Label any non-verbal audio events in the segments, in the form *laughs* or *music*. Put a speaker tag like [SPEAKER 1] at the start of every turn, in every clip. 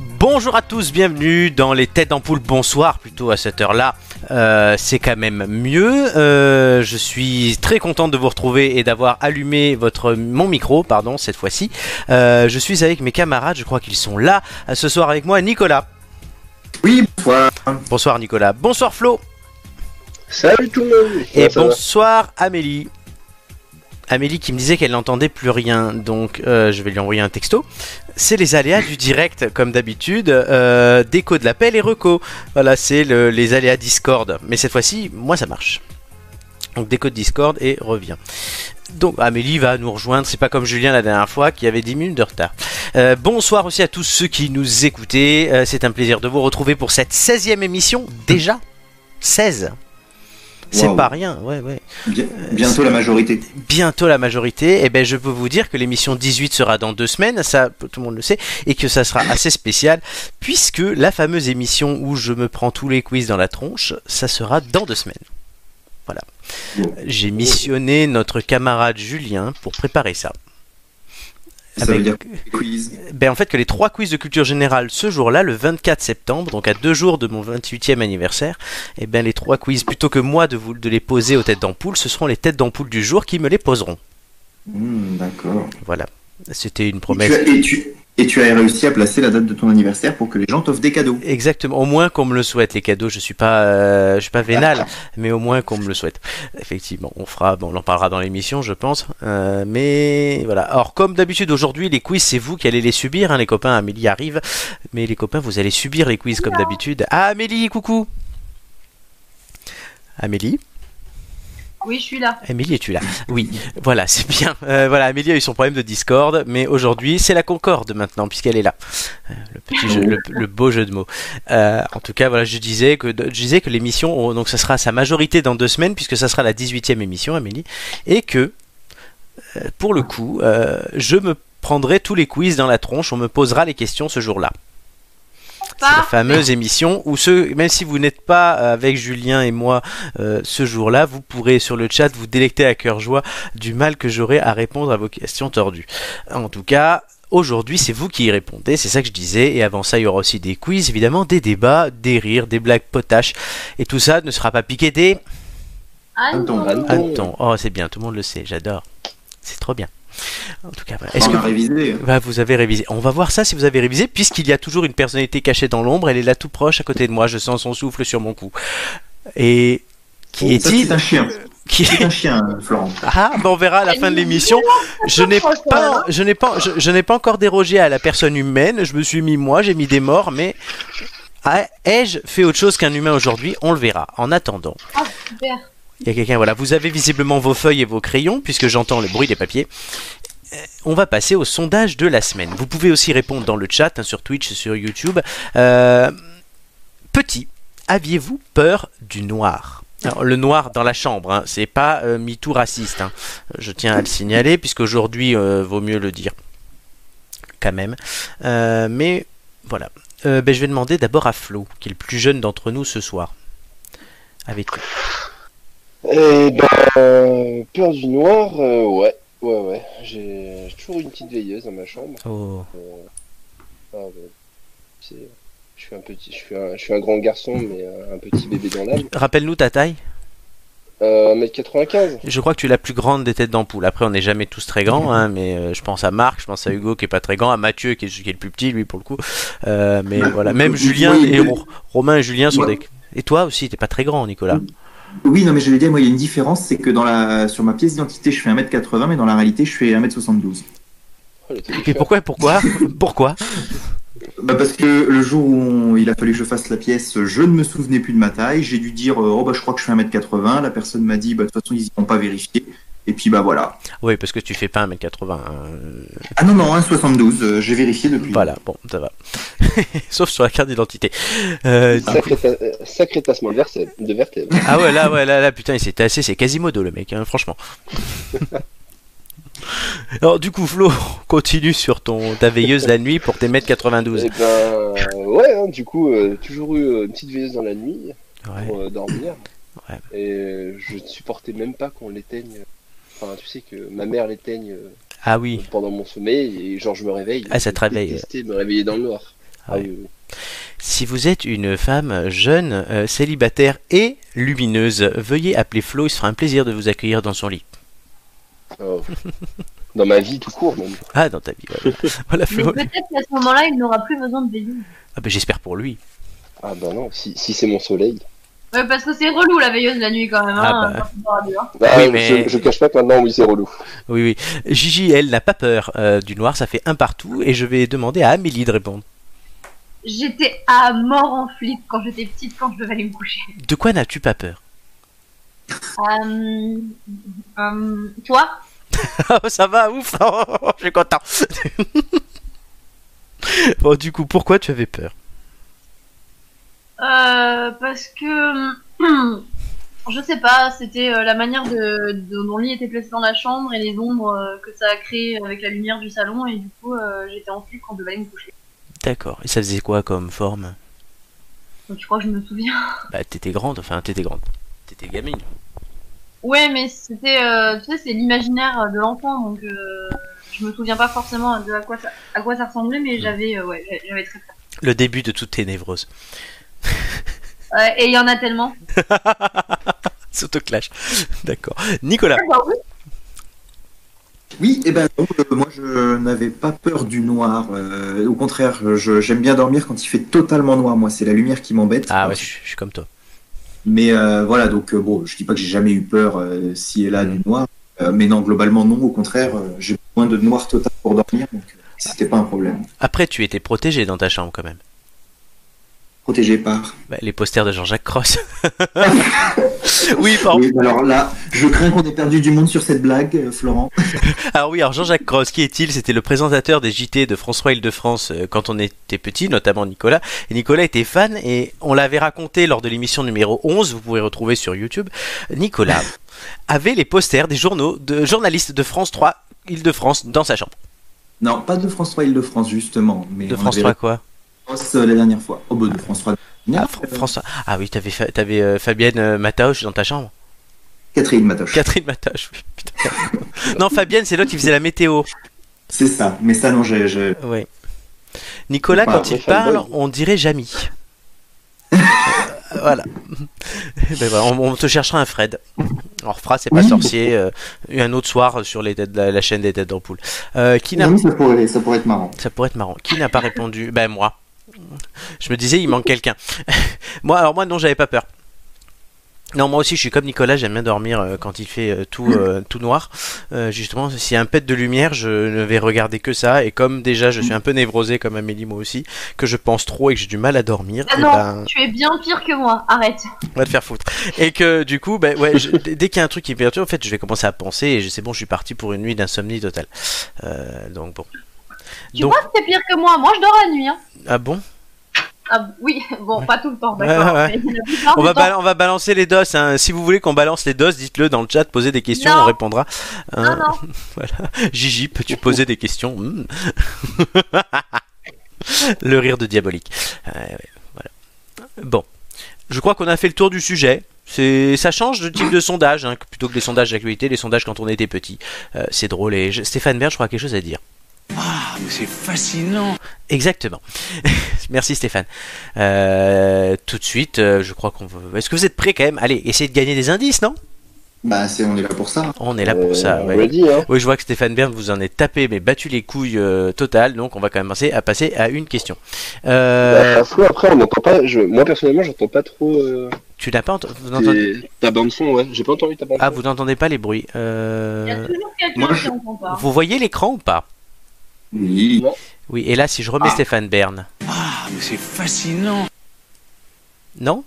[SPEAKER 1] Bonjour à tous, bienvenue dans les têtes d'ampoule, bonsoir plutôt à cette heure-là, Euh, c'est quand même mieux. Euh, je suis très content de vous retrouver et d'avoir allumé votre mon micro, pardon, cette fois-ci. Euh, je suis avec mes camarades, je crois qu'ils sont là Euh, ce soir avec moi, Nicolas.
[SPEAKER 2] Oui, bonsoir.
[SPEAKER 1] Bonsoir Nicolas, bonsoir Flo
[SPEAKER 2] Salut tout le monde.
[SPEAKER 1] et
[SPEAKER 2] Comment ça va
[SPEAKER 1] bonsoir Amélie. Amélie qui me disait qu'elle n'entendait plus rien, donc euh, je vais lui envoyer un texto. C'est les aléas du direct, comme d'habitude, euh, déco de l'appel et reco. Voilà, c'est le- les aléas Discord. Mais cette fois-ci, moi ça marche. Donc déco de Discord et revient. Donc Amélie va nous rejoindre, c'est pas comme Julien la dernière fois qui avait 10 minutes de retard. Euh, bonsoir aussi à tous ceux qui nous écoutaient, Euh, c'est un plaisir de vous retrouver pour cette 16e émission déjà. 16 C'est
[SPEAKER 2] Wow.
[SPEAKER 1] pas rien, ouais ouais
[SPEAKER 2] Bien- Bientôt la majorité.
[SPEAKER 1] bientôt la majorité, et ben je peux vous dire que l'émission 18 sera dans deux semaines, ça tout le monde le sait, et que ça sera assez spécial, puisque la fameuse émission où je me prends tous les quiz dans la tronche, ça sera dans deux semaines. Voilà. J'ai missionné notre camarade Julien pour préparer ça.
[SPEAKER 2] Ça veut
[SPEAKER 1] Avec-
[SPEAKER 2] dire quiz.
[SPEAKER 1] ben, en fait que les trois quiz de culture générale ce jour-là, le 24 septembre, donc à deux jours de mon 28e anniversaire, et ben les trois quiz, plutôt que moi de, vous, de les poser aux têtes d'ampoule, ce seront les têtes d'ampoule du jour qui me les poseront.
[SPEAKER 2] Hmm, D'accord.
[SPEAKER 1] Voilà. C'était une
[SPEAKER 2] Et,
[SPEAKER 1] promesse.
[SPEAKER 2] tu as- et tu- et tu as réussi à placer la date de ton anniversaire pour que les gens t'offrent des cadeaux.
[SPEAKER 1] Exactement, au moins qu'on me le souhaite, les cadeaux, je suis pas, euh, je suis pas vénal, *laughs*
[SPEAKER 2] Ah,
[SPEAKER 1] mais au moins qu'on me le souhaite. Effectivement, on fera, bon, on en parlera dans l'émission, je pense, euh, mais voilà. Alors, comme d'habitude, aujourd'hui, les quiz, c'est vous qui allez les subir, hein, les copains, Amélie arrive, mais les copains, vous allez subir les quiz comme d'habitude. Ah, Amélie, coucou Amélie
[SPEAKER 3] Oui, je suis là.
[SPEAKER 1] Amélie, es-tu là Oui, voilà, c'est bien. Euh, voilà, Amélie a eu son problème de Discord, mais aujourd'hui, c'est la Concorde maintenant, puisqu'elle est là. Euh, le, petit jeu- le, le beau jeu de mots. Euh, en tout cas, voilà, je disais que, je disais que l'émission, oh, donc ça sera sa majorité dans deux semaines, puisque ça sera la 18e émission, Amélie, et que, euh, pour le coup, euh, je me prendrai tous les quiz dans la tronche, on me posera les questions ce jour-là. C'est la
[SPEAKER 3] Parfait.
[SPEAKER 1] fameuse émission où ceux, même si vous n'êtes pas avec Julien et moi euh, ce jour-là, vous pourrez sur le chat vous délecter à cœur joie du mal que j'aurai à répondre à vos questions tordues. En tout cas, aujourd'hui, c'est vous qui y répondez, c'est ça que je disais. Et avant ça, il y aura aussi des quiz, évidemment, des débats, des rires, des blagues potaches. Et tout ça ne sera pas piqué des
[SPEAKER 2] Anton,
[SPEAKER 3] Anton.
[SPEAKER 2] Anton.
[SPEAKER 1] hannetons. Oh, c'est bien, tout le monde le sait, j'adore. C'est trop bien. En tout cas, voilà.
[SPEAKER 2] Est-ce
[SPEAKER 1] est-ce que
[SPEAKER 2] a révisé
[SPEAKER 1] bah, vous avez révisé. On va voir ça si vous avez révisé, puisqu'il y a toujours une personnalité cachée dans l'ombre. Elle est là tout proche à côté de moi. Je sens son souffle sur mon cou. Et qui
[SPEAKER 2] Oh, Ça,
[SPEAKER 1] est-il
[SPEAKER 2] C'est un chien.
[SPEAKER 1] *laughs* Qui
[SPEAKER 2] C'est un chien, euh, Florent.
[SPEAKER 1] Ah, bah, on verra à la fin de l'émission. Je n'ai pas, je n'ai pas, je, je n'ai pas encore dérogé à la personne humaine. Je me suis mis moi, j'ai mis des morts, mais ah, ai-je fait autre chose qu'un humain aujourd'hui On le verra. En attendant.
[SPEAKER 3] Ah, super.
[SPEAKER 1] Il y a quelqu'un, voilà, vous avez visiblement vos feuilles et vos crayons, puisque j'entends le bruit des papiers. Euh, On va passer au sondage de la semaine. Vous pouvez aussi répondre dans le chat, hein, sur Twitch, sur YouTube. Euh, petit, aviez-vous peur du noir Alors, le noir dans la chambre, hein, c'est pas euh, MeToo raciste. hein. Je tiens à le signaler, puisqu'aujourd'hui, euh, vaut mieux le dire. Quand même. Euh, mais voilà. Euh, ben, je vais demander d'abord à Flo, qui est le plus jeune d'entre nous ce soir. Avec
[SPEAKER 4] Eh ben, euh, peur du noir, euh, ouais, ouais, ouais. J'ai j'ai toujours une petite veilleuse dans ma chambre.
[SPEAKER 1] Oh.
[SPEAKER 4] Ah, ouais. C'est- Je suis un petit, je suis un, je suis un grand garçon, mais euh, un petit bébé dans l'âme.
[SPEAKER 1] Rappelle-nous ta taille.
[SPEAKER 4] Euh, 1m95.
[SPEAKER 1] Je crois que tu es la plus grande des têtes d'ampoule. Après, on n'est jamais tous très grands, hein, mais euh, je pense à Marc, je pense à Hugo qui est pas très grand, à Mathieu qui est, qui est le plus petit, lui pour le coup. Euh, mais voilà, même Julien et Ro- Romain et Julien sont des. Et toi aussi, t'es pas très grand, Nicolas.
[SPEAKER 2] Oui, non, mais je vais dire, moi, il y a une différence, c'est que dans la... sur ma pièce d'identité, je fais 1m80, mais dans la réalité, je fais 1m72.
[SPEAKER 4] Oh, le truc
[SPEAKER 1] Et
[SPEAKER 4] est fort.
[SPEAKER 1] pourquoi, pourquoi, pourquoi
[SPEAKER 2] Bah parce que le jour où on- il a fallu que je fasse la pièce, je ne me souvenais plus de ma taille. J'ai dû dire, euh, oh bah je crois que je fais 1m80. La personne m'a dit, bah de toute façon ils n'ont pas vérifié. Et puis bah voilà.
[SPEAKER 1] Oui, parce que tu fais pas 1m80. hein.
[SPEAKER 2] Ah non non, 1,72. euh, j'ai vérifié depuis.
[SPEAKER 1] Voilà, bon, ça va. *laughs* Sauf sur la carte d'identité. Euh, du coup-
[SPEAKER 4] Sacré, ta- euh, sacré tassement de vertèbre. De vertèbre.
[SPEAKER 1] Ah ouais, là, ouais, là, là, putain, il s'est tassé, c'est Quasimodo le mec, hein, franchement. Alors du coup, Flo, continue sur ton ta veilleuse la nuit pour tes mètres 92.
[SPEAKER 4] Eh ben, euh, ouais, hein, du coup, euh, toujours eu euh, une petite veilleuse dans la nuit
[SPEAKER 1] Ouais.
[SPEAKER 4] pour euh, dormir.
[SPEAKER 1] Ouais.
[SPEAKER 4] Et euh, je ne supportais même pas qu'on l'éteigne. Enfin, tu sais que ma mère l'éteigne. euh,
[SPEAKER 1] Ah oui.
[SPEAKER 4] pendant mon sommeil et genre je me réveille.
[SPEAKER 1] Ah, ça te
[SPEAKER 4] Je
[SPEAKER 1] réveille,
[SPEAKER 4] détestais me réveiller dans le noir. Ah oui, oui.
[SPEAKER 1] Si vous êtes une femme jeune, euh, célibataire et lumineuse, veuillez appeler Flo, il se fera un plaisir de vous accueillir dans son lit.
[SPEAKER 4] Oh.
[SPEAKER 1] *laughs*
[SPEAKER 4] Dans ma vie tout court, même.
[SPEAKER 1] Ah, dans ta vie, voilà. Voilà,
[SPEAKER 3] Mais
[SPEAKER 1] Flo.
[SPEAKER 3] peut-être qu'à ce moment-là, il n'aura plus besoin de veilleuse.
[SPEAKER 1] Ah, ben, J'espère pour lui.
[SPEAKER 4] Ah bah non, si, si c'est mon soleil.
[SPEAKER 3] Ouais, parce que c'est relou la veilleuse la nuit quand même.
[SPEAKER 1] Ah
[SPEAKER 3] hein,
[SPEAKER 1] bah.
[SPEAKER 3] quand on dort dehors.
[SPEAKER 4] Ah,
[SPEAKER 1] Oui,
[SPEAKER 4] je-
[SPEAKER 1] mais-
[SPEAKER 4] je, cache pas que maintenant, oui, c'est relou.
[SPEAKER 1] Oui, oui. Gigi, elle, n'a pas peur euh, du noir, ça fait un partout, et je vais demander à Amélie de répondre.
[SPEAKER 3] J'étais à mort en flip quand j'étais petite, quand je devais aller me coucher.
[SPEAKER 1] De quoi n'as-tu pas peur
[SPEAKER 3] Euh, euh, toi
[SPEAKER 1] Ah, *laughs* ça va, ouf Je suis content *laughs* Bon, du coup, pourquoi tu avais peur
[SPEAKER 3] Euh, parce que *clears throat* je sais pas, c'était euh, la manière de, de- dont le lit était placé dans la chambre et les ombres euh, que ça a créé avec la lumière du salon et du coup euh, j'étais en flip quand je devais aller me coucher.
[SPEAKER 1] D'accord. Et ça faisait quoi comme forme
[SPEAKER 3] Donc je crois que je me souviens.
[SPEAKER 1] Bah, t'étais grande, enfin, t'étais grande. T'étais gamine.
[SPEAKER 3] Ouais, mais c'était, euh, tu sais, c'est l'imaginaire de l'enfant donc euh, je me souviens pas forcément de à quoi ça, à quoi ça ressemblait, mais j'avais, euh, ouais, j'a- j'avais très peur.
[SPEAKER 1] Le début de toutes tes névroses. *laughs*
[SPEAKER 3] Ouais, et il y en a tellement.
[SPEAKER 1] S'autoclash. D'accord. Nicolas.
[SPEAKER 3] Ah bah oui.
[SPEAKER 2] Oui, et ben non, euh, moi je n'avais pas peur du noir. euh, au contraire, je- j'aime bien dormir quand il fait totalement noir. Moi, c'est la lumière qui m'embête.
[SPEAKER 1] Ah ouais, je je suis comme toi.
[SPEAKER 2] Mais euh, voilà, donc euh, bon, je dis pas que j'ai jamais eu peur euh, si et là
[SPEAKER 1] Mm.
[SPEAKER 2] du noir. euh, mais non, globalement non. Au contraire, euh, j'ai besoin de noir total pour dormir, donc euh, c'était pas un problème.
[SPEAKER 1] Après, tu étais protégé dans ta chambre quand même.
[SPEAKER 2] Protégé par.
[SPEAKER 1] Bah, les posters de Jean-Jacques *laughs* Cross. oui, pardon.
[SPEAKER 2] Oui, alors là, je crains qu'on ait perdu du monde sur cette blague, euh, Florent.
[SPEAKER 1] Alors Ah oui, alors Jean-Jacques Cross, qui est-il C'était le présentateur des JT de François Île-de-France euh, quand on était petit, notamment Nicolas. Et Nicolas était fan et on l'avait raconté lors de l'émission numéro 11, vous pouvez retrouver sur YouTube. Nicolas avait les posters des journaux de journalistes de France 3 Île-de-France dans sa chambre.
[SPEAKER 2] Non, pas de France 3 Île-de-France justement, mais
[SPEAKER 1] De
[SPEAKER 2] on
[SPEAKER 1] France
[SPEAKER 2] avait
[SPEAKER 1] 3 quoi
[SPEAKER 2] réponse, euh, la dernière fois. Oh, bah, de France 3.
[SPEAKER 1] Ah, Fran- France 3. Ah oui, t'avais, Fa- t'avais euh, Fabienne euh, Mataoche dans ta chambre.
[SPEAKER 2] Catherine Matoche.
[SPEAKER 1] Catherine Mataoche, oui, putain. non, Fabienne, c'est l'autre qui faisait la météo.
[SPEAKER 2] C'est ça. Mais ça, non, j'ai. j'ai-
[SPEAKER 1] Oui. Nicolas,
[SPEAKER 2] Voilà,
[SPEAKER 1] quand il
[SPEAKER 4] les fanboys.
[SPEAKER 1] parle, on dirait Jamy. Euh, voilà. *laughs* Ben voilà, on, on te cherchera un Fred. On refera C'est pas
[SPEAKER 2] Oui.
[SPEAKER 1] sorcier euh, un autre soir sur les têtes- la, la chaîne des têtes d'ampoule. Euh, qui n'a-
[SPEAKER 2] Non, mais ça pourrait, ça pourrait être marrant.
[SPEAKER 1] Ça pourrait être marrant. Qui n'a pas répondu Ben moi. Je me disais, il manque quelqu'un. *laughs* moi, alors moi, non, j'avais pas peur. Non, moi aussi, je suis comme Nicolas, j'aime bien dormir euh, quand il fait euh, tout, euh,
[SPEAKER 3] *laughs*
[SPEAKER 1] tout noir. Euh, justement, s'il y a un pet de lumière, je ne vais regarder que ça. Et comme déjà, je suis un peu névrosé, comme Amélie, moi aussi, que je pense trop et que j'ai du mal à dormir,
[SPEAKER 3] Ah
[SPEAKER 1] eh
[SPEAKER 3] non,
[SPEAKER 1] ben,
[SPEAKER 3] tu es bien pire que moi. Arrête.
[SPEAKER 1] va te faire foutre. Et que du coup, ben, ouais, je- dès dès qu'il y a un truc qui me perturbe, en fait, je vais commencer à penser et je- c'est bon, je suis parti pour une nuit d'insomnie totale. Euh, donc bon.
[SPEAKER 3] Tu
[SPEAKER 1] Donc-
[SPEAKER 3] crois que c'est pire que moi Moi, je dors la nuit. Hein.
[SPEAKER 1] Ah bon
[SPEAKER 3] Ah oui, *laughs* bon,
[SPEAKER 1] Ouais.
[SPEAKER 3] pas tout le temps,
[SPEAKER 1] Ouais,
[SPEAKER 3] d'accord.
[SPEAKER 1] ouais, ouais.
[SPEAKER 3] mais la plupart
[SPEAKER 1] On
[SPEAKER 3] du
[SPEAKER 1] va,
[SPEAKER 3] temps.
[SPEAKER 1] bal- on va balancer les dos. hein. Si vous voulez qu'on balance les dos, dites-le dans le chat, posez des questions,
[SPEAKER 3] Non.
[SPEAKER 1] on répondra.
[SPEAKER 3] Non,
[SPEAKER 1] Hein,
[SPEAKER 3] non,
[SPEAKER 1] Gigi, peux-tu poser des questions Hmm. Le rire de diabolique. Euh, ouais, voilà. Bon, je crois qu'on a fait le tour du sujet. C'est, ça change de type de sondage, hein, que- plutôt que les sondages d'actualité, les sondages quand on était petit. Euh, c'est drôle et je- Stéphane Bern, je crois, a quelque chose à dire.
[SPEAKER 5] Ah, mais c'est fascinant
[SPEAKER 1] Exactement. *laughs* Merci Stéphane. Euh, tout de suite, euh, je crois qu'on veut. Est-ce que vous êtes prêts quand même Allez, essayez de gagner des indices, non
[SPEAKER 2] Bah, c'est, on est là pour ça.
[SPEAKER 1] On est là pour
[SPEAKER 4] Euh,
[SPEAKER 1] ça.
[SPEAKER 4] on
[SPEAKER 1] ouais.
[SPEAKER 4] l'a dit, hein.
[SPEAKER 1] Oui, je vois que Stéphane Bern vous en est tapé, mais battu les couilles euh, totales, donc on va quand même passer à passer à une question. Euh,
[SPEAKER 4] Bah, Flo, après, on n'entend pas. Je... Moi, personnellement, j'entends pas trop euh,
[SPEAKER 1] tu n'as pas ent- vous
[SPEAKER 4] tes-
[SPEAKER 1] n'entendez-
[SPEAKER 4] ta bande-son, ouais. J'ai pas entendu ta bande-son.
[SPEAKER 1] Ah, vous n'entendez pas les bruits.
[SPEAKER 3] il y a
[SPEAKER 1] Euh,
[SPEAKER 3] toujours
[SPEAKER 2] moi,
[SPEAKER 3] quelqu'un
[SPEAKER 2] je-
[SPEAKER 3] qui entend pas.
[SPEAKER 1] vous voyez l'écran ou pas
[SPEAKER 2] Oui.
[SPEAKER 1] Oui, et là, si je remets
[SPEAKER 2] Ah.
[SPEAKER 1] Stéphane Bern,
[SPEAKER 5] Ah, mais c'est fascinant
[SPEAKER 1] non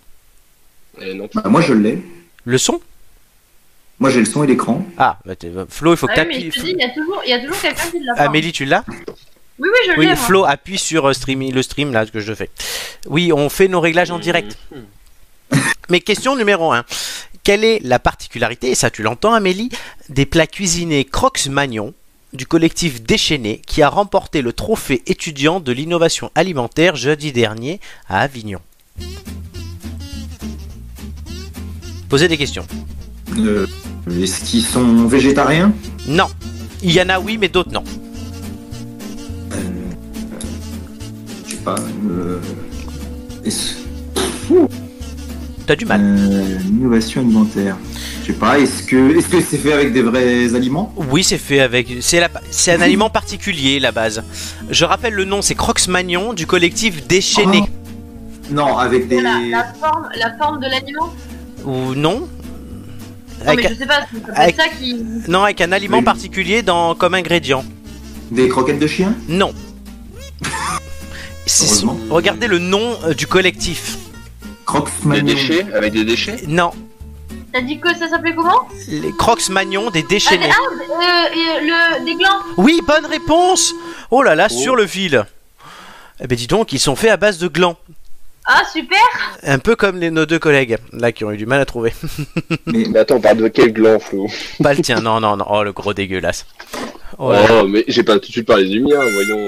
[SPEAKER 4] Eh, non.
[SPEAKER 2] Bah, moi, je l'ai.
[SPEAKER 1] Le son
[SPEAKER 2] Moi, j'ai le son et l'écran.
[SPEAKER 1] Ah, bah, t'es- Flo, il faut que
[SPEAKER 3] Ah oui, mais
[SPEAKER 1] t'appuies.
[SPEAKER 3] je te dis, il y a toujours, il y a toujours quelqu'un qui l'a pas. hein.
[SPEAKER 1] Amélie, tu l'as
[SPEAKER 3] Oui, oui, je l'ai.
[SPEAKER 1] Oui,
[SPEAKER 3] moi.
[SPEAKER 1] Flo, appuie sur euh, stream, le stream, là, ce que je fais. Oui, on fait nos réglages en direct. Mais question numéro 1. Quelle est la particularité, et ça tu l'entends Amélie, des plats cuisinés Crocs Magnon du collectif Déchaîné qui a remporté le trophée étudiant de l'innovation alimentaire jeudi dernier à Avignon Posez des questions.
[SPEAKER 2] Euh, est-ce qu'ils sont végétariens
[SPEAKER 1] Non. Il y en a oui, mais d'autres non.
[SPEAKER 2] Euh, J'ai pas. euh, est-ce-
[SPEAKER 1] T'as du mal.
[SPEAKER 2] euh, innovation alimentaire. Je sais pas, est-ce que est-ce que c'est fait avec des vrais aliments
[SPEAKER 1] Oui, c'est fait avec. C'est la... c'est un aliment particulier, la base. Je rappelle le nom, c'est Crox Magnon du collectif Déchaîné.
[SPEAKER 2] Non, avec des.
[SPEAKER 3] Voilà, la forme, la forme de l'aliment.
[SPEAKER 1] Ou non
[SPEAKER 3] Non,
[SPEAKER 1] avec...
[SPEAKER 3] mais je sais pas, c'est peut-être
[SPEAKER 1] avec-
[SPEAKER 3] ça qui.
[SPEAKER 1] Non, avec un aliment
[SPEAKER 2] Oui.
[SPEAKER 1] particulier dans... comme ingrédient.
[SPEAKER 2] Des croquettes de chien
[SPEAKER 1] Non. C'est-
[SPEAKER 2] Heureusement.
[SPEAKER 1] Regardez le nom euh, du collectif.
[SPEAKER 2] Crocs
[SPEAKER 4] Des
[SPEAKER 2] Magnon.
[SPEAKER 4] déchets Avec des déchets
[SPEAKER 1] Non,
[SPEAKER 3] T'as dit que ça s'appelait comment
[SPEAKER 1] les Crocs Magnon des
[SPEAKER 3] Ah, des-
[SPEAKER 1] déchaînés.
[SPEAKER 3] ah, euh, et le, des glands.
[SPEAKER 1] Oui, bonne réponse Oh là là,
[SPEAKER 4] Oh.
[SPEAKER 1] sur le fil Eh ben dis donc, ils sont faits à base de glands.
[SPEAKER 3] Ah, super.
[SPEAKER 1] Un peu comme les, nos deux collègues, là, qui ont eu du mal à trouver.
[SPEAKER 2] Mais
[SPEAKER 4] Mais Bah, attends, on parle de quel gland, Flo
[SPEAKER 1] *laughs* Pas le tien, non, non, non. Oh, le gros dégueulasse. Oh
[SPEAKER 4] Oh,
[SPEAKER 1] là là.
[SPEAKER 4] mais j'ai pas tout de suite parlé du mien, voyons.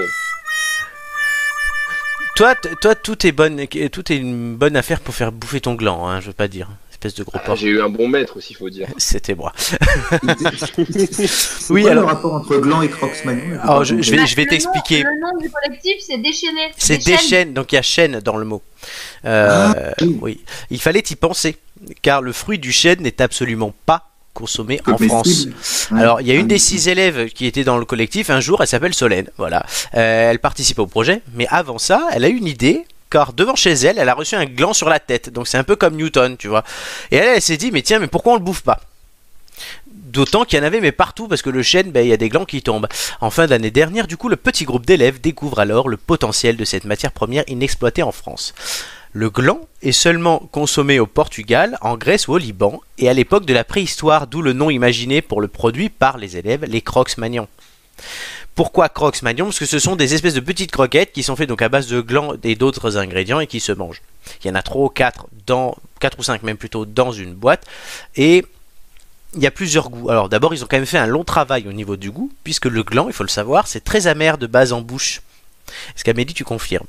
[SPEAKER 1] Toi, t- toi, tout est, bonne, tout est une bonne affaire pour faire bouffer ton gland, hein, je veux pas dire. Espèce de gros
[SPEAKER 4] Ah,
[SPEAKER 1] porc.
[SPEAKER 4] J'ai eu un bon maître aussi, faut dire.
[SPEAKER 1] C'était *laughs* moi.
[SPEAKER 2] c'est
[SPEAKER 1] Oui,
[SPEAKER 2] quoi
[SPEAKER 1] alors-
[SPEAKER 2] le rapport entre gland et Crocs Magnon
[SPEAKER 1] Alors, je vais-
[SPEAKER 3] Bah,
[SPEAKER 1] je vais
[SPEAKER 3] le nom-
[SPEAKER 1] t'expliquer.
[SPEAKER 3] Le nom du collectif, c'est déchaîné.
[SPEAKER 1] C'est
[SPEAKER 3] Déchaîne.
[SPEAKER 1] déchaîne, donc il y a chaîne dans le mot. Euh,
[SPEAKER 2] Ah.
[SPEAKER 1] oui. Il fallait y penser, car le fruit du chêne n'est absolument pas consommé en France. Alors, il y a
[SPEAKER 2] Ah,
[SPEAKER 1] une des six élèves qui était dans le collectif un jour, elle s'appelle Solène. Voilà. Euh, elle participe au projet, mais avant ça, elle a une idée. Car devant chez elle, elle a reçu un gland sur la tête. Donc c'est un peu comme Newton, tu vois. Et elle, elle s'est dit, mais tiens, mais pourquoi on le bouffe pas D'autant qu'il y en avait, mais partout, parce que le chêne, ben, il y a des glands qui tombent. En fin d'année dernière, du coup, le petit groupe d'élèves découvre alors le potentiel de cette matière première inexploitée en France. Le gland est seulement consommé au Portugal, en Grèce ou au Liban, et à l'époque de la préhistoire, d'où le nom imaginé pour le produit par les élèves, les crocs magnons. Pourquoi crocs magnons Parce que ce sont des espèces de petites croquettes qui sont faites donc à base de glands et d'autres ingrédients et qui se mangent. Il y en a trois ou quatre dans quatre ou cinq même plutôt dans une boîte et il y a plusieurs goûts. Alors d'abord, ils ont quand même fait un long travail au niveau du goût puisque le gland, il faut le savoir, c'est très amer de base en bouche. Est-ce qu'Amélie tu confirmes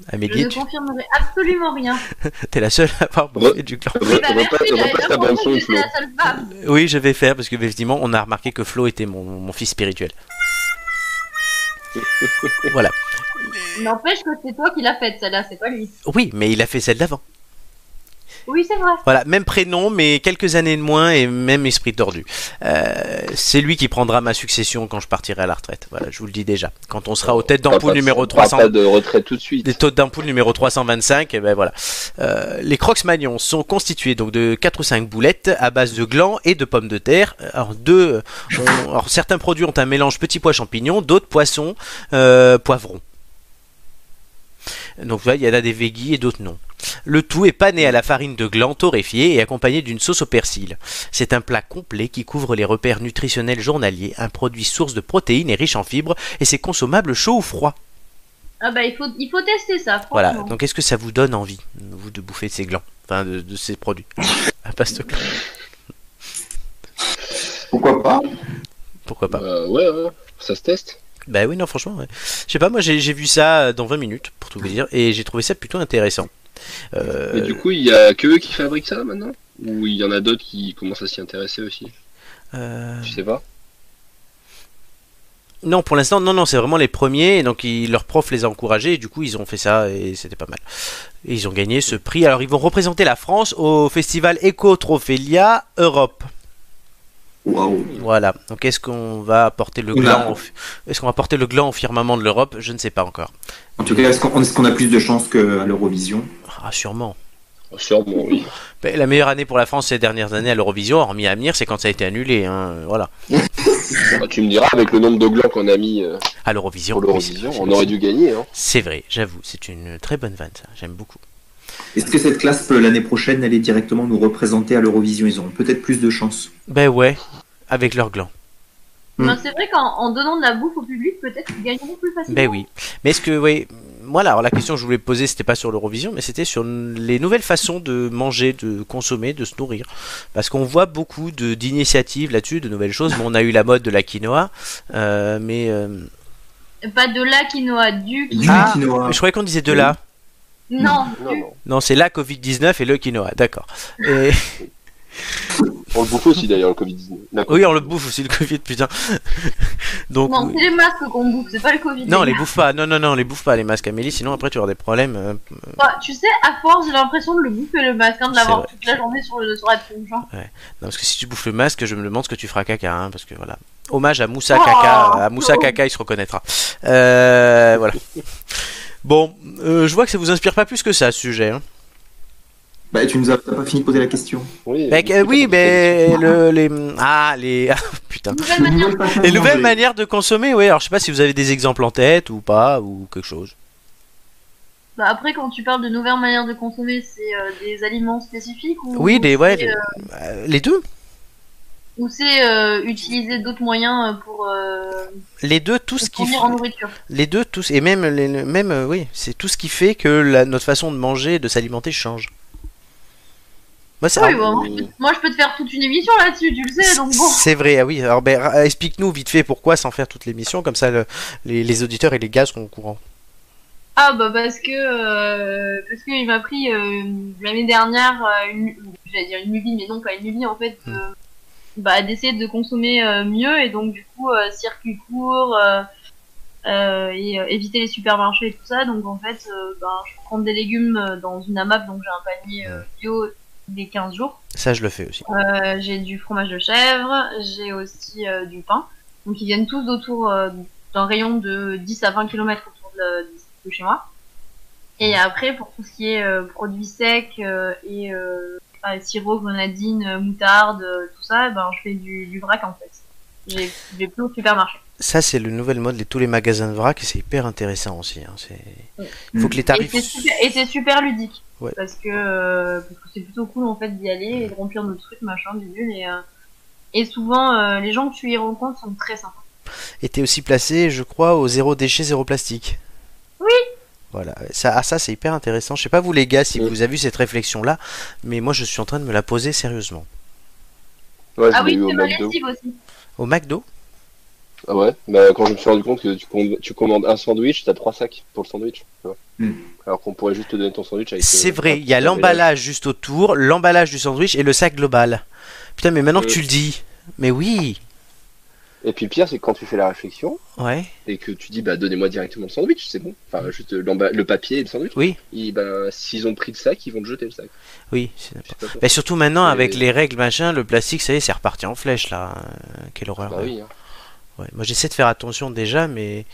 [SPEAKER 3] Je
[SPEAKER 1] Amélie,
[SPEAKER 3] ne
[SPEAKER 1] tu
[SPEAKER 3] confirmerai absolument rien. bah,
[SPEAKER 1] es la seule à avoir bouffé du gland.
[SPEAKER 4] Re- repasse
[SPEAKER 3] merci, j'avais
[SPEAKER 4] repasse
[SPEAKER 3] pas
[SPEAKER 4] ta bande
[SPEAKER 3] compris
[SPEAKER 4] son,
[SPEAKER 3] que
[SPEAKER 4] Flo.
[SPEAKER 3] j'étais la seule femme.
[SPEAKER 1] Oui, je vais faire parce que effectivement, on a remarqué que Flo était mon, mon fils spirituel. voilà.
[SPEAKER 3] N'empêche que c'est toi qui l'as faite, celle-là, c'est pas lui.
[SPEAKER 1] Oui, mais il a fait celle d'avant.
[SPEAKER 3] Oui, c'est vrai.
[SPEAKER 1] Voilà, même prénom, mais quelques années de moins et même esprit tordu. Euh, c'est lui qui prendra ma succession quand je partirai à la retraite. Voilà, je vous le dis déjà. Quand on sera aux têtes
[SPEAKER 4] Parle
[SPEAKER 1] d'ampoule
[SPEAKER 4] pas-
[SPEAKER 1] numéro
[SPEAKER 4] parle
[SPEAKER 1] 300.
[SPEAKER 4] Pas de retraite tout de suite.
[SPEAKER 1] des taux d'ampoule numéro 325, et ben voilà. Euh, les crocs magnons sont constitués donc de 4 ou 5 boulettes à base de glands et de pommes de terre. Alors, deux, euh, ont- alors, certains produits ont un mélange petits pois champignons, d'autres poissons, euh, poivrons. Donc là, il y en a des veggies et d'autres non. Le tout est pané à la farine de gland torréfiée et accompagné d'une sauce au persil. C'est un plat complet qui couvre les repères nutritionnels journaliers, un produit source de protéines et riche en fibres, et c'est consommable chaud ou froid.
[SPEAKER 3] Ah bah il faut, il faut tester ça, franchement.
[SPEAKER 1] Voilà, donc est-ce que ça vous donne envie, vous, de bouffer de ces glands Enfin, de, de ces produits *laughs* à base de glands,
[SPEAKER 2] Pourquoi pas
[SPEAKER 1] pourquoi pas
[SPEAKER 4] Euh, ouais, ouais, ça se teste.
[SPEAKER 1] Bah oui, non, franchement, ouais. Je sais pas, moi j'ai j'ai vu ça euh, dans 20 minutes, pour tout vous dire, et j'ai trouvé ça plutôt intéressant. Euh,
[SPEAKER 4] Mais du coup, il y a que eux qui fabriquent ça maintenant Ou il y en a d'autres qui commencent à s'y intéresser aussi
[SPEAKER 1] euh,
[SPEAKER 4] Je sais pas.
[SPEAKER 1] Non, pour l'instant, non, non, c'est vraiment les premiers, et donc ils, leurs profs les a encouragés, et du coup ils ont fait ça, et c'était pas mal. Et ils ont gagné ce prix. Alors ils vont représenter la France au festival Eco Trophelia Europe.
[SPEAKER 2] Waouh.
[SPEAKER 1] Voilà. Donc est-ce qu'on va porter le
[SPEAKER 2] Oula.
[SPEAKER 1] gland au, fi- est-ce qu'on va porter le gland au firmament de l'Europe Je ne sais pas encore.
[SPEAKER 2] En tout cas, est-ce qu'on est-ce qu'on a plus de chances qu'à l'Eurovision
[SPEAKER 1] Ah, sûrement.
[SPEAKER 4] Oh, Sûrement, *laughs* oui.
[SPEAKER 1] Ben, la meilleure année pour la France ces dernières années à l'Eurovision, hormis à venir, c'est quand ça a été annulé. hein, Voilà.
[SPEAKER 4] Ah, tu me diras, avec le nombre de glands qu'on a mis euh,
[SPEAKER 1] À l'Eurovision.
[SPEAKER 4] pour
[SPEAKER 1] oui, c'est
[SPEAKER 4] l'Eurovision,
[SPEAKER 1] vrai,
[SPEAKER 4] on
[SPEAKER 1] c'est-
[SPEAKER 4] aurait dû gagner. Hein.
[SPEAKER 1] C'est vrai, j'avoue. C'est une très bonne vanne, ça. J'aime beaucoup.
[SPEAKER 2] Est-ce que cette classe peut l'année prochaine aller directement nous représenter à l'Eurovision Ils auront peut-être plus de chances.
[SPEAKER 1] Ben ouais, avec leur gland.
[SPEAKER 2] Hmm.
[SPEAKER 3] Non, c'est vrai qu'en en donnant de la bouffe au public, peut-être qu'ils gagneront plus facilement.
[SPEAKER 1] Ben oui. Mais est-ce que, oui. Voilà, alors la question que je voulais poser, c'était pas sur l'Eurovision, mais c'était sur les nouvelles façons de manger, de consommer, de se nourrir. Parce qu'on voit beaucoup de- d'initiatives là-dessus, de nouvelles choses. Bon, on a eu la mode de la quinoa, euh, mais euh,
[SPEAKER 3] Pas de la quinoa, du
[SPEAKER 2] Du
[SPEAKER 1] Ah.
[SPEAKER 2] quinoa.
[SPEAKER 1] je croyais qu'on disait de là.
[SPEAKER 3] Non,
[SPEAKER 4] Non,
[SPEAKER 3] du...
[SPEAKER 4] non.
[SPEAKER 1] Non, c'est la Covid-19 et le quinoa, d'accord. Et-
[SPEAKER 4] On le bouffe aussi d'ailleurs, le Covid-19. La-
[SPEAKER 1] Bah, Oui, on le bouffe aussi le Covid, putain. *laughs* Donc, euh,
[SPEAKER 3] Non, c'est les masques qu'on bouffe, c'est pas le Covid.
[SPEAKER 1] non, les bouffe pas. Non, non, non, les bouffe pas, les masques, Amélie. Sinon, après, tu auras des problèmes. euh,
[SPEAKER 3] Bah, tu sais, à force, j'ai l'impression de le bouffer le masque, hein, de
[SPEAKER 1] C'est
[SPEAKER 3] l'avoir
[SPEAKER 1] vrai.
[SPEAKER 3] toute la journée sur, le, sur la tronche. hein.
[SPEAKER 1] Non, parce que si tu bouffes le masque, je me demande ce que tu feras caca, hein, parce que voilà. Hommage à Moussa
[SPEAKER 3] Oh,
[SPEAKER 1] Kaka, à Moussa
[SPEAKER 3] non.
[SPEAKER 1] Kaka, il se reconnaîtra. Euh, voilà. Bon, euh, je vois que ça vous inspire pas plus que ça, ce sujet. hein.
[SPEAKER 2] Bah, tu nous as t'as pas fini de poser la question.
[SPEAKER 4] Oui,
[SPEAKER 1] Mais, euh, oui, mais le, les ah les *laughs* putain.
[SPEAKER 3] Nouvelle manière de
[SPEAKER 1] Les nouvelles manières de consommer, oui. Alors je sais pas si vous avez des exemples en tête ou pas ou quelque chose.
[SPEAKER 3] Bah, après, quand tu parles de nouvelles manières de consommer, c'est euh, des aliments spécifiques ou
[SPEAKER 1] Oui, des ouais,
[SPEAKER 3] c'est,
[SPEAKER 1] les,
[SPEAKER 3] euh,
[SPEAKER 1] euh, les deux.
[SPEAKER 3] ou c'est euh, utiliser d'autres moyens euh, pour euh,
[SPEAKER 1] Les deux, tout
[SPEAKER 3] se
[SPEAKER 1] ce qui
[SPEAKER 3] fournir en nourriture.
[SPEAKER 1] les deux, tous et même les, le- même euh, oui, c'est tout ce qui fait que la- notre façon de manger, et de s'alimenter change. Bah ça.
[SPEAKER 3] Oui, bon, Moi, je peux te faire toute une émission là-dessus, tu le sais, donc bon.
[SPEAKER 1] C'est vrai, ah oui. Alors, ben, ra- explique-nous vite fait pourquoi sans faire toute l'émission, comme ça le- les, les auditeurs et les gars seront au courant.
[SPEAKER 3] Ah bah parce que euh, parce que il m'a pris euh, l'année dernière euh, une j'allais dire une lubie mais non pas une lubie en fait
[SPEAKER 1] Hmm.
[SPEAKER 3] euh, bah d'essayer de consommer euh, mieux et donc du coup euh, circuit court euh, euh, et euh, éviter les supermarchés et tout ça donc en fait euh, ben, je prends des légumes euh, dans une AMAP donc j'ai un panier euh, bio des 15 jours
[SPEAKER 1] Ça, je le fais aussi.
[SPEAKER 3] euh, j'ai du fromage de chèvre, j'ai aussi euh, du pain. Donc ils viennent tous autour euh, d'un rayon de 10 à 20 km autour de, la- de chez moi. Et après, pour tout ce qui est euh, produits secs euh, et euh, ah, sirop, grenadine, euh, moutarde, euh, tout ça, ben, je fais du, du vrac en fait. J'ai- J'ai plus au supermarché.
[SPEAKER 1] Ça, c'est le nouvel mode de tous les magasins de vrac et c'est hyper intéressant aussi. hein, c'est- Il faut
[SPEAKER 2] Mm.
[SPEAKER 1] que les
[SPEAKER 3] Et
[SPEAKER 1] tarifs.
[SPEAKER 3] c'est super, et c'est super ludique.
[SPEAKER 1] Ouais.
[SPEAKER 3] Parce que euh, parce que c'est plutôt cool en fait d'y aller et de remplir nos trucs, machin, bidule. Et, euh, et souvent, euh, les gens que tu y rencontres sont très sympas.
[SPEAKER 1] étaient aussi placés, je crois, au zéro déchet, zéro plastique.
[SPEAKER 3] Oui.
[SPEAKER 1] Voilà, ça, ah, ça c'est hyper intéressant. Je sais pas vous les gars si
[SPEAKER 4] Oui.
[SPEAKER 1] vous avez eu cette réflexion là, mais moi je suis en train de me la poser sérieusement.
[SPEAKER 4] Ouais, je
[SPEAKER 3] Ah
[SPEAKER 4] l'ai
[SPEAKER 3] oui,
[SPEAKER 4] eu au
[SPEAKER 3] c'est ma
[SPEAKER 4] McDo.
[SPEAKER 3] lessive aussi.
[SPEAKER 1] Au McDo
[SPEAKER 4] Ah ouais Bah quand je me suis rendu compte que tu, com- tu commandes un sandwich, t'as trois sacs pour le sandwich. tu vois.
[SPEAKER 2] Mm.
[SPEAKER 4] Alors qu'on pourrait juste te donner ton sandwich avec.
[SPEAKER 1] Hmm. C'est
[SPEAKER 4] euh, un
[SPEAKER 1] vrai, il y a
[SPEAKER 4] petit
[SPEAKER 1] l'emballage juste autour, l'emballage du sandwich et le sac global. Putain, mais maintenant que
[SPEAKER 4] Euh.
[SPEAKER 1] tu le dis, mais oui,
[SPEAKER 4] Et puis le pire, c'est que quand tu fais la réflexion
[SPEAKER 1] ouais,
[SPEAKER 4] et que tu dis bah donnez-moi directement le sandwich, c'est bon. Enfin juste euh, l'emba- le papier et le sandwich.
[SPEAKER 1] Oui.
[SPEAKER 4] Et bah s'ils ont pris le sac, ils vont te jeter le sac.
[SPEAKER 1] oui. c'est n'importe-
[SPEAKER 4] Je sais pas pourquoi.
[SPEAKER 1] Mais surtout maintenant
[SPEAKER 4] Et-
[SPEAKER 1] avec les règles machin, le plastique, ça y est, c'est reparti en flèche là. Euh, Quelle horreur.
[SPEAKER 4] Bah oui. hein.
[SPEAKER 1] Ouais, moi j'essaie de faire attention déjà, mais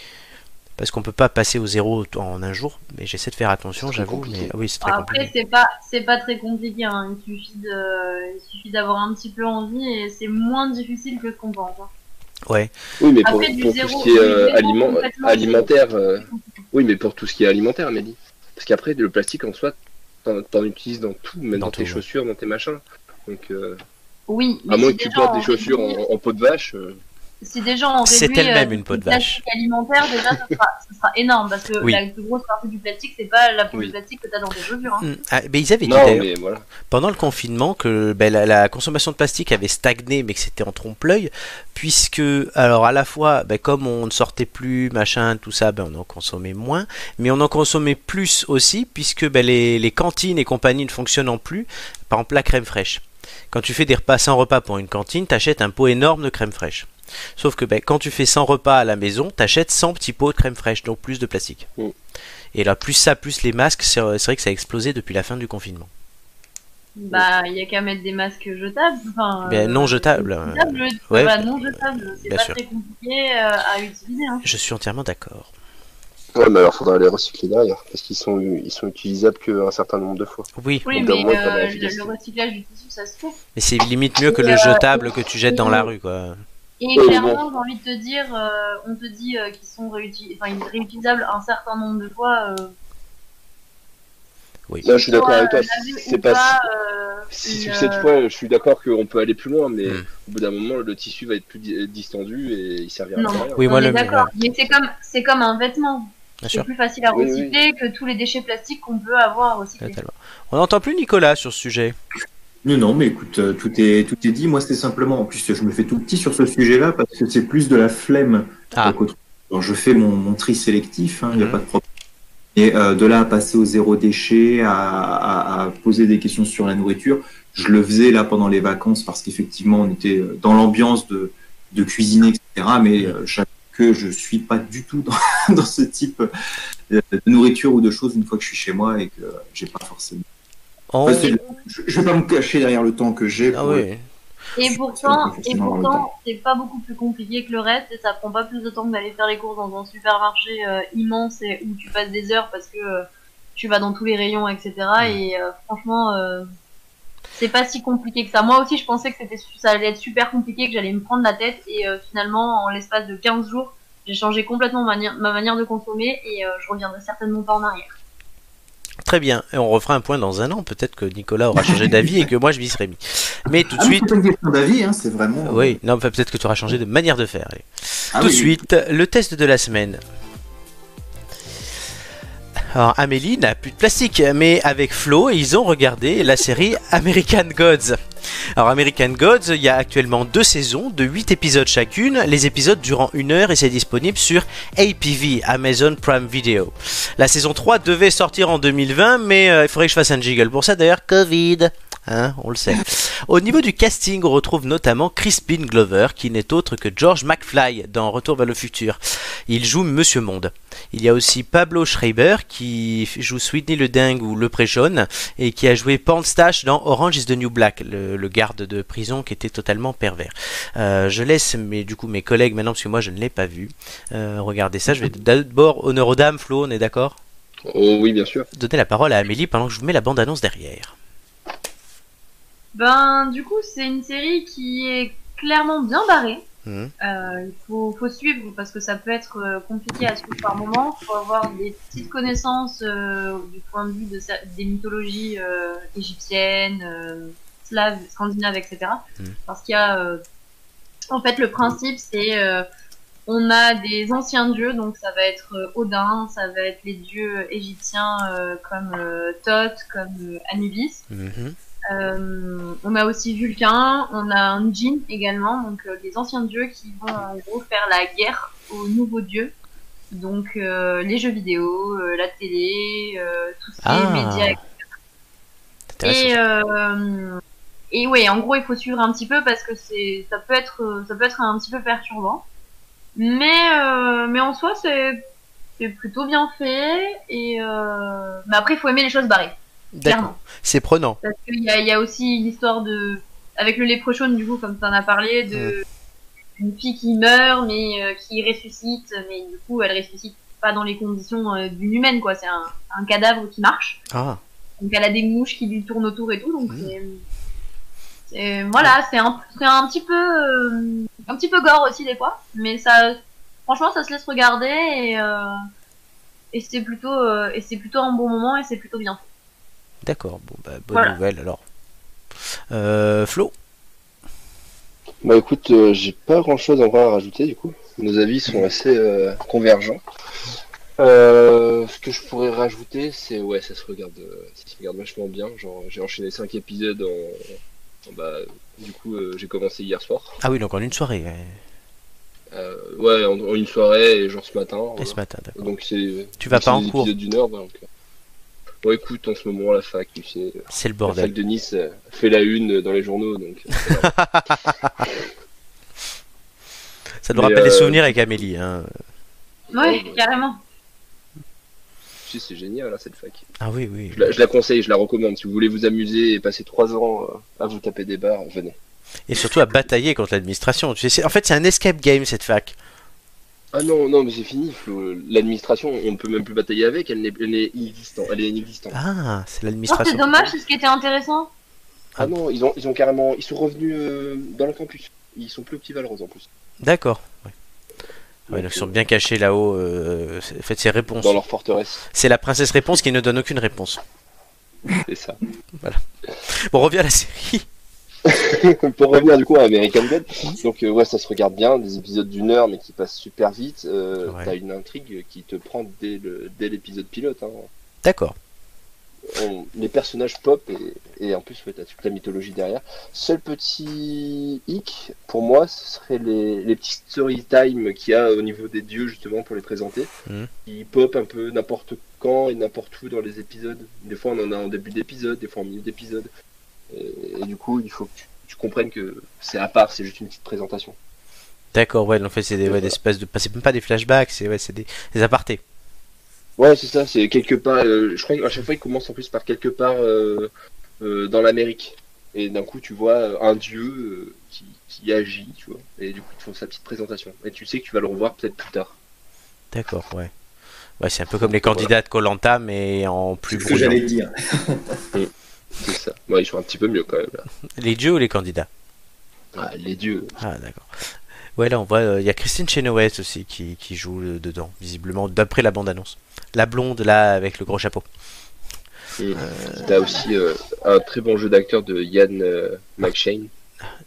[SPEAKER 1] parce qu'on peut pas passer au zéro t- en un jour, mais j'essaie de faire attention,
[SPEAKER 4] C'est très
[SPEAKER 1] j'avoue.
[SPEAKER 4] compliqué.
[SPEAKER 1] Mais oui, c'est très
[SPEAKER 3] Bah, Après,
[SPEAKER 1] compliqué.
[SPEAKER 3] c'est pas, c'est pas très compliqué. Hein. Il suffit de, il suffit d'avoir un petit peu envie et c'est moins difficile que ce qu'on pense. hein.
[SPEAKER 4] Oui, mais pour,
[SPEAKER 3] Après, du
[SPEAKER 4] pour
[SPEAKER 3] zéro-
[SPEAKER 4] tout ce qui est euh,
[SPEAKER 3] du zéro
[SPEAKER 4] aliment-
[SPEAKER 3] complètement.
[SPEAKER 4] alimentaire, euh, oui, mais pour tout ce qui est alimentaire, Amélie. Parce qu'après, le plastique en soi, t'en, t'en utilises dans tout, même
[SPEAKER 1] Dans
[SPEAKER 4] dans,
[SPEAKER 1] tout,
[SPEAKER 4] tes
[SPEAKER 1] ouais.
[SPEAKER 4] chaussures, dans tes machins. Donc, euh,
[SPEAKER 3] Oui.
[SPEAKER 4] à
[SPEAKER 3] mais
[SPEAKER 4] moins
[SPEAKER 3] si
[SPEAKER 4] que tu
[SPEAKER 3] déjà
[SPEAKER 4] portes
[SPEAKER 3] on-
[SPEAKER 4] des chaussures en, en peau de vache, euh,
[SPEAKER 3] Si déjà on
[SPEAKER 1] C'est
[SPEAKER 3] réduit,
[SPEAKER 1] elle-même
[SPEAKER 3] euh,
[SPEAKER 1] une peau de
[SPEAKER 3] le plastique alimentaire, déjà, ce sera, ce sera énorme parce que
[SPEAKER 1] Oui.
[SPEAKER 3] la plus grosse partie du plastique, c'est pas la peau
[SPEAKER 4] Oui.
[SPEAKER 3] de plastique que t'as dans tes chaussures. Hein.
[SPEAKER 1] Mm. Ah, mais ils avaient dit
[SPEAKER 4] non,
[SPEAKER 1] d'ailleurs
[SPEAKER 4] mais voilà.
[SPEAKER 1] pendant le confinement que ben, la, la consommation de plastique avait stagné, mais que c'était en trompe-l'œil, puisque alors à la fois ben, comme on ne sortait plus, machin, tout ça, ben, on en consommait moins, mais on en consommait plus aussi puisque ben, les, les cantines et compagnie ne fonctionnant plus, par exemple la crème fraîche. Quand tu fais des repas sans repas pour une cantine, t'achètes un pot énorme de crème fraîche. Sauf que ben, quand tu fais 100 repas à la maison, t'achètes 100 petits pots de crème fraîche, donc plus de plastique.
[SPEAKER 4] Mm.
[SPEAKER 1] Et là, plus ça, plus les masques, c'est c'est vrai que ça a explosé depuis la fin du confinement.
[SPEAKER 3] Bah, il y a qu'à mettre des masques jetables. Enfin,
[SPEAKER 1] Ben,
[SPEAKER 3] euh,
[SPEAKER 1] non jetables, euh,
[SPEAKER 3] jetables,
[SPEAKER 1] ouais.
[SPEAKER 3] voilà, non jetables. C'est
[SPEAKER 1] Bien
[SPEAKER 3] pas
[SPEAKER 1] sûr.
[SPEAKER 3] très compliqué euh, à utiliser. Hein.
[SPEAKER 1] Je suis entièrement d'accord.
[SPEAKER 4] Ouais, mais alors faudra les recycler derrière, parce qu'ils sont, ils sont utilisables qu'un certain nombre de fois.
[SPEAKER 1] Oui,
[SPEAKER 3] Oui,
[SPEAKER 4] Donc, à
[SPEAKER 3] mais
[SPEAKER 4] moins que ça
[SPEAKER 3] euh,
[SPEAKER 4] marche
[SPEAKER 3] le,
[SPEAKER 4] efficace.
[SPEAKER 3] le recyclage du tissu, ça se fait.
[SPEAKER 1] mais c'est limite mieux que
[SPEAKER 3] Et,
[SPEAKER 1] le
[SPEAKER 3] euh,
[SPEAKER 1] jetable que tu jettes dans la rue, quoi.
[SPEAKER 3] Et
[SPEAKER 4] Euh,
[SPEAKER 3] clairement, j'ai envie de te dire, euh, on te dit euh, qu'ils sont réuti- enfin, ils sont réutilisables un certain nombre de fois. Euh,
[SPEAKER 1] Oui.
[SPEAKER 4] Non, Ah, je suis d'accord
[SPEAKER 3] soit,
[SPEAKER 4] avec toi,
[SPEAKER 3] euh, laver
[SPEAKER 4] c'est
[SPEAKER 3] ou
[SPEAKER 4] pas
[SPEAKER 3] euh,
[SPEAKER 4] Si
[SPEAKER 3] une,
[SPEAKER 4] sur
[SPEAKER 3] euh,
[SPEAKER 4] cette fois, je suis d'accord qu'on peut aller plus loin, mais
[SPEAKER 1] Hmm.
[SPEAKER 4] au bout d'un moment, le tissu va être plus di- distendu et il servira
[SPEAKER 3] Non.
[SPEAKER 4] à rien.
[SPEAKER 1] Oui,
[SPEAKER 3] on
[SPEAKER 1] moi,
[SPEAKER 3] est
[SPEAKER 1] le-
[SPEAKER 3] d'accord.
[SPEAKER 1] ouais,
[SPEAKER 3] Mais c'est comme, c'est comme un vêtement.
[SPEAKER 1] bien
[SPEAKER 3] C'est
[SPEAKER 1] sûr.
[SPEAKER 3] plus facile à
[SPEAKER 4] Oui,
[SPEAKER 3] recycler que tous les déchets plastiques qu'on peut avoir à recycler.
[SPEAKER 1] Totalement. On n'entend plus Nicolas sur ce sujet.
[SPEAKER 2] Non, non, mais écoute, euh, tout est, tout est dit. Moi, c'est simplement, en plus, je me fais tout petit sur ce sujet-là parce que c'est plus de la flemme
[SPEAKER 1] Ah.
[SPEAKER 2] qu'autre Alors, je fais mon, mon tri sélectif, hein, il n'y a
[SPEAKER 1] Mhm.
[SPEAKER 2] pas de problème. Et euh, de là à passer au zéro déchet, à, à- à poser des questions sur la nourriture, je le faisais là pendant
[SPEAKER 1] Mhm.
[SPEAKER 2] les vacances parce qu'effectivement, on était euh, dans l'ambiance de, de cuisiner, etc. Mais euh, j'avais que je suis pas du tout dans, *laughs* dans ce type euh, de nourriture ou de choses une fois que je suis chez moi et que j'ai pas forcément.
[SPEAKER 1] Oh,
[SPEAKER 2] Parce que je, je vais pas me cacher derrière le temps que j'ai.
[SPEAKER 1] ah
[SPEAKER 2] pour-
[SPEAKER 1] oui.
[SPEAKER 3] Et pourtant, et
[SPEAKER 2] Effectivement, en même
[SPEAKER 3] pourtant,
[SPEAKER 2] temps.
[SPEAKER 3] c'est pas beaucoup plus compliqué que le reste et ça prend pas plus de temps que d'aller faire les courses dans un supermarché euh, immense et où tu passes des heures parce que euh, tu vas dans tous les rayons, etc. Et euh, franchement, euh, c'est pas si compliqué que ça. Moi aussi, je pensais que c'était su- ça allait être super compliqué, que j'allais me prendre la tête et euh, finalement, en l'espace de 15 jours, j'ai changé complètement ma, mani- ma manière de consommer et euh, je reviendrai certainement pas en arrière.
[SPEAKER 1] Très bien. Et on refera un point dans un an. Peut-être que Nicolas aura changé d'avis et que moi je m'y serai mis. Mais tout de
[SPEAKER 2] Ah, mais
[SPEAKER 1] suite. Ah
[SPEAKER 2] c'est pas une question d'avis, hein, c'est vraiment.
[SPEAKER 1] Oui, non, enfin, peut-être que tu auras changé de manière de faire. Allez.
[SPEAKER 2] Ah
[SPEAKER 1] Tout de
[SPEAKER 2] oui,
[SPEAKER 1] suite, le test de la semaine. Alors, Amélie n'a plus de plastique, mais avec Flo, ils ont regardé la série American Gods. Alors, American Gods, il y a actuellement deux saisons de 8 épisodes chacune, les épisodes durant une heure et c'est disponible sur APV, Amazon Prime Video. La saison 3 devait sortir en 2020, mais euh, il faudrait que je fasse un jiggle pour ça. D'ailleurs, Covid. Hein, on le sait. Au niveau du casting, on retrouve notamment Crispin Glover, qui n'est autre que George McFly dans Retour vers le futur. Il joue Monsieur Monde. Il y a aussi Pablo Schreiber, qui joue Sweetney le Dingue ou Le Préjaune, et qui a joué Pornstache dans Orange is the New Black, le, le garde de prison qui était totalement pervers. Euh, je laisse mes, du coup mes collègues maintenant, parce que moi je ne l'ai pas vu. Euh, regardez ça, je vais d'abord honneur aux dames, Flo, on est d'accord
[SPEAKER 4] Oh oui, bien sûr.
[SPEAKER 1] donner la parole à Amélie pendant que je vous mets la bande-annonce derrière.
[SPEAKER 3] Ben, du coup, c'est une série qui est clairement bien barrée.
[SPEAKER 1] Hmm.
[SPEAKER 3] Euh, il faut, faut suivre parce que ça peut être euh, compliqué à suivre par moment. Il faut avoir des petites connaissances euh, du point de vue de, cer- des mythologies euh, égyptiennes, euh, slaves, scandinaves, etc.
[SPEAKER 1] Mm.
[SPEAKER 3] Parce qu'il y a. euh, en fait, le principe, c'est. euh, on a des anciens dieux, donc ça va être euh, Odin, ça va être les dieux égyptiens euh, comme euh, Thoth, comme euh, Anubis.
[SPEAKER 1] Mhm.
[SPEAKER 3] Euh, on a aussi Vulcain, on a un djinn également, donc euh, les anciens dieux qui vont en gros faire la guerre aux nouveaux dieux. Donc euh, les jeux vidéo, euh, la télé, euh, tout ce qui
[SPEAKER 1] Ah,
[SPEAKER 3] est médias.
[SPEAKER 1] Intéressant.
[SPEAKER 3] Et, euh, et ouais, en gros, il faut suivre un petit peu parce que c'est ça peut être euh, ça peut être un petit peu perturbant. Mais euh, mais en soi, c'est c'est plutôt bien fait. Et euh, mais après, il faut aimer les choses barrées, clairement.
[SPEAKER 1] D'accord. C'est prenant.
[SPEAKER 3] Parce qu'il y a, il y a aussi l'histoire de. Avec le léprechaune, du coup, comme tu en as parlé, de. Une fille qui meurt, mais euh, qui ressuscite, mais du coup, elle ressuscite pas dans les conditions euh, d'une humaine, quoi. C'est un, un cadavre qui marche.
[SPEAKER 1] Ah,
[SPEAKER 3] Donc elle a des mouches qui lui tournent autour et tout, donc
[SPEAKER 1] Mm.
[SPEAKER 3] c'est. c'est- Voilà, c'est un, c'est un petit peu. euh, un petit peu gore aussi, des fois. Mais ça. Franchement, ça se laisse regarder et. euh, et c'est plutôt, euh, et c'est plutôt un bon moment et c'est plutôt bien.
[SPEAKER 1] d'accord. Bon, bah, bonne
[SPEAKER 3] Voilà.
[SPEAKER 1] nouvelle alors. Euh, Flo
[SPEAKER 4] Bah écoute, euh, j'ai pas grand chose encore à rajouter du coup. Nos avis sont assez euh, convergents. Euh, ce que je pourrais rajouter, c'est ouais, ça se regarde, euh, ça se regarde vachement bien. Genre, j'ai enchaîné 5 épisodes en, en- bah, du coup, euh, j'ai commencé hier soir.
[SPEAKER 1] Ah oui, donc en une soirée. ouais.
[SPEAKER 4] Euh, ouais, en, en une soirée et genre ce matin.
[SPEAKER 1] Et
[SPEAKER 4] voilà.
[SPEAKER 1] ce matin, d'accord.
[SPEAKER 4] Donc c'est.
[SPEAKER 1] Tu vas
[SPEAKER 4] c'est
[SPEAKER 1] pas en
[SPEAKER 4] des
[SPEAKER 1] cours.
[SPEAKER 4] épisodes d'une heure, voilà, donc, euh. Bon, écoute, en ce moment la fac, tu sais,
[SPEAKER 1] C'est le
[SPEAKER 4] la fac
[SPEAKER 1] bordel.
[SPEAKER 4] de Nice euh, fait la une euh, dans les journaux, donc.
[SPEAKER 1] Ça nous
[SPEAKER 4] Mais,
[SPEAKER 1] rappelle les
[SPEAKER 4] euh,
[SPEAKER 1] souvenirs avec Amélie. hein.
[SPEAKER 3] Ouais,
[SPEAKER 4] Ouais.
[SPEAKER 3] carrément.
[SPEAKER 4] Si, c'est génial là, cette fac.
[SPEAKER 1] Ah oui, oui.
[SPEAKER 4] Je la, je la conseille, je la recommande. Si vous voulez vous amuser et passer trois ans euh, à vous taper des barres, venez.
[SPEAKER 1] Et surtout à batailler contre l'administration. Tu sais, c'est- en fait, c'est un escape game cette fac.
[SPEAKER 4] Ah non, non, mais c'est fini. Flo. L'administration, on ne peut même plus batailler avec. Elle n'est elle est inexistante. Elle est inexistante.
[SPEAKER 1] Ah, c'est
[SPEAKER 3] Non, Oh, c'est
[SPEAKER 1] l'administration.
[SPEAKER 3] dommage, c'est ce qui était intéressant.
[SPEAKER 4] Ah non, ils ont, ils ont carrément, ils sont revenus euh, dans le campus. Ils sont plus petits Valrose en plus.
[SPEAKER 1] D'accord. Ouais. Ah Ouais,
[SPEAKER 4] Donc,
[SPEAKER 1] donc, ils sont
[SPEAKER 4] euh,
[SPEAKER 1] bien cachés là-haut. euh, c'est- faites ces réponses.
[SPEAKER 4] Dans leur forteresse,
[SPEAKER 1] C'est la princesse réponse qui ne donne aucune réponse.
[SPEAKER 4] c'est ça.
[SPEAKER 1] Bon, on revient à la série.
[SPEAKER 4] Pour revenir du coup à American God, donc euh, ouais, ça se regarde bien, des épisodes d'une heure mais qui passent super vite. Euh,
[SPEAKER 1] Ouais.
[SPEAKER 4] T'as une intrigue qui te prend dès le dès l'épisode pilote. Hein.
[SPEAKER 1] D'accord.
[SPEAKER 4] on- les personnages pop et, et en plus ouais, t'as toute la mythologie derrière. Seul petit hic pour moi, ce serait les, les petits story time qu'il y a au niveau des dieux justement pour les présenter.
[SPEAKER 1] Mhm.
[SPEAKER 4] Ils pop un peu n'importe quand et n'importe où dans les épisodes. Des fois on en a en début d'épisode, des fois en milieu d'épisode. Et, et du coup il faut que tu, tu comprennes que c'est à part, c'est juste une petite présentation.
[SPEAKER 1] D'accord, ouais, en fait, c'est des, ouais, des espèces de. C'est même pas des flashbacks, c'est ouais, c'est des, des apartés.
[SPEAKER 4] Ouais, c'est ça, c'est quelque part. euh, je crois qu'à chaque fois, il commence en plus par quelque part euh, euh, dans l'Amérique. Et d'un coup, tu vois euh, un dieu euh, qui, qui agit, tu vois. Et du coup, ils te font sa petite présentation. Et tu sais que tu vas le revoir peut-être plus tard.
[SPEAKER 1] D'accord, ouais. Ouais, c'est un peu comme les candidats de Colanta, mais en plus
[SPEAKER 2] C'est ce que
[SPEAKER 1] bruyant.
[SPEAKER 2] j'allais te dire.
[SPEAKER 4] C'est ça. Ouais, ils sont un petit peu mieux quand même. Là.
[SPEAKER 1] Les dieux ou les candidats
[SPEAKER 4] Ah, les dieux.
[SPEAKER 1] Ah, d'accord. Ouais, là, on voit. euh, Il y a Christine Chenoweth aussi qui, qui joue euh, dedans, visiblement, d'après la bande-annonce. La blonde, là, avec le gros chapeau. Euh.
[SPEAKER 4] Et T'as aussi euh, un très bon jeu d'acteur de Ian euh,
[SPEAKER 1] Ah.
[SPEAKER 4] McShane,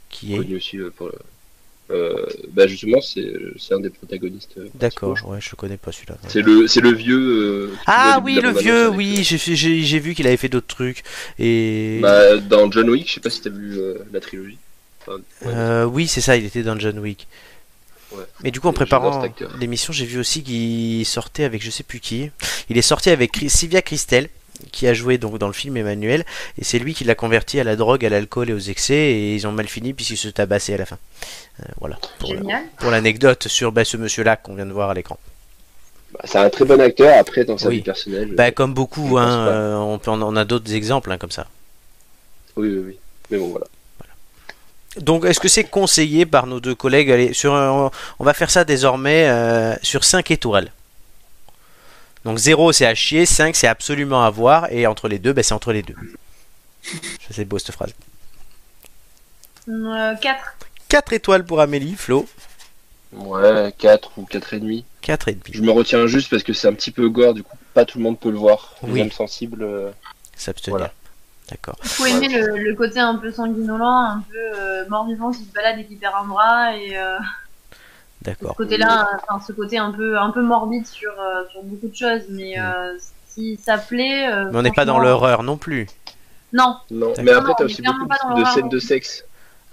[SPEAKER 1] Qui est.
[SPEAKER 4] connu aussi euh, pour le. Euh, bah justement, c'est c'est un des protagonistes. euh, principaux,
[SPEAKER 1] D'accord,
[SPEAKER 4] je
[SPEAKER 1] ouais, je connais pas celui-là.
[SPEAKER 4] C'est le, c'est le vieux. euh, que tu vois
[SPEAKER 1] Ah
[SPEAKER 4] au
[SPEAKER 1] oui,
[SPEAKER 4] début de la
[SPEAKER 1] le
[SPEAKER 4] bande-annonce
[SPEAKER 1] vieux,
[SPEAKER 4] avec,
[SPEAKER 1] oui, j'ai fait- j'ai j'ai vu qu'il avait fait d'autres trucs. Et.
[SPEAKER 4] euh, Bah, dans John Wick, je sais pas si t'as vu euh, la trilogie. Enfin, ouais,
[SPEAKER 1] Euh, oui, c'est ça, il était dans John Wick.
[SPEAKER 4] Ouais.
[SPEAKER 1] Mais du coup, en
[SPEAKER 4] Et j'adore
[SPEAKER 1] préparant
[SPEAKER 4] cet acteur.
[SPEAKER 1] l'émission, j'ai vu aussi qu'il sortait avec je sais plus qui. Il est sorti avec Chris- Sylvia Christel, qui a joué donc dans le film Emmanuel, et c'est lui qui l'a converti à la drogue, à l'alcool et aux excès, et ils ont mal fini puisqu'ils se tabassaient à la fin. Euh, voilà, pour la-
[SPEAKER 3] Génial.
[SPEAKER 1] pour l'anecdote sur bah, ce monsieur-là qu'on vient de voir à l'écran.
[SPEAKER 4] bah, c'est un très bon acteur, après, dans sa
[SPEAKER 1] Oui.
[SPEAKER 4] vie personnelle. euh,
[SPEAKER 1] Bah, comme
[SPEAKER 4] Je
[SPEAKER 1] beaucoup,
[SPEAKER 4] pense
[SPEAKER 1] hein,
[SPEAKER 4] pas.
[SPEAKER 1] euh, on, peut en- on a d'autres exemples hein, comme ça.
[SPEAKER 4] Oui, oui, oui. Mais bon, voilà.
[SPEAKER 1] Donc, est-ce que c'est conseillé par nos deux collègues Allez, sur un- On va faire ça désormais euh, sur 5 étoiles. Donc 0 c'est à chier, 5 c'est absolument à voir, et entre les deux, ben, c'est entre les deux. Ça c'est beau cette phrase.
[SPEAKER 3] 4.
[SPEAKER 1] 4 étoiles pour Amélie, Flo,
[SPEAKER 4] Ouais, 4 ou 4,5.
[SPEAKER 1] 4 et demi.
[SPEAKER 4] Je me retiens juste parce que c'est un petit peu gore, du coup, pas tout le monde peut le voir.
[SPEAKER 1] Oui.
[SPEAKER 4] Les âmes sensibles. euh,
[SPEAKER 1] S'abstenir.
[SPEAKER 4] Voilà.
[SPEAKER 1] D'accord.
[SPEAKER 3] Il faut aimer le, le côté un peu sanguinolent, un peu euh, mort-vivant qui se balade et qui perd un bras. Et euh, ce
[SPEAKER 1] D'accord.
[SPEAKER 3] côté-là, euh, enfin, ce côté un peu, un peu morbide sur, euh, sur beaucoup de choses. Mais euh, si ça plaît. euh,
[SPEAKER 1] Mm. Mais on n'est pas dans
[SPEAKER 3] franchement-
[SPEAKER 1] l'horreur non plus.
[SPEAKER 3] Non,
[SPEAKER 4] Non,
[SPEAKER 1] D'accord.
[SPEAKER 4] mais après,
[SPEAKER 3] Non,
[SPEAKER 4] t'as
[SPEAKER 3] mais
[SPEAKER 4] aussi
[SPEAKER 3] clairement
[SPEAKER 4] beaucoup
[SPEAKER 3] pas dans
[SPEAKER 4] de, de
[SPEAKER 3] l'horreur,
[SPEAKER 4] scènes
[SPEAKER 3] non.
[SPEAKER 4] de sexe.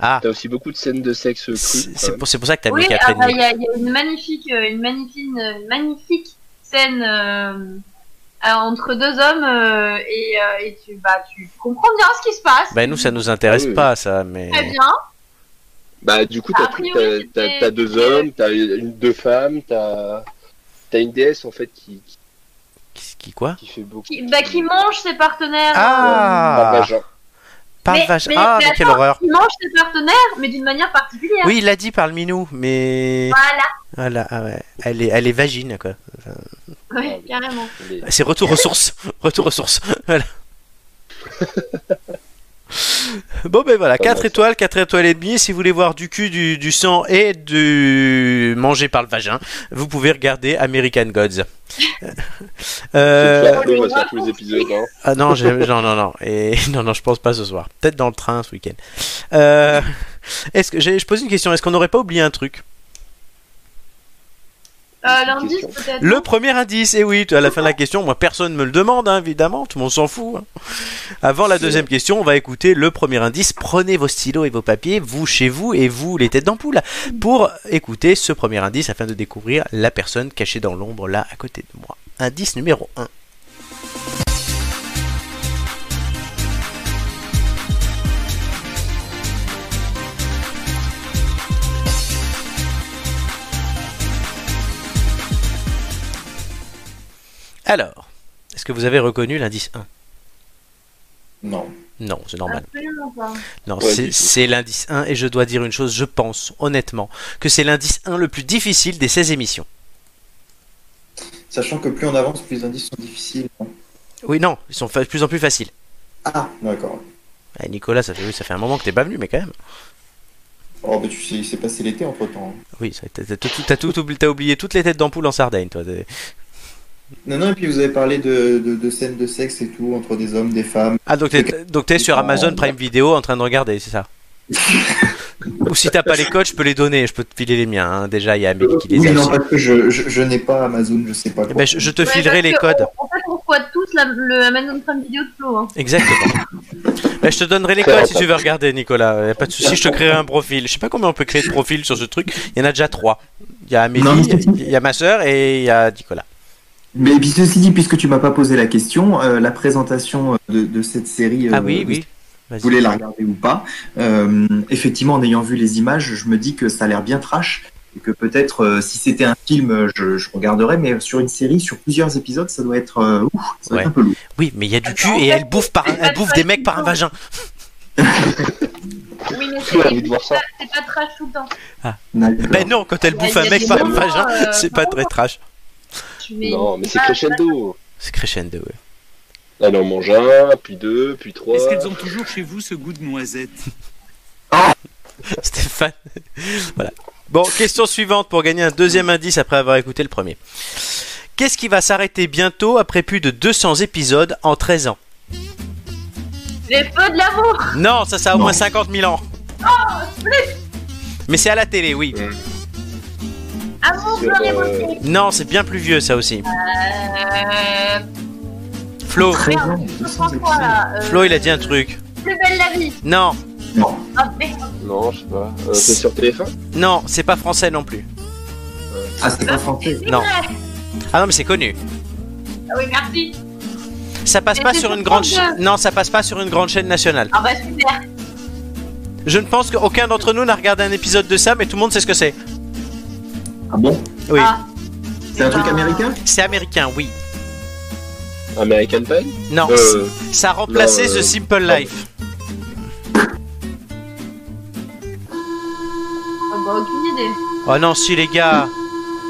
[SPEAKER 1] Ah,
[SPEAKER 4] T'as aussi beaucoup de scènes de sexe crues.
[SPEAKER 1] c'est
[SPEAKER 4] quand
[SPEAKER 1] c'est
[SPEAKER 4] même.
[SPEAKER 1] pour, c'est pour ça que t'as
[SPEAKER 3] oui,
[SPEAKER 1] mis 4
[SPEAKER 3] ah
[SPEAKER 1] et
[SPEAKER 3] bah, il
[SPEAKER 1] demi.
[SPEAKER 3] y, a il y a une magnifique, euh, une magnifique, une magnifique scène euh, à- entre deux hommes euh, et, euh, et tu, bah, tu comprends bien ce qui se passe.
[SPEAKER 1] Bah, nous ça nous intéresse
[SPEAKER 4] Ah oui.
[SPEAKER 1] pas ça, mais...
[SPEAKER 3] Très bien.
[SPEAKER 4] Bah, du coup,
[SPEAKER 3] A
[SPEAKER 4] t'as tout- t'as-
[SPEAKER 3] priori,
[SPEAKER 4] t'as-
[SPEAKER 3] c'était-
[SPEAKER 4] t'as deux hommes, t'as une- deux femmes, t'as t'as une déesse en fait qui, qui-
[SPEAKER 1] Qui, qui quoi
[SPEAKER 4] qui fait beaucoup.
[SPEAKER 3] Qui, bah, qui mange ses partenaires.
[SPEAKER 1] Ah.
[SPEAKER 4] Par vagin.
[SPEAKER 1] Par
[SPEAKER 3] Mais-
[SPEAKER 1] vache.
[SPEAKER 3] mais-
[SPEAKER 1] ah,
[SPEAKER 3] mais
[SPEAKER 1] mais quelle
[SPEAKER 3] attends,
[SPEAKER 1] horreur.
[SPEAKER 3] qui mange ses partenaires, mais d'une manière particulière.
[SPEAKER 1] Oui, il l'a dit par le minou, mais...
[SPEAKER 3] Voilà.
[SPEAKER 1] Voilà, ah ouais. elle, est, elle est vagine, quoi.
[SPEAKER 3] Ouais, carrément. Euh,
[SPEAKER 4] Les-
[SPEAKER 1] C'est retour aux sources. *laughs* retour aux sources. Voilà. *laughs* bon, ben voilà,
[SPEAKER 4] Pas
[SPEAKER 1] 4
[SPEAKER 4] mal, ça.
[SPEAKER 1] étoiles, 4 étoiles et demie. Si vous voulez voir du cul, du, du sang et du manger par le vagin, vous pouvez regarder American
[SPEAKER 4] *laughs*
[SPEAKER 1] Gods.
[SPEAKER 4] C'est
[SPEAKER 1] Euh,
[SPEAKER 4] clair, on va se faire tous les épisodes. hein.
[SPEAKER 1] ah non, j'ai- non, non, non, et *laughs* non, non, je pense pas ce soir. Peut-être dans le train ce week-end. Euh, Est-ce que j'ai- je pose une question Est-ce qu'on n'aurait pas oublié un truc
[SPEAKER 3] Euh,
[SPEAKER 4] une
[SPEAKER 3] L'indice,
[SPEAKER 4] question.
[SPEAKER 3] peut-être.
[SPEAKER 1] Le premier indice, et oui, à la fin de la question, moi personne ne me le demande, hein, évidemment, tout le monde s'en fout. hein. Avant la deuxième question, on va écouter le premier indice. Prenez vos stylos et vos papiers, vous chez vous et vous les têtes d'ampoule, pour écouter ce premier indice afin de découvrir la personne cachée dans l'ombre là à côté de moi. Indice numéro 1. Alors, est-ce que vous avez reconnu l'indice 1
[SPEAKER 2] Non.
[SPEAKER 1] Non, c'est normal.
[SPEAKER 3] Absolument Ah. pas.
[SPEAKER 1] Non,
[SPEAKER 4] Ouais,
[SPEAKER 1] c'est-
[SPEAKER 4] du tout.
[SPEAKER 1] c'est l'indice 1 et je dois dire une chose, je pense honnêtement que c'est l'indice 1 le plus difficile des 16 émissions.
[SPEAKER 2] Sachant que plus on avance, plus les indices sont difficiles.
[SPEAKER 1] Oui, non, ils sont fa- de plus en plus faciles.
[SPEAKER 2] Ah, d'accord.
[SPEAKER 1] Eh, Nicolas, ça fait, oui, ça fait un moment que t'es pas venu, mais quand même.
[SPEAKER 2] Oh, bah tu sais, il s'est passé l'été hein. entre temps.
[SPEAKER 1] Oui, ça- t'as t'as tout, t'as tout oubli- t'as oublié toutes les têtes d'ampoule en Sardaigne, toi. t'es-
[SPEAKER 2] Non, non, et puis vous avez parlé de, de, de scènes de sexe et tout, entre des hommes, des femmes.
[SPEAKER 1] Ah, donc t'es donc t'es sur Amazon Prime Video en train de regarder, c'est
[SPEAKER 2] *laughs*
[SPEAKER 1] ça Ou si t'as pas les codes, je peux les donner, je peux te filer les miens. hein. Déjà, il y a Amélie qui les
[SPEAKER 2] oui,
[SPEAKER 1] a.
[SPEAKER 2] non,
[SPEAKER 1] aussi.
[SPEAKER 2] parce que je, je, je n'ai pas Amazon, je sais pas
[SPEAKER 1] Eh
[SPEAKER 2] quoi.
[SPEAKER 1] ben, je, je te
[SPEAKER 3] Ouais,
[SPEAKER 1] filerai
[SPEAKER 3] parce
[SPEAKER 1] les
[SPEAKER 3] que
[SPEAKER 1] codes.
[SPEAKER 3] on- En fait, on squatte tous la, le Amazon Prime Video de Flo. hein. *laughs*
[SPEAKER 1] Exactement. Bah, je te donnerai les
[SPEAKER 4] Très
[SPEAKER 1] codes si
[SPEAKER 4] rentable.
[SPEAKER 1] tu veux regarder, Nicolas. Y a pas de souci, je te créerai un profil. Je sais pas combien on peut créer de profils sur ce truc. Il y en a déjà trois. Il y a
[SPEAKER 2] Non,
[SPEAKER 1] Amélie,
[SPEAKER 2] mais-
[SPEAKER 1] il y a ma sœur et il y a Nicolas.
[SPEAKER 2] Mais puis ceci dit, puisque tu m'as pas posé la question, euh, la présentation de, de cette série,
[SPEAKER 1] Ah
[SPEAKER 2] euh,
[SPEAKER 1] oui, oui.
[SPEAKER 2] vous
[SPEAKER 1] Vas-y.
[SPEAKER 2] voulez la regarder ou pas, euh, effectivement, en ayant vu les images, je me dis que ça a l'air bien trash. Et que peut-être, euh, si c'était un film, je, je regarderais, mais sur une série, sur plusieurs épisodes, ça doit être, euh, ouf, ça doit
[SPEAKER 1] Ouais.
[SPEAKER 2] être un peu lourd.
[SPEAKER 1] Oui, mais il y a du
[SPEAKER 3] Attends,
[SPEAKER 1] cul
[SPEAKER 3] Ah en
[SPEAKER 1] et
[SPEAKER 3] fait,
[SPEAKER 1] elle bouffe, par,
[SPEAKER 3] c'est pas
[SPEAKER 1] elle bouffe
[SPEAKER 3] trash
[SPEAKER 1] des mecs par un
[SPEAKER 3] tout.
[SPEAKER 1] vagin.
[SPEAKER 3] Oui, mais
[SPEAKER 4] J'ai envie de
[SPEAKER 3] c'est
[SPEAKER 4] voir ça.
[SPEAKER 3] c'est pas trash tout le temps.
[SPEAKER 2] D'accord.
[SPEAKER 1] Ben non, quand elle
[SPEAKER 3] Il y a-
[SPEAKER 1] bouffe
[SPEAKER 3] il
[SPEAKER 1] un
[SPEAKER 3] y a
[SPEAKER 1] mec
[SPEAKER 3] des
[SPEAKER 1] par un
[SPEAKER 3] moments,
[SPEAKER 1] vagin,
[SPEAKER 3] euh,
[SPEAKER 1] c'est pas très trash.
[SPEAKER 3] Je vais-
[SPEAKER 4] Non, *laughs* mais c'est
[SPEAKER 3] Ah,
[SPEAKER 4] crescendo.
[SPEAKER 1] C'est crescendo, ouais. *laughs*
[SPEAKER 4] Elle en mange un, puis deux, puis trois.
[SPEAKER 5] Est-ce qu'elles ont toujours chez vous ce goût de noisette
[SPEAKER 1] Stéphane. voilà. Bon, question suivante pour gagner un deuxième indice après avoir écouté le premier. Qu'est-ce qui va s'arrêter bientôt après plus de 200 épisodes en 13 ans
[SPEAKER 3] Les feux de l'amour
[SPEAKER 1] Non, ça, ça a au
[SPEAKER 2] Non.
[SPEAKER 1] moins 50 000 ans. Mais c'est à la télé, oui.
[SPEAKER 3] Amour,
[SPEAKER 4] Sur,
[SPEAKER 3] gloire et
[SPEAKER 4] euh,
[SPEAKER 3] beauté
[SPEAKER 1] Non, c'est bien plus vieux, ça aussi.
[SPEAKER 3] Euh.
[SPEAKER 1] Flo,
[SPEAKER 2] Très bien,
[SPEAKER 3] Je
[SPEAKER 2] 200
[SPEAKER 3] prends quoi là Euh,
[SPEAKER 1] Flo, il a dit un truc.
[SPEAKER 3] Plus belle la vie
[SPEAKER 1] Non,
[SPEAKER 2] épisodes. Non.
[SPEAKER 3] Ah merde
[SPEAKER 4] Non, je sais pas. Euh, c'est sur TF1
[SPEAKER 1] non, c'est pas français non plus.
[SPEAKER 2] Ah, c'est pas français.
[SPEAKER 3] Bah,
[SPEAKER 1] Non. Ah non, mais c'est connu.
[SPEAKER 3] Ah oui, merci
[SPEAKER 1] Ça passe
[SPEAKER 3] Mais
[SPEAKER 1] pas
[SPEAKER 3] c'est
[SPEAKER 1] sur
[SPEAKER 3] sur
[SPEAKER 1] une grande
[SPEAKER 3] France
[SPEAKER 1] chaîne.
[SPEAKER 3] deux.
[SPEAKER 1] Non, ça passe pas sur une grande chaîne nationale.
[SPEAKER 3] Ah bah super
[SPEAKER 1] Je ne pense qu'aucun d'entre nous n'a regardé un épisode de ça, mais tout le monde sait ce que c'est.
[SPEAKER 2] Ah bon
[SPEAKER 1] Oui.
[SPEAKER 3] Ah.
[SPEAKER 2] C'est un
[SPEAKER 3] Eh
[SPEAKER 2] truc
[SPEAKER 3] ben,
[SPEAKER 2] américain
[SPEAKER 1] C'est américain, oui.
[SPEAKER 4] American Pie
[SPEAKER 1] Non,
[SPEAKER 4] Euh,
[SPEAKER 1] ça a remplacé
[SPEAKER 4] non, euh,
[SPEAKER 1] The Simple
[SPEAKER 4] non.
[SPEAKER 1] Life.
[SPEAKER 3] Ah bah aucune idée
[SPEAKER 1] Oh non, si les gars.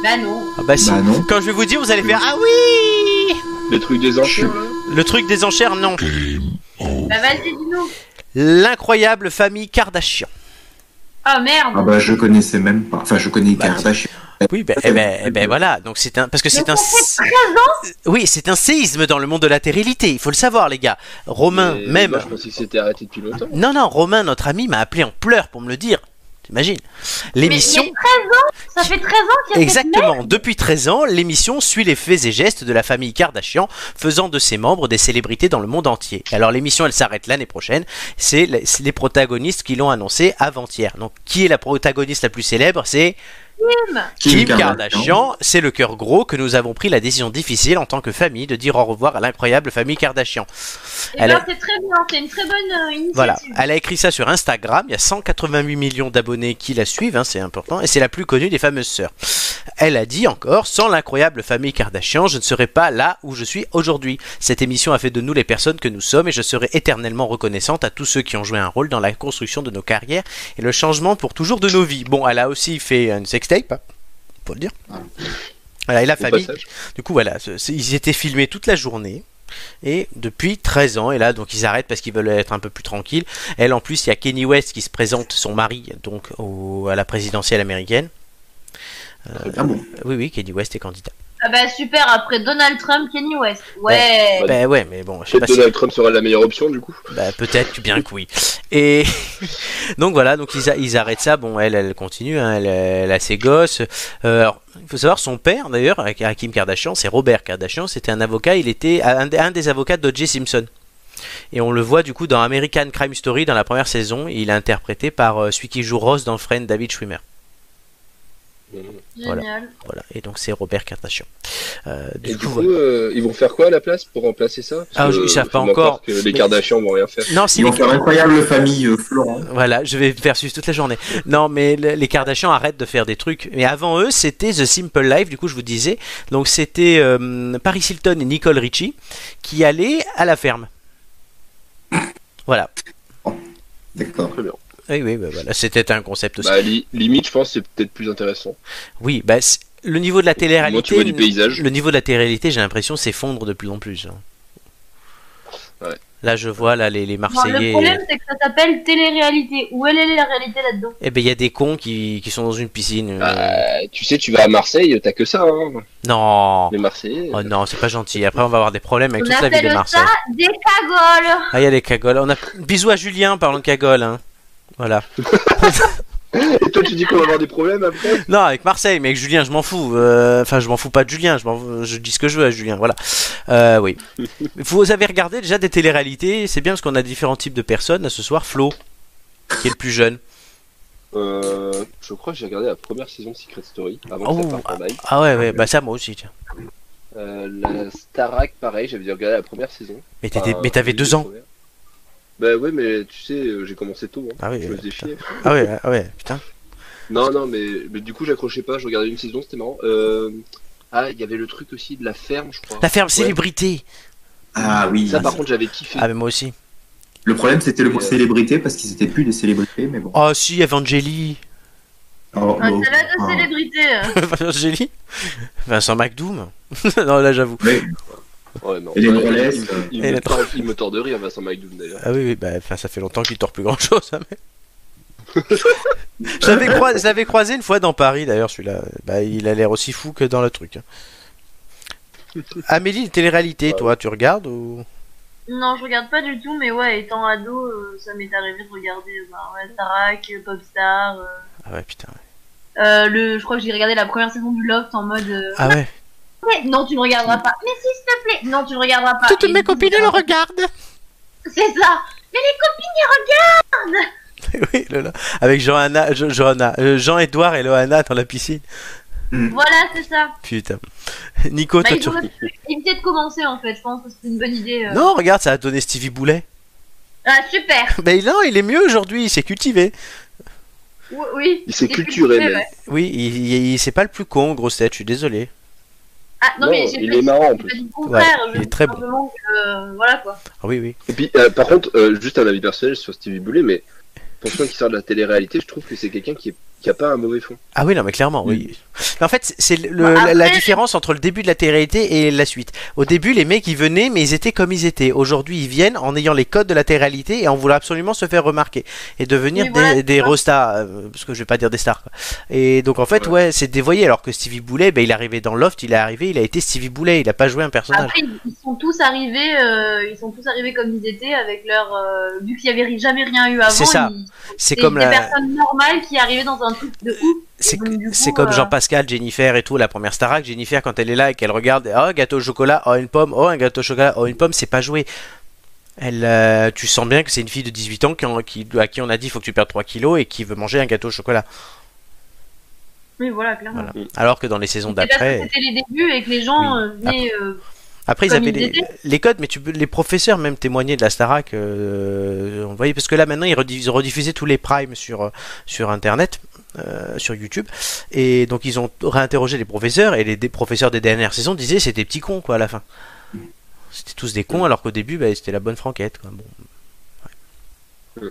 [SPEAKER 3] Bah non
[SPEAKER 1] Ah bah si.
[SPEAKER 2] Bah non.
[SPEAKER 1] Quand je vais vous dire, vous allez faire Ah oui
[SPEAKER 4] Le truc des enchères
[SPEAKER 1] Le truc des enchères, non.
[SPEAKER 3] Euh, Bah vas-y, dis-nous
[SPEAKER 1] L'incroyable famille Kardashian.
[SPEAKER 3] Ah
[SPEAKER 2] Ah
[SPEAKER 3] merde
[SPEAKER 2] bah je connaissais même pas. Enfin je connais
[SPEAKER 1] Bah,
[SPEAKER 2] Kardashian.
[SPEAKER 1] Oui, ben, eh ben, eh ben, voilà. Donc c'est un. Parce que c'est
[SPEAKER 3] Mais
[SPEAKER 1] un.
[SPEAKER 3] ça fait
[SPEAKER 1] s- Oui, c'est un séisme dans le monde de la téléréalité. Il faut le savoir, les gars. Romain,
[SPEAKER 4] Et
[SPEAKER 1] même.
[SPEAKER 4] moi, je pensais que c'était arrêté depuis longtemps.
[SPEAKER 1] Non, non, Romain, notre ami, m'a appelé en pleurs pour me le dire. T'imagines L'émission.
[SPEAKER 3] Mais, mais 13 ans Ça fait 13 ans qu'il y a cette merde
[SPEAKER 1] Exactement. Depuis 13 ans, l'émission suit les faits et gestes de la famille Kardashian, faisant de ses membres des célébrités dans le monde entier. Alors l'émission, elle s'arrête l'année prochaine. C'est les c'est les protagonistes qui l'ont annoncé avant-hier. Donc qui est la protagoniste la plus célèbre C'est Kim Kardashian. C'est le cœur gros que nous avons pris la décision difficile en tant que famille de dire au revoir à l'incroyable famille Kardashian.
[SPEAKER 3] Eh
[SPEAKER 1] Elle
[SPEAKER 3] ben,
[SPEAKER 1] est-
[SPEAKER 3] c'est très bien, c'est une très bonne euh, initiative
[SPEAKER 1] Voilà, elle a écrit ça sur Instagram, il y a 188 millions d'abonnés qui la suivent, hein, c'est important, et c'est la plus connue des fameuses sœurs. Elle a dit encore, sans l'incroyable famille Kardashian, je ne serais pas là où je suis aujourd'hui. Cette émission a fait de nous les personnes que nous sommes, et je serai éternellement reconnaissante à tous ceux qui ont joué un rôle dans la construction de nos carrières et le changement pour toujours de nos vies. Bon, elle a aussi fait une sextape, hein, faut le dire. Voilà, et la
[SPEAKER 4] Au
[SPEAKER 1] famille
[SPEAKER 4] passage.
[SPEAKER 1] du coup, voilà, ce- c'est- ils étaient filmés toute la journée. Et depuis 13 ans, et là, donc ils arrêtent parce qu'ils veulent être un peu plus tranquilles. Elle, en plus, il y a Kenny West qui se présente, son mari, donc au- à la présidentielle américaine.
[SPEAKER 2] Ah bon
[SPEAKER 1] Euh, Oui, oui, Kenny West est candidat.
[SPEAKER 3] Ah bah super, après Donald Trump, Kenny West Ouais
[SPEAKER 4] Ouais.
[SPEAKER 1] Ben ouais, mais bon, je sais pas
[SPEAKER 4] Peut-être
[SPEAKER 1] si.
[SPEAKER 4] Donald Trump sera la meilleure option du coup.
[SPEAKER 1] Bah, peut-être que bien que oui. Et *laughs* donc voilà, donc ils, a- ils arrêtent ça. Bon, elle, elle continue, hein, elle, elle a ses gosses. Euh, alors, il faut savoir, son père d'ailleurs, à Kim Kardashian, c'est Robert Kardashian, c'était un avocat, il était un, des- un des avocats de O.J. Simpson. Et on le voit du coup dans American Crime Story, dans la première saison, il est interprété par euh, celui qui joue Ross dans le Friend, David Schwimmer. voilà.
[SPEAKER 3] Génial
[SPEAKER 1] Voilà, et donc c'est Robert Kardashian. Euh,
[SPEAKER 4] Et
[SPEAKER 1] du
[SPEAKER 4] du
[SPEAKER 1] coup,
[SPEAKER 4] coup,
[SPEAKER 1] voilà.
[SPEAKER 4] euh, ils vont faire quoi à la place pour remplacer ça Parce
[SPEAKER 1] Ah,
[SPEAKER 4] que,
[SPEAKER 1] je- ils savent
[SPEAKER 4] faut
[SPEAKER 1] pas
[SPEAKER 4] m'en
[SPEAKER 1] encore.
[SPEAKER 4] croire Que les
[SPEAKER 1] Mais-
[SPEAKER 4] Kardashians vont rien faire.
[SPEAKER 1] Non, si
[SPEAKER 2] Ils
[SPEAKER 1] les-
[SPEAKER 2] vont faire incroyable famille euh, Florent.
[SPEAKER 1] Voilà, je vais faire suivre toute la journée. Non, mais le- les Kardashians arrêtent de faire des trucs. Mais avant eux, c'était The Simple Life, du coup, je vous disais. Donc, c'était euh, Paris Hilton et Nicole Richie qui allaient à la ferme. Voilà.
[SPEAKER 2] D'accord.
[SPEAKER 4] Très bien.
[SPEAKER 1] Oui, oui, bah voilà. c'était un concept aussi.
[SPEAKER 4] Bah, li- limite, je pense que c'est peut-être plus intéressant.
[SPEAKER 1] Oui, bah, c'est- le niveau de la
[SPEAKER 4] Moi, tu vois
[SPEAKER 1] télé-réalité.
[SPEAKER 4] du paysage.
[SPEAKER 1] Le niveau de la télé-réalité, j'ai l'impression, s'effondre de plus en plus. hein.
[SPEAKER 4] Ouais.
[SPEAKER 1] Là, je vois là, les, les
[SPEAKER 3] Non, le
[SPEAKER 1] Marseillais. euh,
[SPEAKER 3] problème c'est que ça s'appelle télé-réalité. Où elle est la réalité là-dedans
[SPEAKER 1] Eh ben, il y a des cons qui, qui sont dans une piscine. euh.
[SPEAKER 4] Bah, tu sais, tu vas à Marseille, t'as que ça. Hein.
[SPEAKER 1] Non.
[SPEAKER 4] Les Marseillais.
[SPEAKER 1] Oh non, c'est pas gentil. Après, on va avoir des problèmes avec
[SPEAKER 3] On
[SPEAKER 1] toute la ville de
[SPEAKER 3] appelle
[SPEAKER 1] Marseille.
[SPEAKER 3] ça des cagoles
[SPEAKER 1] Ah, il y a les cagoles. On a... Bisous à Julien, parlons de cagoles. Hein. Voilà.
[SPEAKER 4] Et toi, tu dis qu'on va avoir des problèmes après
[SPEAKER 1] Non, avec Marseille, mais avec Julien, je m'en fous. Euh, Enfin, je m'en fous pas de Julien. Je, m'en- je dis ce que je veux à Julien. Voilà. Euh, oui. Vous avez regardé déjà des téléréalités C'est bien parce qu'on a différents types de personnes. Là, ce soir, Flo, qui est le plus jeune.
[SPEAKER 4] euh, Je crois que j'ai regardé la première saison de Secret Story avant
[SPEAKER 1] Oh.
[SPEAKER 4] que ça parte en live.
[SPEAKER 1] Ah ouais, ouais, bah ça, moi aussi. Tiens.
[SPEAKER 4] Euh, la Starac, pareil, j'avais dû regarder la première saison.
[SPEAKER 1] Mais t'étais-
[SPEAKER 4] Enfin,
[SPEAKER 1] mais t'avais
[SPEAKER 4] les
[SPEAKER 1] deux ans.
[SPEAKER 4] premières. Bah ouais, mais tu sais, euh, j'ai commencé tôt. Hein.
[SPEAKER 1] Ah oui,
[SPEAKER 4] Je me
[SPEAKER 1] euh,
[SPEAKER 4] faisais
[SPEAKER 1] putain.
[SPEAKER 4] chier.
[SPEAKER 1] ah ouais, ah ouais, putain.
[SPEAKER 4] Non, non, mais, mais du coup, j'accrochais pas, je regardais une saison, c'était marrant. Euh, Ah, il y avait le truc aussi de la ferme, je crois.
[SPEAKER 1] La ferme
[SPEAKER 4] Ouais.
[SPEAKER 1] célébrité.
[SPEAKER 2] Ah oui.
[SPEAKER 4] Ça, par contre, j'avais kiffé.
[SPEAKER 1] Ah, mais moi aussi.
[SPEAKER 2] Le problème, c'était le mot célébrité parce qu'ils étaient plus des célébrités, mais bon.
[SPEAKER 1] Oh, si, *laughs* Evangeli.
[SPEAKER 2] Alors,
[SPEAKER 3] Un
[SPEAKER 2] bon,
[SPEAKER 3] salade de
[SPEAKER 2] ah.
[SPEAKER 3] célébrité.
[SPEAKER 1] Evangeli Vincent McDoom. *laughs* non, là, j'avoue.
[SPEAKER 2] Mais
[SPEAKER 4] Ouais, non.
[SPEAKER 2] Et les
[SPEAKER 4] Ouais,
[SPEAKER 2] Rolex,
[SPEAKER 4] il me-
[SPEAKER 2] euh,
[SPEAKER 4] il
[SPEAKER 1] Ah. et
[SPEAKER 4] me
[SPEAKER 1] les-
[SPEAKER 4] tord- Il me tord de rire, Vincent McDoom, d'ailleurs.
[SPEAKER 1] Ah oui, oui, bah, enfin, ça fait longtemps qu'il tord plus hein. grand chose. *laughs* je l'avais croi- je l'avais croisé une fois dans Paris d'ailleurs, celui-là. Bah, il a l'air aussi fou que dans le truc. hein. *laughs* Amélie, les téléréalités, toi, tu regardes ou
[SPEAKER 3] Non, je regarde pas du tout, mais ouais, étant ado, euh, ça m'est arrivé de regarder euh, bah, ouais, Tarak, euh, Popstar. euh,
[SPEAKER 1] Ah ouais, putain. ouais.
[SPEAKER 3] euh, le, je crois que j'ai regardé la première saison du Loft en mode. euh,
[SPEAKER 1] Ah ouais.
[SPEAKER 3] Mais non, tu le regarderas pas. Mais si, s'il te plaît. Non, tu le regarderas pas. Et du coup,
[SPEAKER 1] regardent.
[SPEAKER 3] C'est ça.
[SPEAKER 1] *laughs* oui, Lola. Avec Johanna, Jo- Johanna, euh, Jean-Edouard et Lohanna dans la piscine.
[SPEAKER 3] Voilà, c'est ça.
[SPEAKER 1] Putain. Nico,
[SPEAKER 3] Bah,
[SPEAKER 1] toi,
[SPEAKER 3] ils
[SPEAKER 1] tu...
[SPEAKER 3] ont évité de commencer en fait. Je pense que c'est une bonne idée. euh.
[SPEAKER 1] Non, regarde, ça a donné Stevie Boulet. *laughs*
[SPEAKER 3] Ah, super.
[SPEAKER 1] Mais non, il est mieux aujourd'hui, il s'est cultivé.
[SPEAKER 3] Ou- Oui.
[SPEAKER 4] Il s'est
[SPEAKER 3] C'est
[SPEAKER 4] culturé,
[SPEAKER 3] cultivé,
[SPEAKER 4] mais-
[SPEAKER 3] ouais.
[SPEAKER 1] Oui, il, il- il- c'est pas le plus con, grosse tête, je suis désolé.
[SPEAKER 3] Ah, non,
[SPEAKER 4] Non,
[SPEAKER 3] mais j'ai
[SPEAKER 4] il
[SPEAKER 3] pas
[SPEAKER 4] est
[SPEAKER 3] dit-
[SPEAKER 4] marrant, en
[SPEAKER 3] j'ai
[SPEAKER 4] plus.
[SPEAKER 3] pas dit le contraire.
[SPEAKER 1] Ouais,
[SPEAKER 3] je
[SPEAKER 1] il est
[SPEAKER 3] dis
[SPEAKER 1] très bon.
[SPEAKER 3] simplement que, euh, voilà quoi.
[SPEAKER 1] Ah oui, oui.
[SPEAKER 4] Et puis, euh, par contre, euh, juste un avis personnel sur Stevie Boulet, mais pour ceux qui sort de la télé-réalité, je trouve que c'est quelqu'un qui, est- qui a pas un mauvais fond.
[SPEAKER 1] Ah oui, non, mais clairement, oui. Mais en fait, c'est- c'est le-
[SPEAKER 3] Bah,
[SPEAKER 1] la, la
[SPEAKER 3] après-
[SPEAKER 1] différence entre le début de la télé-réalité et la suite. Au début, les mecs, ils venaient, mais ils étaient comme ils étaient. Aujourd'hui, ils viennent en ayant les codes de la télé-réalité et en voulant absolument se faire remarquer et devenir
[SPEAKER 3] Oui, voilà,
[SPEAKER 1] des,
[SPEAKER 3] c'est
[SPEAKER 1] des
[SPEAKER 3] ça.
[SPEAKER 1] rostas, euh, parce que je vais pas dire des stars. quoi. Et donc, en fait, ouais, c'est dévoyé. Alors que Stevie Boulet, ben, il est arrivé dans Loft, il est arrivé, il a été Stevie Boulet, il a pas joué un personnage.
[SPEAKER 3] Après, ils- ils sont tous arrivés, euh, ils sont tous arrivés comme ils étaient, avec leur, euh, vu qu'il y avait jamais rien eu avant.
[SPEAKER 1] C'est ça.
[SPEAKER 3] ils-
[SPEAKER 1] c'est
[SPEAKER 3] c'est
[SPEAKER 1] comme
[SPEAKER 3] des
[SPEAKER 1] la.
[SPEAKER 3] personnes normales qui arrivaient dans un truc de ouf.
[SPEAKER 1] C'est
[SPEAKER 3] Donc, du coup,
[SPEAKER 1] c'est comme
[SPEAKER 3] euh,
[SPEAKER 1] Jean-Pascal, Jennifer et tout, la première Starac. Jennifer, quand elle est là et qu'elle regarde, oh, gâteau au chocolat, oh, une pomme, oh, un gâteau au chocolat, oh, une pomme, c'est pas joué. Elle, euh, tu sens bien que c'est une fille de 18 ans qui, en- qui- à qui on a dit faut que tu perdes 3 kilos et qui veut manger un gâteau au chocolat.
[SPEAKER 3] Oui, voilà, clairement.
[SPEAKER 1] Voilà. Alors que dans les saisons
[SPEAKER 3] C'est parce que
[SPEAKER 1] d'après,
[SPEAKER 3] c'était les débuts et que les gens
[SPEAKER 1] Oui.
[SPEAKER 3] euh, venaient. euh,
[SPEAKER 1] après ils
[SPEAKER 3] comme
[SPEAKER 1] avaient
[SPEAKER 3] ils
[SPEAKER 1] les,
[SPEAKER 3] étaient.
[SPEAKER 1] les codes, mais tu peux- les professeurs même témoignaient de la Starac. euh, on voyait parce que là maintenant ils rediffusent, rediffusaient tous les primes sur euh, sur internet, euh, sur YouTube, et donc ils ont réinterrogé les professeurs et les dé- professeurs des dernières saisons disaient c'était des petits cons quoi à la fin. C'était tous des cons alors qu'au début bah, c'était la bonne franquette. Quoi. Bon.
[SPEAKER 3] bah, ça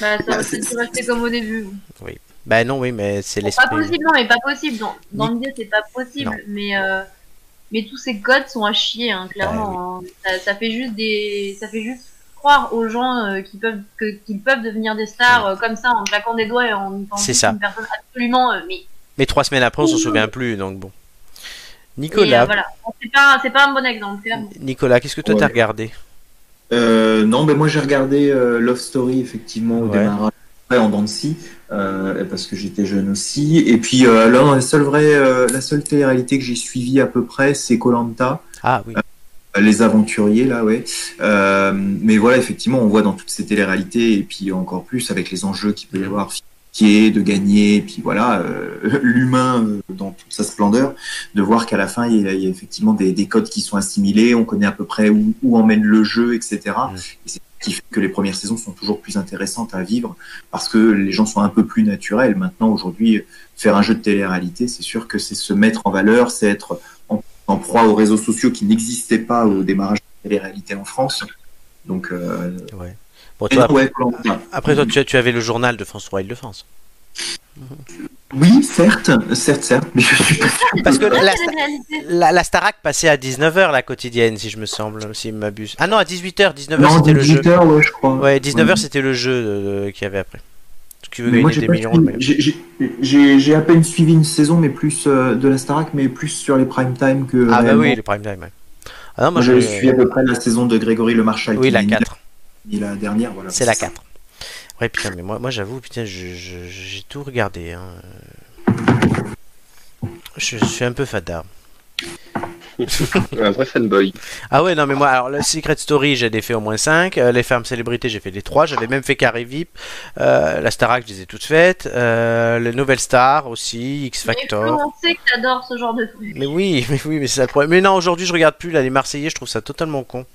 [SPEAKER 2] Bah,
[SPEAKER 3] aurait pu
[SPEAKER 2] c'est-
[SPEAKER 3] rester comme au début.
[SPEAKER 1] Bah non oui mais c'est
[SPEAKER 3] Bon, Pas
[SPEAKER 1] l'esprit.
[SPEAKER 3] possible, non, mais pas possible. Dans, dans l'idée, c'est pas possible.
[SPEAKER 1] Non.
[SPEAKER 3] Mais, euh, mais tous ces codes sont à chier, hein, clairement. hein. Ça, ça fait juste des, ça fait juste croire aux gens euh, qui peuvent, que, qu'ils peuvent devenir des stars euh, comme ça en claquant des doigts et en étant
[SPEAKER 1] C'est
[SPEAKER 3] juste
[SPEAKER 1] ça.
[SPEAKER 3] une personne absolument. euh, mais
[SPEAKER 1] Mais trois semaines après on s'en
[SPEAKER 3] Ouh.
[SPEAKER 1] souvient plus donc bon.
[SPEAKER 3] mais, euh,
[SPEAKER 1] Nicolas,
[SPEAKER 3] voilà, c'est pas, c'est pas un bon exemple. clairement.
[SPEAKER 1] Nicolas, qu'est-ce que toi
[SPEAKER 2] Ouais.
[SPEAKER 1] t'as regardé
[SPEAKER 2] Euh, non, mais moi j'ai regardé euh, Love Story effectivement au
[SPEAKER 1] Ouais.
[SPEAKER 2] démarrage ouais, en Dancy euh, parce que j'étais jeune aussi. Et puis euh, alors, la seule vraie, euh, la seule télé-réalité que j'ai suivie à peu près, c'est Colanta,
[SPEAKER 1] Ah oui.
[SPEAKER 2] les aventuriers là, ouais. Euh, mais voilà, effectivement, on voit dans toutes ces télé-réalités et puis encore plus avec les enjeux qu'il peut y avoir qui est de gagner, et puis voilà, euh, *laughs* l'humain euh, dans toute sa splendeur, de voir qu'à la fin, il y a, il y a effectivement des, des codes qui sont assimilés, on connaît à peu près où, où emmène le jeu, etc.
[SPEAKER 1] Mm.
[SPEAKER 2] Et c'est ce qui fait que les premières saisons sont toujours plus intéressantes à vivre, parce que les gens sont un peu plus naturels. Maintenant, aujourd'hui, euh, faire un jeu de télé-réalité, c'est sûr que c'est se mettre en valeur, c'est être en, en proie aux réseaux sociaux qui n'existaient pas au démarrage de la télé-réalité en France. Donc, euh,
[SPEAKER 1] Ouais. Bon,
[SPEAKER 2] et
[SPEAKER 1] toi,
[SPEAKER 2] non, ouais, Koh-Lanta.
[SPEAKER 1] Après, toi, tu, tu avais le journal de France 3 Île-de-France.
[SPEAKER 2] Oui, certes, certes, certes, mais je suis pas
[SPEAKER 1] Parce que
[SPEAKER 3] Là,
[SPEAKER 1] la,
[SPEAKER 3] c'est la réalité.
[SPEAKER 1] la, la Starac passait à 19h la quotidienne, si je me semble, si je m'abuse. Ah non, à 18h, 19h
[SPEAKER 2] Non,
[SPEAKER 1] c'était le jeu.
[SPEAKER 2] 18 heures, ouais, je crois.
[SPEAKER 1] Ouais, 19h c'était le jeu euh, qu'il y avait après. Si Tu veux gagner
[SPEAKER 2] Mais moi, j'ai
[SPEAKER 1] des
[SPEAKER 2] pas
[SPEAKER 1] millions.
[SPEAKER 2] suivi-
[SPEAKER 1] mais-
[SPEAKER 2] j'ai- j'ai- j'ai- j'ai à peine suivi une saison, mais plus euh, de la Starac, mais plus sur les prime time que.
[SPEAKER 1] Ah bah
[SPEAKER 2] réellement.
[SPEAKER 1] oui, le prime time. ouais. Ah non, moi,
[SPEAKER 2] Moi, j'avais
[SPEAKER 1] je-
[SPEAKER 2] suivi à peu près la saison de Grégory Le Marchal.
[SPEAKER 1] Oui,
[SPEAKER 2] qui
[SPEAKER 1] la
[SPEAKER 2] est
[SPEAKER 1] 4.
[SPEAKER 2] ni la dernière, voilà.
[SPEAKER 1] C'est la 4. Ouais, putain, mais moi, moi j'avoue, putain, je- je- j'ai tout regardé. hein. Je suis un peu fada.
[SPEAKER 4] Un vrai fanboy.
[SPEAKER 1] Ah ouais, non, mais moi, alors, le Secret Story, j'ai fait au moins 5. les femmes célébrités, j'ai fait les 3. J'avais même fait Carré VIP. Euh, la Starac, je les ai toutes faites. Euh, les Nouvelles Stars aussi, X
[SPEAKER 3] Mais Flo,
[SPEAKER 1] Factor.
[SPEAKER 3] on sait que t'adores ce genre de truc.
[SPEAKER 1] *laughs* Mais oui, mais oui, mais c'est ça le problème. Mais non, aujourd'hui, je regarde plus là, les Marseillais, je trouve ça totalement con.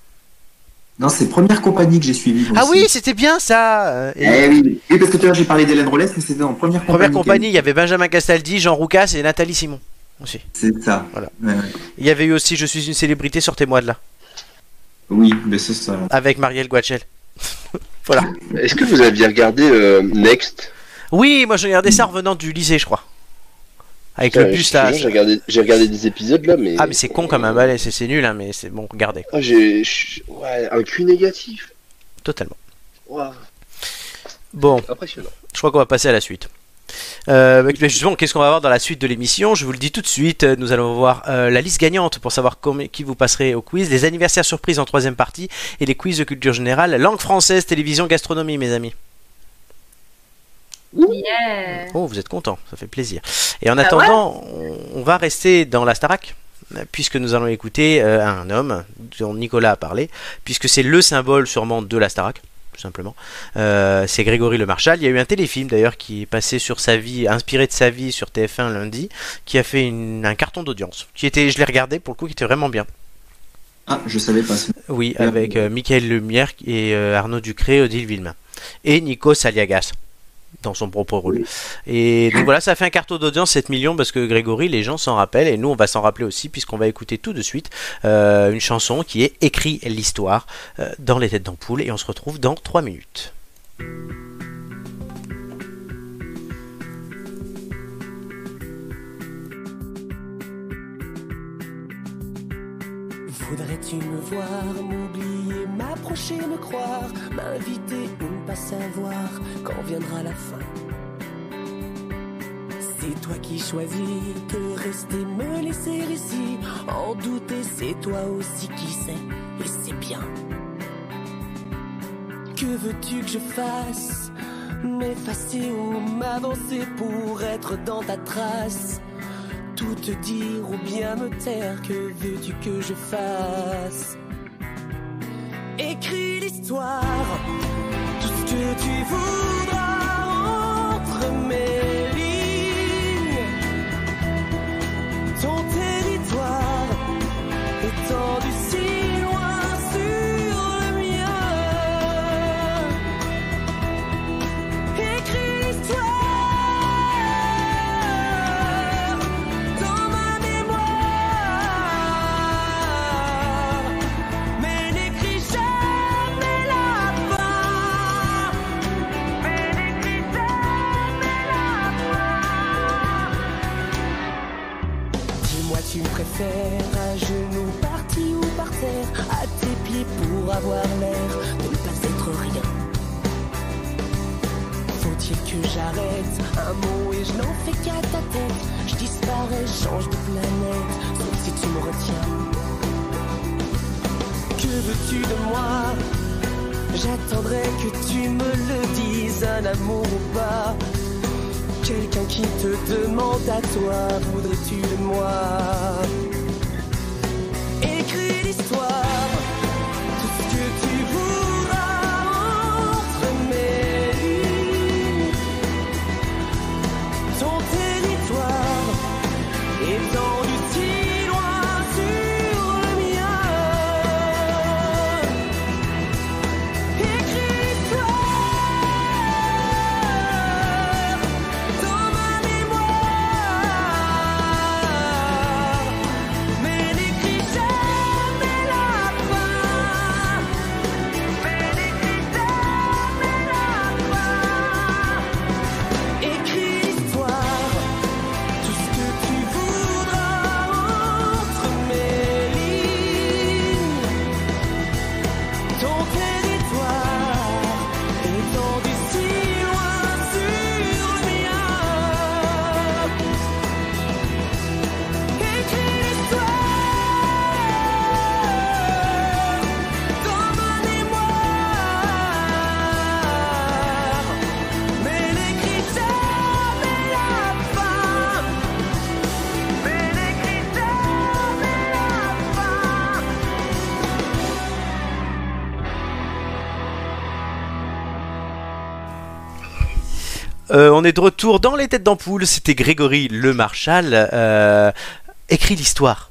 [SPEAKER 2] Non, c'est première compagnie que j'ai suivie. moi
[SPEAKER 1] Ah
[SPEAKER 2] aussi.
[SPEAKER 1] oui, c'était bien ça euh, et-
[SPEAKER 2] Eh oui, oui, parce que tout à l'heure j'ai parlé d'Hélène Rollès, mais c'était en première,
[SPEAKER 1] Première compagnie, il y avait Benjamin Castaldi, Jean Roucas et Nathalie Simon. Aussi.
[SPEAKER 2] C'est ça.
[SPEAKER 1] Voilà.
[SPEAKER 2] Ouais, ouais.
[SPEAKER 1] Il y avait eu aussi Je suis une célébrité, sortez-moi de là,
[SPEAKER 2] Oui, mais c'est ça.
[SPEAKER 1] avec Marielle Guachel.
[SPEAKER 4] Est-ce que vous aviez regardé euh, Next
[SPEAKER 1] Oui, moi je regardais ça en revenant du lycée, je crois. Avec le
[SPEAKER 4] Euh,
[SPEAKER 1] bus là.
[SPEAKER 4] excusez-moi, J'ai regardé, j'ai regardé des épisodes là, mais.
[SPEAKER 1] Ah, mais c'est con comme un balai, c'est c'est nul, hein, mais c'est bon, regardez,
[SPEAKER 4] Ah, j'ai. je- Ouais, un cul négatif.
[SPEAKER 1] totalement.
[SPEAKER 4] Waouh,
[SPEAKER 1] Bon,
[SPEAKER 4] impressionnant.
[SPEAKER 1] je crois qu'on va passer à la suite. Euh, mais justement, qu'est-ce qu'on va avoir dans la suite de l'émission Je vous le dis tout de suite, euh, nous allons voir euh, la liste gagnante pour savoir com- qui vous passerez au quiz, les anniversaires surprises en troisième partie et les quiz de culture générale, langue française, télévision, gastronomie, mes amis.
[SPEAKER 3] Yeah.
[SPEAKER 1] Oh, vous êtes content, ça fait plaisir. Et en
[SPEAKER 3] ouais
[SPEAKER 1] attendant, on, on va rester dans la Starac, euh, puisque nous allons écouter euh, un homme dont Nicolas a parlé, puisque c'est le symbole sûrement de la Starac, tout simplement. Euh, c'est Grégory Le Marchal. Il y a eu un téléfilm d'ailleurs qui est passé sur sa vie, inspiré de sa vie sur TF1 lundi, qui a fait une- un carton d'audience. Qui était, je l'ai regardé pour le coup, qui était vraiment bien.
[SPEAKER 2] Ah, je savais pas. ça.
[SPEAKER 1] Oui,
[SPEAKER 2] Bien.
[SPEAKER 1] avec euh, Michael Lumière et euh, Arnaud Ducré, Odile Villemin. Et Nico Saliagas dans son propre rôle. Et donc voilà, ça fait un carton d'audience 7 millions parce que Grégory, les gens s'en rappellent et nous on va s'en rappeler aussi puisqu'on va écouter tout de suite euh, une chanson qui est Écrit l'histoire euh, dans les têtes d'ampoule et on se retrouve dans 3 minutes.
[SPEAKER 6] Voudrais-tu me voir, m'oublier, m'approcher, me croire, m'inviter ou ne pas savoir quand viendra la fin C'est toi qui choisis de rester, me laisser ici, en douter, c'est toi aussi qui sais, et c'est bien. Que veux-tu que je fasse M'effacer ou m'avancer pour être dans ta trace tout te dire ou bien me taire, que veux-tu que je fasse Écris l'histoire, tout ce que tu voudras entre mes lignes. Ton territoire étendu si loin sur le mien. Écris l'histoire dans ma mémoire, mais n'écris jamais la fin. Mais n'écris jamais la fin. Dis-moi, tu me préfères à genoux, parti ou par terre, à tes pieds pour avoir l'air de ne pas être rien. Faut-il que j'arrête un mot et je n'en fais qu'à ta tête Je disparais, change de planète, sauf si tu me retiens. Que veux-tu de moi J'attendrai que tu me le dises, un amour ou pas. Quelqu'un qui te demande à toi, voudrais-tu de moi Écris l'histoire tout ce que tu voudras entre mes lignes. Ton territoire étendu si loin sur le mien. Écris l'histoire dans ma mémoire. Mais n'écris jamais la fin. Mais n'écris jamais la fin. Écris l'histoire, tout ce que tu voudras entre mes lignes. Ton territoire étendu si loin sur le mien. Écris l'histoire dans ma mémoire, mais n'écris jamais la fin. Mais n'écris jamais la fin.
[SPEAKER 1] Euh, on est de retour dans les têtes d'ampoule, c'était Grégory Le Marchal, euh, Écris l'histoire.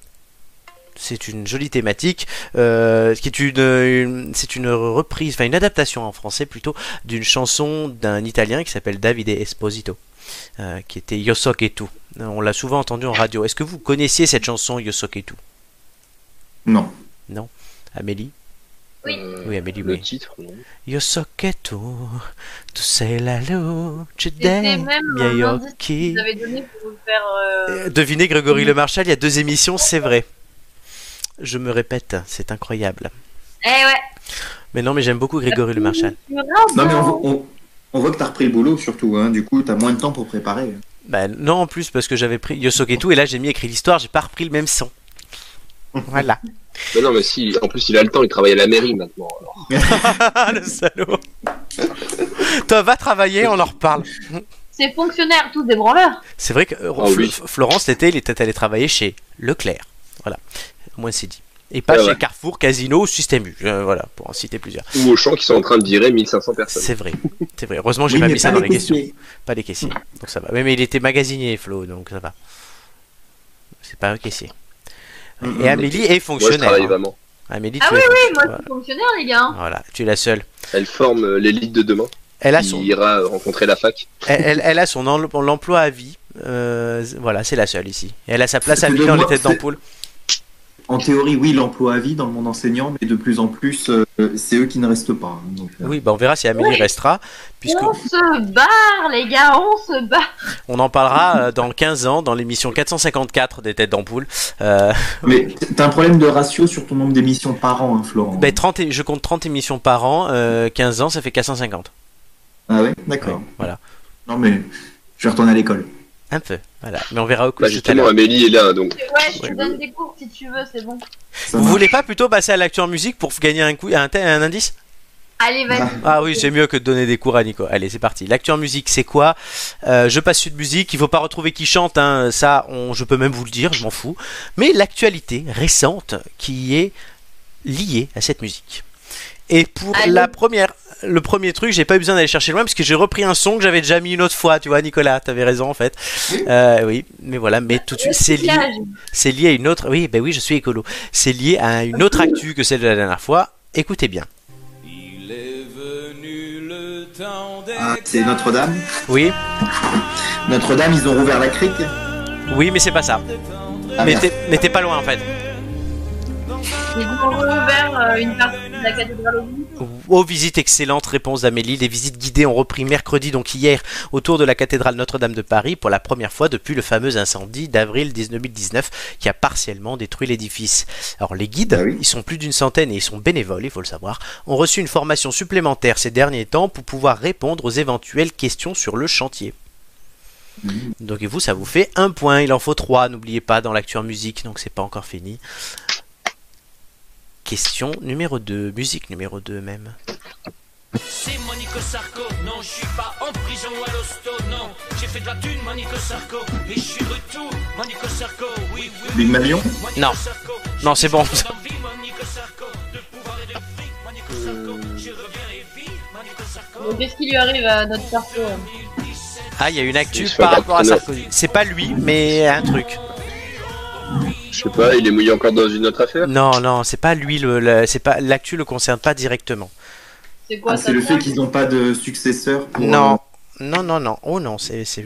[SPEAKER 1] c'est une jolie thématique, euh, qui est une, une- c'est une reprise, enfin une adaptation en français plutôt, d'une chanson d'un Italien qui s'appelle Davide Esposito, euh, qui était Io so che tu. On l'a souvent entendu en radio. Est-ce que vous connaissiez cette chanson Io so che tu,
[SPEAKER 2] Non.
[SPEAKER 1] Amélie
[SPEAKER 3] Oui.
[SPEAKER 4] Euh,
[SPEAKER 1] Oui, Amélie,
[SPEAKER 4] le
[SPEAKER 1] oui.
[SPEAKER 4] titre, non
[SPEAKER 1] Io so che tu, tu sei la luce
[SPEAKER 3] C'était
[SPEAKER 1] dei
[SPEAKER 3] même
[SPEAKER 1] miei
[SPEAKER 3] un indice
[SPEAKER 1] occhi.
[SPEAKER 3] Vous avez donné pour vous faire. euh,
[SPEAKER 1] Euh, Devinez Grégory Le Marchal, il y a deux émissions, c'est vrai. Je me répète, c'est incroyable.
[SPEAKER 3] Eh ouais.
[SPEAKER 1] Mais non, mais j'aime beaucoup Grégory Le Marchal.
[SPEAKER 2] Non, mais on, vo- on- on voit que t'as repris le boulot surtout, hein. du coup t'as moins de temps pour préparer.
[SPEAKER 1] Bah non, en plus, parce que j'avais pris Yosoke et tout, et là j'ai mis écrit l'histoire, j'ai pas repris le même son. Voilà.
[SPEAKER 4] Bah non, mais si, en plus, il a le temps, il travaille à la mairie maintenant. Alors.
[SPEAKER 1] le salaud. Toi, va travailler, on en reparle.
[SPEAKER 3] Ces fonctionnaires, tous des branleurs.
[SPEAKER 1] C'est vrai que euh,
[SPEAKER 4] Ah
[SPEAKER 1] Fl-
[SPEAKER 4] oui.
[SPEAKER 1] Florence, l'été, il était allé travailler chez Leclerc. Voilà. Au moins, c'est dit. Et pas
[SPEAKER 4] Ah
[SPEAKER 1] chez
[SPEAKER 4] ouais.
[SPEAKER 1] Carrefour, Casino, Système U. Euh, voilà, pour en citer plusieurs.
[SPEAKER 4] Ou aux champs qui sont en train de virer 1500 personnes.
[SPEAKER 1] C'est vrai. C'est vrai. Heureusement, j'ai
[SPEAKER 2] Oui,
[SPEAKER 1] pas
[SPEAKER 2] mais
[SPEAKER 1] mis ça
[SPEAKER 2] pas
[SPEAKER 1] dans
[SPEAKER 2] les
[SPEAKER 1] les questions.
[SPEAKER 2] caissiers.
[SPEAKER 1] Pas les caissiers. Donc ça va. Oui, mais il était magasinier, Flo, donc ça va. C'est pas un caissier.
[SPEAKER 2] Mm,
[SPEAKER 1] Et
[SPEAKER 2] mm.
[SPEAKER 1] Amélie est
[SPEAKER 4] Moi, je
[SPEAKER 1] fonctionnaire.
[SPEAKER 4] travaille
[SPEAKER 1] hein.
[SPEAKER 4] vraiment.
[SPEAKER 1] Amélie,
[SPEAKER 3] Ah
[SPEAKER 1] tu es
[SPEAKER 3] Oui, moi, je
[SPEAKER 1] voilà.
[SPEAKER 3] suis fonctionnaire, les gars.
[SPEAKER 1] Voilà, tu es la seule.
[SPEAKER 4] Elle forme euh, l'élite de demain.
[SPEAKER 1] Elle a
[SPEAKER 4] qui
[SPEAKER 1] son,
[SPEAKER 4] ira rencontrer la fac.
[SPEAKER 1] elle, elle- elle a son en- son emploi à vie. Euh, voilà, c'est la seule ici. Et elle a sa place à
[SPEAKER 2] C'est
[SPEAKER 1] lui
[SPEAKER 2] de
[SPEAKER 1] dans les
[SPEAKER 2] moi,
[SPEAKER 1] têtes
[SPEAKER 2] c'est-
[SPEAKER 1] d'ampoule.
[SPEAKER 2] En théorie, oui, l'emploi à vie dans le monde enseignant, mais de plus en plus, euh, c'est eux qui ne restent pas. hein. Donc, euh,
[SPEAKER 1] Oui, bah on verra si Amélie
[SPEAKER 3] Oui.
[SPEAKER 1] restera, puisque
[SPEAKER 3] On se barre, les gars, on se barre.
[SPEAKER 1] on en parlera euh, dans 15 ans dans l'émission 454 des têtes d'ampoule. Euh,
[SPEAKER 2] Mais t'as un problème de ratio sur ton nombre d'émissions par an, hein, Florent.
[SPEAKER 1] ben, 30 et- je compte 30 émissions par an, euh, 15 ans, ça fait 450.
[SPEAKER 2] Ah ouais, d'accord.
[SPEAKER 1] Ouais, voilà,
[SPEAKER 2] Non mais je vais retourner à l'école.
[SPEAKER 1] un peu. Voilà, mais on verra au coup
[SPEAKER 4] Bah,
[SPEAKER 1] tout à
[SPEAKER 4] justement,
[SPEAKER 1] l'heure.
[SPEAKER 4] Amélie est là, donc.
[SPEAKER 3] Ouais, je te
[SPEAKER 4] Oui.
[SPEAKER 3] donne des cours si tu veux, c'est bon.
[SPEAKER 2] Ça
[SPEAKER 1] Vous
[SPEAKER 2] marche.
[SPEAKER 1] voulez pas plutôt passer à l'actu en musique pour gagner un coup, un, thé- un indice
[SPEAKER 3] Allez, vas-y.
[SPEAKER 1] Ah oui, c'est mieux que de donner des cours à Nico. Allez, c'est parti. L'actu en musique, c'est quoi Euh, Je passe sur de musique. Il faut pas retrouver qui chante. hein. Ça, on- je peux même vous le dire, je m'en fous. Mais l'actualité récente qui est liée à cette musique. Et pour
[SPEAKER 3] Allez.
[SPEAKER 1] la première, le premier truc, j'ai pas eu besoin d'aller chercher loin parce que j'ai repris un son que j'avais déjà mis une autre fois. Tu vois, Nicolas, t'avais raison en fait. Euh, oui, mais voilà, mais tout de suite, c'est lié.
[SPEAKER 3] Recyclage.
[SPEAKER 1] C'est lié à une autre. Oui, ben oui, je suis écolo. C'est lié à une autre actu que celle de la dernière fois. Écoutez bien.
[SPEAKER 7] Il est venu le temps des
[SPEAKER 2] Ah, c'est Notre-Dame.
[SPEAKER 1] Oui,
[SPEAKER 2] Notre-Dame, ils ont rouvert la crique.
[SPEAKER 1] oui, mais c'est pas ça.
[SPEAKER 2] Ah,
[SPEAKER 1] mais
[SPEAKER 2] merde.
[SPEAKER 1] t'es mais t'es pas loin en fait.
[SPEAKER 3] Ils ont rouvert euh, une partie de la cathédrale au bout.
[SPEAKER 1] Aux visites excellentes, réponse d'Amélie. Les visites guidées ont repris mercredi, donc hier, autour de la cathédrale Notre-Dame de Paris pour la première fois depuis le fameux incendie d'avril 2019 qui a partiellement détruit l'édifice. Alors les guides,
[SPEAKER 2] Ah oui.
[SPEAKER 1] ils sont plus d'une centaine et ils sont bénévoles, il faut le savoir, ont reçu une formation supplémentaire ces derniers temps pour pouvoir répondre aux éventuelles questions sur le chantier. Donc et vous, ça vous fait un point, il en faut trois, n'oubliez pas dans l'actu en musique, donc c'est pas encore fini. Question numéro 2, musique numéro 2 même.
[SPEAKER 8] C'est Monico Sarko, non, je suis pas en prison ou à l'hosto, non. J'ai fait de la thune, Monico Sarko, mais je suis de retour, Monico Sarko, oui, oui.
[SPEAKER 2] Big Malion
[SPEAKER 8] Monico
[SPEAKER 1] Non.
[SPEAKER 8] Sarko,
[SPEAKER 1] Non, c'est bon.
[SPEAKER 8] j'ai envie, Monico Sarko, de pouvoir et de fric, Monico Sarko, je reviens et vis, Monico Sarko.
[SPEAKER 3] Donc, qu'est-ce qui lui arrive à notre perso euh
[SPEAKER 1] Ah, il y a une actu
[SPEAKER 4] C'est
[SPEAKER 1] par
[SPEAKER 4] Fabien
[SPEAKER 1] rapport à
[SPEAKER 4] Preneur.
[SPEAKER 1] Sarkozy. C'est pas lui, mais un truc.
[SPEAKER 4] Je sais pas, il est mouillé encore dans une autre affaire.
[SPEAKER 1] Non, non, c'est pas lui. Le, le- c'est pas l'actu le concerne pas directement.
[SPEAKER 3] C'est quoi
[SPEAKER 2] Ah,
[SPEAKER 3] ça
[SPEAKER 2] C'est le
[SPEAKER 3] sert
[SPEAKER 2] fait qu'ils n'ont pas de successeur. Pour, euh,
[SPEAKER 1] Non, non, non, non. Oh non, c'est, c'est-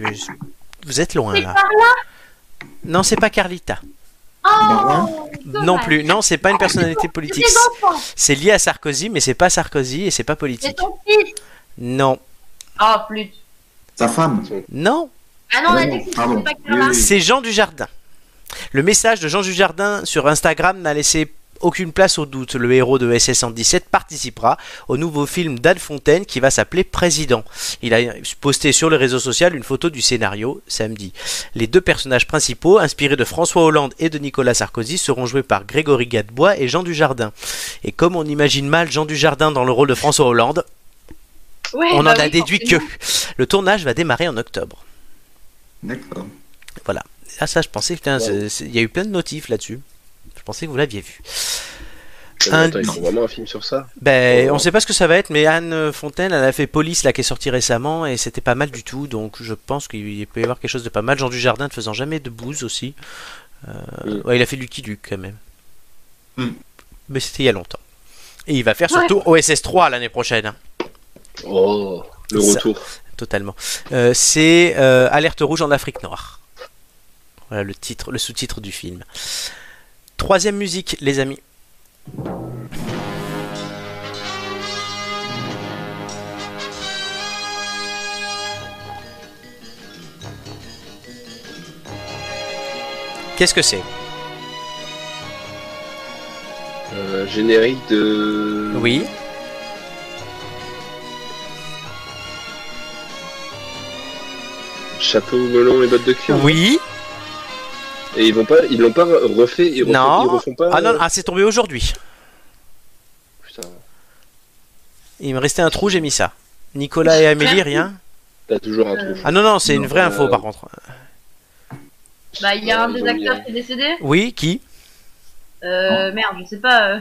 [SPEAKER 1] vous êtes loin
[SPEAKER 3] C'est
[SPEAKER 1] là.
[SPEAKER 3] par là
[SPEAKER 1] Non, c'est pas Carlita.
[SPEAKER 2] Bah,
[SPEAKER 3] Oh dommage.
[SPEAKER 1] Non plus. Non, c'est pas une personnalité
[SPEAKER 3] C'est
[SPEAKER 1] politique.
[SPEAKER 3] des enfants
[SPEAKER 1] C'est lié à Sarkozy, mais c'est pas Sarkozy et c'est pas
[SPEAKER 3] C'est
[SPEAKER 1] politique.
[SPEAKER 3] ton fils
[SPEAKER 1] Non,
[SPEAKER 3] Ah, flûte
[SPEAKER 2] Sa femme.
[SPEAKER 1] non.
[SPEAKER 3] Ah non, on a
[SPEAKER 2] Non,
[SPEAKER 3] dit que
[SPEAKER 2] pardon.
[SPEAKER 3] c'était pas Carla
[SPEAKER 2] Oui, oui.
[SPEAKER 1] C'est Jean Dujardin. Le message de Jean Dujardin sur Instagram n'a laissé aucune place au doute. Le héros de SS 117 participera au nouveau film d'Anne Fontaine qui va s'appeler Président. Il a posté sur le réseau social une photo du scénario samedi. Les deux personnages principaux, inspirés de François Hollande et de Nicolas Sarkozy, seront joués par Grégory Gadebois et Jean Dujardin. Et comme on imagine mal Jean Dujardin dans le rôle de François Hollande,
[SPEAKER 3] Ouais,
[SPEAKER 1] on en
[SPEAKER 3] bah
[SPEAKER 1] a
[SPEAKER 3] oui,
[SPEAKER 1] déduit que
[SPEAKER 3] forcément.
[SPEAKER 1] le tournage va démarrer en octobre.
[SPEAKER 2] D'accord.
[SPEAKER 1] Ah ça, je pensais, putain,
[SPEAKER 4] Ouais.
[SPEAKER 1] c'est- c'est- il y a eu plein de notifs là-dessus. Je pensais que vous l'aviez vu. Un-
[SPEAKER 4] Attends, ils font vraiment un film sur ça.
[SPEAKER 1] Ben,
[SPEAKER 4] Oh.
[SPEAKER 1] on sait pas ce que ça va être, mais Anne Fontaine, elle a fait Police, là, qui est sortie récemment, et c'était pas mal du tout, donc je pense qu'il peut y avoir quelque chose de pas mal. Jean Dujardin ne faisant jamais de bouse aussi. Euh,
[SPEAKER 4] Mm.
[SPEAKER 1] ouais, il a fait Lucky Luke, quand même.
[SPEAKER 2] Mm.
[SPEAKER 1] Mais c'était il y a longtemps. Et il va faire
[SPEAKER 3] Ouais.
[SPEAKER 1] surtout OSS 3 l'année prochaine, hein,
[SPEAKER 4] Oh, le
[SPEAKER 1] Ça-
[SPEAKER 4] retour.
[SPEAKER 1] totalement. Euh, c'est euh, Alerte rouge en Afrique noire. Voilà le titre, le sous-titre du film. Troisième musique, les amis. Qu'est-ce que c'est
[SPEAKER 4] Euh, générique de.
[SPEAKER 1] Oui.
[SPEAKER 4] Chapeau melon et bottes de cuir.
[SPEAKER 1] Oui.
[SPEAKER 4] Et ils vont pas, ils l'ont pas refait. Ils refont,
[SPEAKER 1] Non.
[SPEAKER 4] Ils refont pas.
[SPEAKER 1] Ah non,
[SPEAKER 4] euh,
[SPEAKER 1] ah, c'est tombé aujourd'hui.
[SPEAKER 4] Putain,
[SPEAKER 1] Il me restait un trou, j'ai mis ça. Nicolas et Amélie, rien.
[SPEAKER 4] t'as toujours un
[SPEAKER 3] Euh,
[SPEAKER 4] trou.
[SPEAKER 1] Ah non, non, c'est
[SPEAKER 4] Non,
[SPEAKER 1] une vraie info
[SPEAKER 4] euh,
[SPEAKER 1] par contre.
[SPEAKER 3] Bah, il y a un
[SPEAKER 4] Ouais,
[SPEAKER 3] des
[SPEAKER 4] ils ont mis,
[SPEAKER 3] acteurs
[SPEAKER 4] euh,
[SPEAKER 3] qui est décédé.
[SPEAKER 1] Oui, qui
[SPEAKER 3] Euh, merde, je sais pas. euh,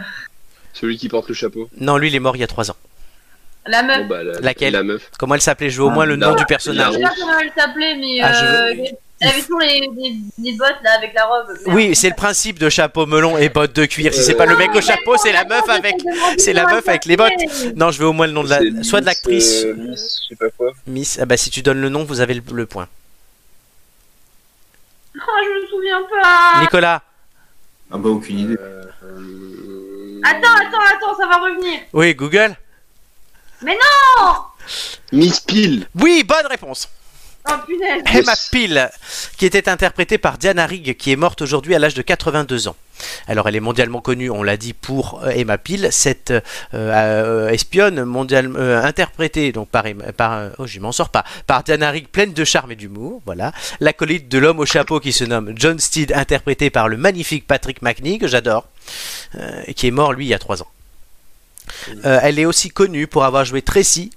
[SPEAKER 4] Celui qui porte le chapeau.
[SPEAKER 1] Non, lui, il est mort il y a 3 ans.
[SPEAKER 3] La
[SPEAKER 4] Bon,
[SPEAKER 3] meuf.
[SPEAKER 4] bah, la,
[SPEAKER 1] Laquelle
[SPEAKER 4] La meuf.
[SPEAKER 1] Comment elle s'appelait Je veux au
[SPEAKER 2] Ah,
[SPEAKER 1] moins le nom
[SPEAKER 4] la-
[SPEAKER 1] du
[SPEAKER 3] Je
[SPEAKER 1] personnage.
[SPEAKER 4] la-
[SPEAKER 3] sais pas comment elle s'appelait, mais
[SPEAKER 1] Ah, je
[SPEAKER 3] euh,
[SPEAKER 1] veux-
[SPEAKER 3] elle avait toujours les, les, les bottes là avec la robe. Merde.
[SPEAKER 1] Oui, c'est le principe de chapeau melon et bottes de cuir. Si c'est pas le mec au chapeau, c'est la meuf avec. c'est la meuf avec les bottes. Non, je veux au moins le nom de la.
[SPEAKER 4] C'est
[SPEAKER 1] Soit de
[SPEAKER 4] Miss,
[SPEAKER 1] l'actrice.
[SPEAKER 4] euh, Miss, je sais pas quoi.
[SPEAKER 1] Miss. Ah bah si tu donnes le nom, vous avez le, le point.
[SPEAKER 3] Oh, je me souviens pas.
[SPEAKER 1] Nicolas.
[SPEAKER 2] Ah bah aucune idée.
[SPEAKER 4] Euh, euh,
[SPEAKER 3] Attends, attends, attends, ça va revenir.
[SPEAKER 1] Oui, Google.
[SPEAKER 4] Miss Peel.
[SPEAKER 1] Oui, bonne réponse.
[SPEAKER 3] Oh punaise.
[SPEAKER 4] Yes.
[SPEAKER 1] Emma Peel, qui était interprétée par Diana Rigg, qui est morte aujourd'hui à l'âge de 82 ans. Alors, elle est mondialement connue, on l'a dit, pour euh, Emma Peel, cette euh, euh, espionne mondiale, euh, interprétée donc par, Emma- par euh, oh, je m'en sors pas, par Diana Rigg, pleine de charme et d'humour. Voilà, l'acolyte de l'homme au chapeau qui se nomme John Steed, interprété par le magnifique Patrick McNee, que j'adore, euh, qui est mort lui il y a 3 ans. Euh, elle est aussi connue pour avoir joué Tracy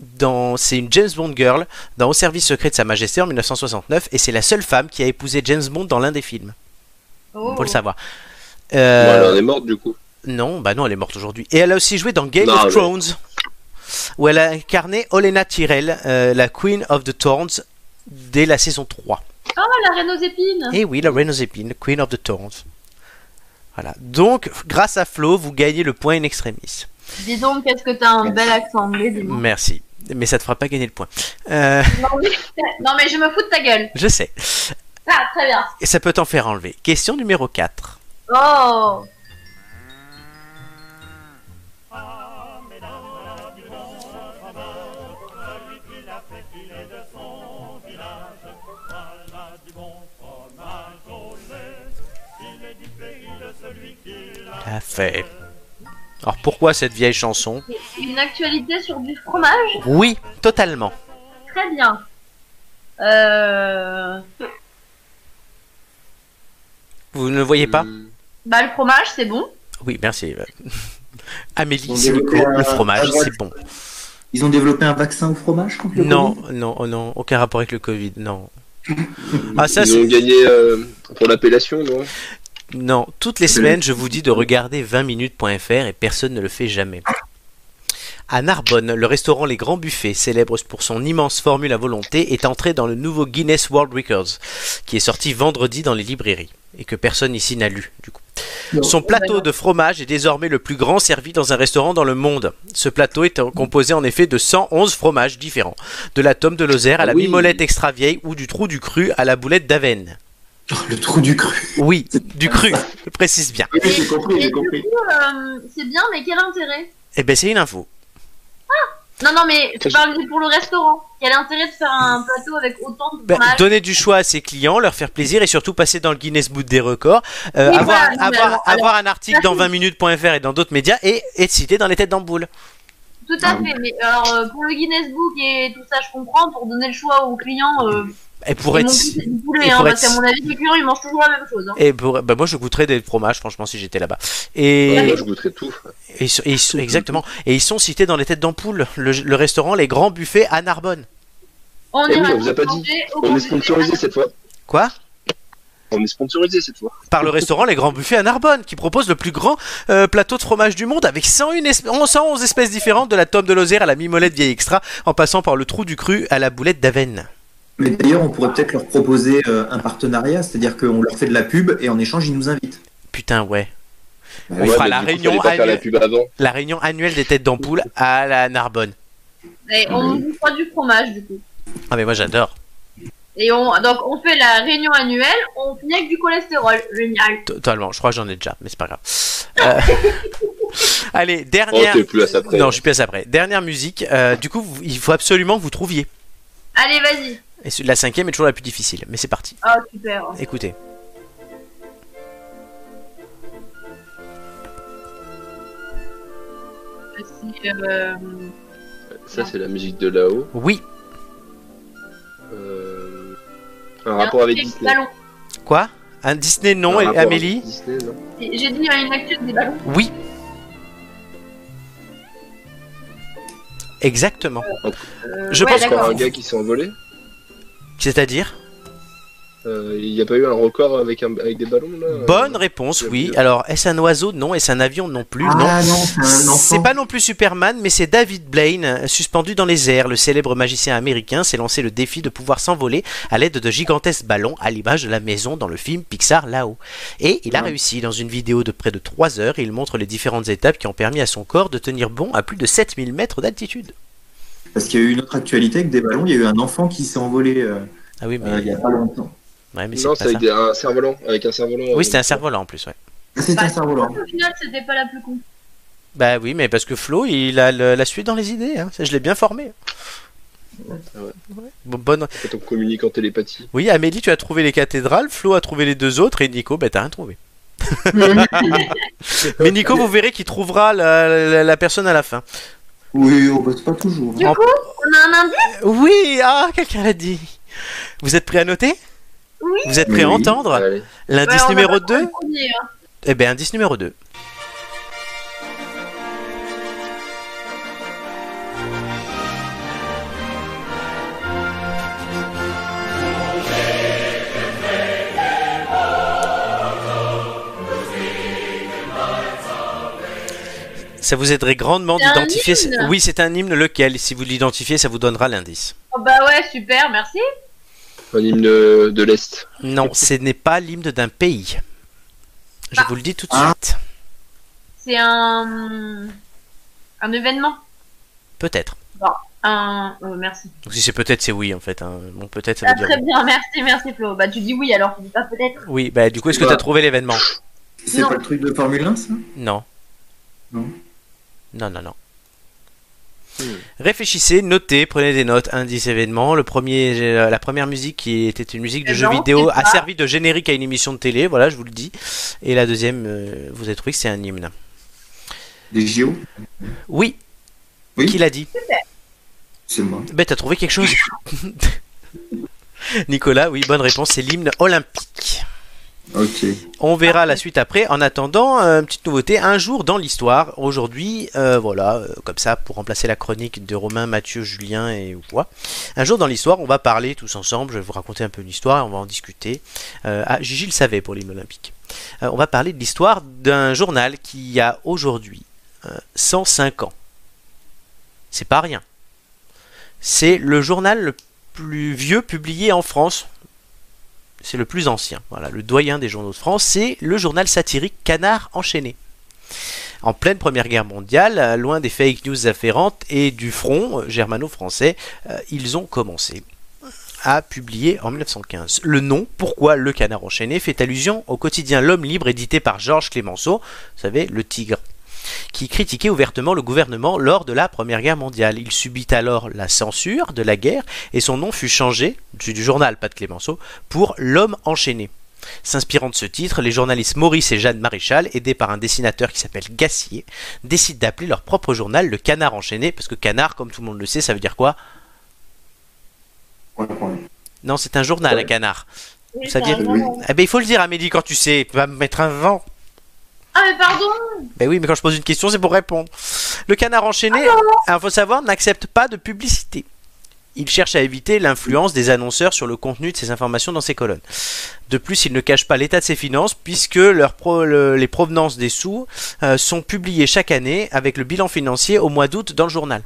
[SPEAKER 1] dans c'est une James Bond girl dans Au service secret de Sa Majesté en 1969 et c'est la seule femme qui a épousé James Bond dans l'un des films.
[SPEAKER 3] Oh.
[SPEAKER 1] Faut le savoir. Euh,
[SPEAKER 4] Bon, Bah, elle en est morte du coup.
[SPEAKER 1] non, bah non, elle est morte aujourd'hui. Et elle a aussi joué dans Game
[SPEAKER 4] Non,
[SPEAKER 1] of
[SPEAKER 4] mais-
[SPEAKER 1] Thrones où elle a incarné Olena Tyrell, euh, la Queen of the Thorns dès la saison 3.
[SPEAKER 3] Oh, la reine aux
[SPEAKER 4] Ah.
[SPEAKER 3] épines.
[SPEAKER 1] Et oui, la Reine aux épines, Queen of the Thorns. Voilà. Donc, grâce à Flo, vous gagnez le point in extremis.
[SPEAKER 3] Dis donc, qu'est-ce que t'as un bel accent anglais, dis-moi.
[SPEAKER 1] Merci. Mais ça te fera pas gagner le point. Euh,
[SPEAKER 3] Non, oui. Non, mais je me fous de ta gueule.
[SPEAKER 1] je sais.
[SPEAKER 3] Ah, très bien.
[SPEAKER 1] Et ça peut t'en faire enlever. Question numéro 4.
[SPEAKER 3] Oh.
[SPEAKER 1] Ah, fait. Alors pourquoi cette vieille chanson
[SPEAKER 3] Une actualité sur du fromage.
[SPEAKER 1] Oui, totalement.
[SPEAKER 3] Très bien. Euh...
[SPEAKER 1] Vous ne le voyez pas
[SPEAKER 4] Hmm.
[SPEAKER 3] Bah, le fromage, c'est bon.
[SPEAKER 1] Mm. Oui, merci. *laughs* Amélie,
[SPEAKER 2] Ils ont
[SPEAKER 1] c'est le,
[SPEAKER 2] développé
[SPEAKER 1] co-
[SPEAKER 2] un-
[SPEAKER 1] le fromage,
[SPEAKER 2] un droit-
[SPEAKER 1] c'est bon.
[SPEAKER 2] Ils ont développé un vaccin au fromage contre Ah, le
[SPEAKER 1] Non,
[SPEAKER 2] Covid
[SPEAKER 1] non, oh non, aucun rapport avec le Covid, non. Ah ça,
[SPEAKER 4] Ils
[SPEAKER 1] c'est...
[SPEAKER 4] ont gagné euh, pour l'appellation, non
[SPEAKER 1] Non, toutes les
[SPEAKER 2] Oui.
[SPEAKER 1] semaines, je vous dis de regarder 20minutes.fr et personne ne le fait jamais. À Narbonne, le restaurant Les Grands Buffets, célèbre pour son immense formule à volonté, est entré dans le nouveau Guinness World Records, qui est sorti vendredi dans les librairies, et que personne ici n'a lu, du coup.
[SPEAKER 2] Non.
[SPEAKER 1] Son plateau de fromage est désormais le plus grand servi dans un restaurant dans le monde. Ce plateau est composé en effet de 111 fromages différents, de la tome de Lozère à la
[SPEAKER 4] Oui.
[SPEAKER 1] mimolette extra vieille ou du trou du cru à la boulette d'Avenne.
[SPEAKER 2] Oh, Le trou du cru.
[SPEAKER 1] Oui, du cru, je précise bien.
[SPEAKER 2] J'ai compris,
[SPEAKER 3] Et
[SPEAKER 2] j'ai
[SPEAKER 3] du
[SPEAKER 2] compris.
[SPEAKER 3] coup, euh, c'est bien, mais quel intérêt
[SPEAKER 1] Eh ben c'est une info.
[SPEAKER 3] Non, non, mais je parle du- pour le restaurant. Quel intérêt de faire un plateau avec autant de
[SPEAKER 4] Bah,
[SPEAKER 1] Ben,
[SPEAKER 3] fromage
[SPEAKER 1] donner du choix à ses clients, leur faire plaisir et surtout passer dans le Guinness Book des records, euh,
[SPEAKER 3] Oui,
[SPEAKER 1] avoir,
[SPEAKER 3] voilà,
[SPEAKER 1] avoir,
[SPEAKER 3] alors,
[SPEAKER 1] avoir un article dans
[SPEAKER 3] merci.
[SPEAKER 1] 20minutes.fr et dans d'autres médias et être cité dans les têtes d'ampoule.
[SPEAKER 3] Tout à
[SPEAKER 2] Ah oui.
[SPEAKER 3] fait. Mais alors, euh, pour le Guinness Book et tout ça, je comprends. Pour donner le choix aux clients, euh,
[SPEAKER 1] Et pour
[SPEAKER 3] ils
[SPEAKER 1] être...
[SPEAKER 3] mangent tous du poulet,
[SPEAKER 1] et
[SPEAKER 3] hein,
[SPEAKER 1] pour
[SPEAKER 3] parce
[SPEAKER 1] être-
[SPEAKER 3] qu'à mon avis, les clients, ils mangent toujours la même chose. hein.
[SPEAKER 1] Et pour, ben moi je goûterais des fromages franchement si j'étais là-bas.
[SPEAKER 4] Ah,
[SPEAKER 1] Et,
[SPEAKER 4] Moi, je goûterais tout.
[SPEAKER 1] et, ils- et ils- exactement. Et ils sont cités dans les têtes d'ampoule. Le, le restaurant Les Grands Buffets à Narbonne.
[SPEAKER 3] On
[SPEAKER 4] Eh oui,
[SPEAKER 3] ira
[SPEAKER 4] on vous a pas dit.
[SPEAKER 3] manger au
[SPEAKER 4] On est
[SPEAKER 3] Grand-Duché.
[SPEAKER 4] sponsorisé cette fois.
[SPEAKER 1] Quoi
[SPEAKER 4] On est sponsorisé cette fois.
[SPEAKER 1] Par le restaurant Les Grands Buffets à Narbonne qui propose le plus grand euh, plateau de fromage du monde avec 101 esp- 111 espèces différentes de la tome de Lozère à la mimolette vieille extra en passant par le trou du cru à la boulette d'Avenne.
[SPEAKER 2] Mais d'ailleurs, on pourrait peut-être leur proposer euh, un partenariat, c'est-à-dire qu'on leur fait de la pub et en échange, ils nous invitent.
[SPEAKER 1] Putain, ouais. On fera la réunion
[SPEAKER 4] à faire la
[SPEAKER 1] annuelle.
[SPEAKER 4] pub avant.
[SPEAKER 1] La réunion annuelle des têtes d'ampoule à la Narbonne.
[SPEAKER 3] Et on
[SPEAKER 4] Mm.
[SPEAKER 3] vous fera du fromage du coup.
[SPEAKER 1] Ah mais moi j'adore.
[SPEAKER 3] Et on donc on fait la réunion annuelle, on finit avec du cholestérol. Génial.
[SPEAKER 1] Totalement, je crois que j'en ai déjà, mais c'est pas grave. Euh, *laughs* Allez,
[SPEAKER 4] Oh,
[SPEAKER 1] dernière...
[SPEAKER 4] t'es plus à ça près.
[SPEAKER 1] non, je suis plus à ça après. Dernière musique. euh, du coup, vous- il faut absolument que vous trouviez.
[SPEAKER 3] Allez, vas-y.
[SPEAKER 1] Et ce- la cinquième est toujours la plus difficile, mais c'est parti.
[SPEAKER 3] Ah super.
[SPEAKER 1] Écoutez.
[SPEAKER 3] C'est, euh,
[SPEAKER 4] Ça, c'est la musique de là-haut.
[SPEAKER 1] Oui.
[SPEAKER 4] Euh, Un rapport avec Disney.
[SPEAKER 3] ballons.
[SPEAKER 1] Quoi Un Disney non
[SPEAKER 4] Un
[SPEAKER 1] et
[SPEAKER 4] rapport
[SPEAKER 1] Amélie
[SPEAKER 4] avec Disney, non
[SPEAKER 3] J'ai dit il y a une actu des ballons.
[SPEAKER 1] Oui. Exactement.
[SPEAKER 3] Euh,
[SPEAKER 1] Je
[SPEAKER 3] ouais,
[SPEAKER 1] pense
[SPEAKER 4] C'est pas
[SPEAKER 3] d'accord.
[SPEAKER 4] un gars qui s'est envolé.
[SPEAKER 1] C'est-à-dire
[SPEAKER 4] Euh, Il n'y a pas eu un record avec, un- avec des ballons là
[SPEAKER 1] Bonne réponse,
[SPEAKER 4] euh,
[SPEAKER 1] oui.
[SPEAKER 4] bien.
[SPEAKER 1] Alors, est-ce un oiseau Non. Est-ce un avion Non plus. non.
[SPEAKER 2] Ah non, c'est un enfant.
[SPEAKER 1] C'est pas non plus Superman, mais c'est David Blaine, euh, suspendu dans les airs. Le célèbre magicien américain s'est lancé le défi de pouvoir s'envoler à l'aide de gigantesques ballons à l'image de la maison dans le film Pixar Là-haut. Et il a
[SPEAKER 2] Ouais.
[SPEAKER 1] réussi. Dans une vidéo de près de 3 heures, il montre les différentes étapes qui ont permis à son corps de tenir bon à plus de 7000 mètres d'altitude.
[SPEAKER 2] Parce qu'il y a eu une autre actualité avec des ballons. Il y a eu un enfant qui s'est envolé euh,
[SPEAKER 1] Ah oui, mais,
[SPEAKER 2] euh, il y a pas longtemps.
[SPEAKER 1] ouais, mais c'est
[SPEAKER 4] Non,
[SPEAKER 1] pas
[SPEAKER 4] c'est avec
[SPEAKER 1] ça.
[SPEAKER 4] des- un cerf-volant. Avec un cerf-volant. euh,
[SPEAKER 1] Oui, c'était un cerf-volant en plus, ouais.
[SPEAKER 2] Ah, C'est un cerf-volant.
[SPEAKER 3] Au final, c'était pas la plus con.
[SPEAKER 1] Bah oui, mais parce que Flo, il a le- la suite dans les idées. hein. Ça, Je l'ai bien formé.
[SPEAKER 4] Ah ouais.
[SPEAKER 1] Ouais. Bon, bonne...
[SPEAKER 4] Quand on communique en télépathie.
[SPEAKER 1] Oui, Amélie, tu as trouvé les cathédrales, Flo a trouvé les deux autres et Nico, bah t'as rien trouvé. Mais Nico, vous verrez qu'il trouvera la, la- la personne à la fin.
[SPEAKER 2] Oui, on bosse pas toujours. hein.
[SPEAKER 3] Du
[SPEAKER 1] En-
[SPEAKER 3] coup, on a un indice.
[SPEAKER 1] Oui, ah, quelqu'un l'a dit. Vous êtes prêt à noter
[SPEAKER 3] Oui.
[SPEAKER 1] Vous êtes prêt à
[SPEAKER 2] Oui.
[SPEAKER 1] entendre
[SPEAKER 4] Allez.
[SPEAKER 1] L'indice
[SPEAKER 3] Ouais, on a
[SPEAKER 1] numéro
[SPEAKER 3] pas trouvé
[SPEAKER 1] 2
[SPEAKER 3] le premier, hein.
[SPEAKER 1] Eh bien, indice numéro 2. Ça vous aiderait grandement
[SPEAKER 3] C'est un
[SPEAKER 1] d'identifier. ce-
[SPEAKER 3] hymne
[SPEAKER 1] Oui, c'est un hymne lequel. Si vous l'identifiez, ça vous donnera l'indice.
[SPEAKER 3] Oh, bah ouais, super, merci.
[SPEAKER 4] Un hymne de, de l'Est.
[SPEAKER 3] *laughs*
[SPEAKER 1] Non, ce n'est pas l'hymne d'un pays. Je
[SPEAKER 3] Bah.
[SPEAKER 1] vous le dis tout de
[SPEAKER 2] Ah.
[SPEAKER 1] suite.
[SPEAKER 3] C'est un un événement.
[SPEAKER 1] Peut-être.
[SPEAKER 3] Un. oh, merci.
[SPEAKER 1] Donc, si c'est peut-être, c'est oui en fait. hein. Bon, peut-être, ça
[SPEAKER 3] Ah,
[SPEAKER 1] veut dire.
[SPEAKER 3] très bien, merci, merci Flo. Bah tu dis oui alors, tu dis pas peut-être.
[SPEAKER 1] Oui, bah du coup, est-ce que
[SPEAKER 2] Ouais.
[SPEAKER 1] t'as trouvé l'événement
[SPEAKER 2] C'est
[SPEAKER 3] Non.
[SPEAKER 2] pas le truc de Formule 1, ça
[SPEAKER 1] Non.
[SPEAKER 2] Non.
[SPEAKER 1] Non, non, non.
[SPEAKER 4] Hmm.
[SPEAKER 1] Réfléchissez, notez, prenez des notes, indice événement. Le premier, euh, la première musique qui était une musique de
[SPEAKER 3] Eh
[SPEAKER 1] jeu
[SPEAKER 3] non,
[SPEAKER 1] vidéo
[SPEAKER 3] c'est
[SPEAKER 1] a
[SPEAKER 3] pas.
[SPEAKER 1] servi de générique à une émission de télé, voilà, je vous le dis. Et la deuxième, euh, vous avez trouvé que c'est un hymne.
[SPEAKER 2] Des JO
[SPEAKER 1] Oui.
[SPEAKER 2] Oui.
[SPEAKER 1] Qui l'a dit
[SPEAKER 2] C'est moi.
[SPEAKER 1] Ben, t'as trouvé quelque chose *laughs* Nicolas, oui, bonne réponse, c'est l'hymne olympique.
[SPEAKER 2] Ok.
[SPEAKER 1] On verra la suite après. En attendant, euh, une petite nouveauté, un jour dans l'histoire. Aujourd'hui, euh, voilà, euh, comme ça, pour remplacer la chronique de Romain, Mathieu, Julien et moi. Un jour dans l'histoire, on va parler tous ensemble. Je vais vous raconter un peu une histoire et on va en discuter. Euh, ah, Gigi le savait pour l'hymne olympique. Euh, on va parler de l'histoire d'un journal qui a aujourd'hui euh, 105 ans. C'est pas rien. C'est le journal le plus vieux publié en France c'est le plus ancien, voilà, le doyen des journaux de France, c'est le journal satirique Canard enchaîné. En pleine Première Guerre mondiale, euh, loin des fake news afférentes et du front euh, germano-français, euh, ils ont commencé à publier en 1915. Le nom, pourquoi le canard enchaîné, fait allusion au quotidien L'homme libre édité par Georges Clémenceau, vous savez, le tigre, qui critiquait ouvertement le gouvernement lors de la Première Guerre mondiale. Il subit alors la censure de la guerre et son nom fut changé, du du journal, pas de Clémenceau, pour L'homme enchaîné. S'inspirant de ce titre, les journalistes Maurice et Jeanne Maréchal, aidés par un dessinateur qui s'appelle Gassier, décident d'appeler leur propre journal Le Canard enchaîné, parce que canard, comme tout le monde le sait, ça veut dire quoi
[SPEAKER 2] Ouais, ouais.
[SPEAKER 1] Non, c'est un journal, un
[SPEAKER 4] Ouais.
[SPEAKER 1] canard.
[SPEAKER 3] Oui,
[SPEAKER 1] Ça
[SPEAKER 3] c'est
[SPEAKER 1] vient-
[SPEAKER 3] un nom.
[SPEAKER 1] Eh ben, il faut le dire, Amélie, quand tu sais, tu vas me mettre un vent.
[SPEAKER 3] Ah mais pardon.
[SPEAKER 1] Ben oui, mais quand je pose une question, c'est pour répondre. Le canard enchaîné, il faut savoir, n'accepte pas de publicité. Il cherche à éviter l'influence des annonceurs sur le contenu de ses informations dans ses colonnes. De plus, il ne cache pas l'état de ses finances puisque leurs pro- le- les provenances des sous euh, sont publiées chaque année avec le bilan financier au mois d'août dans le journal.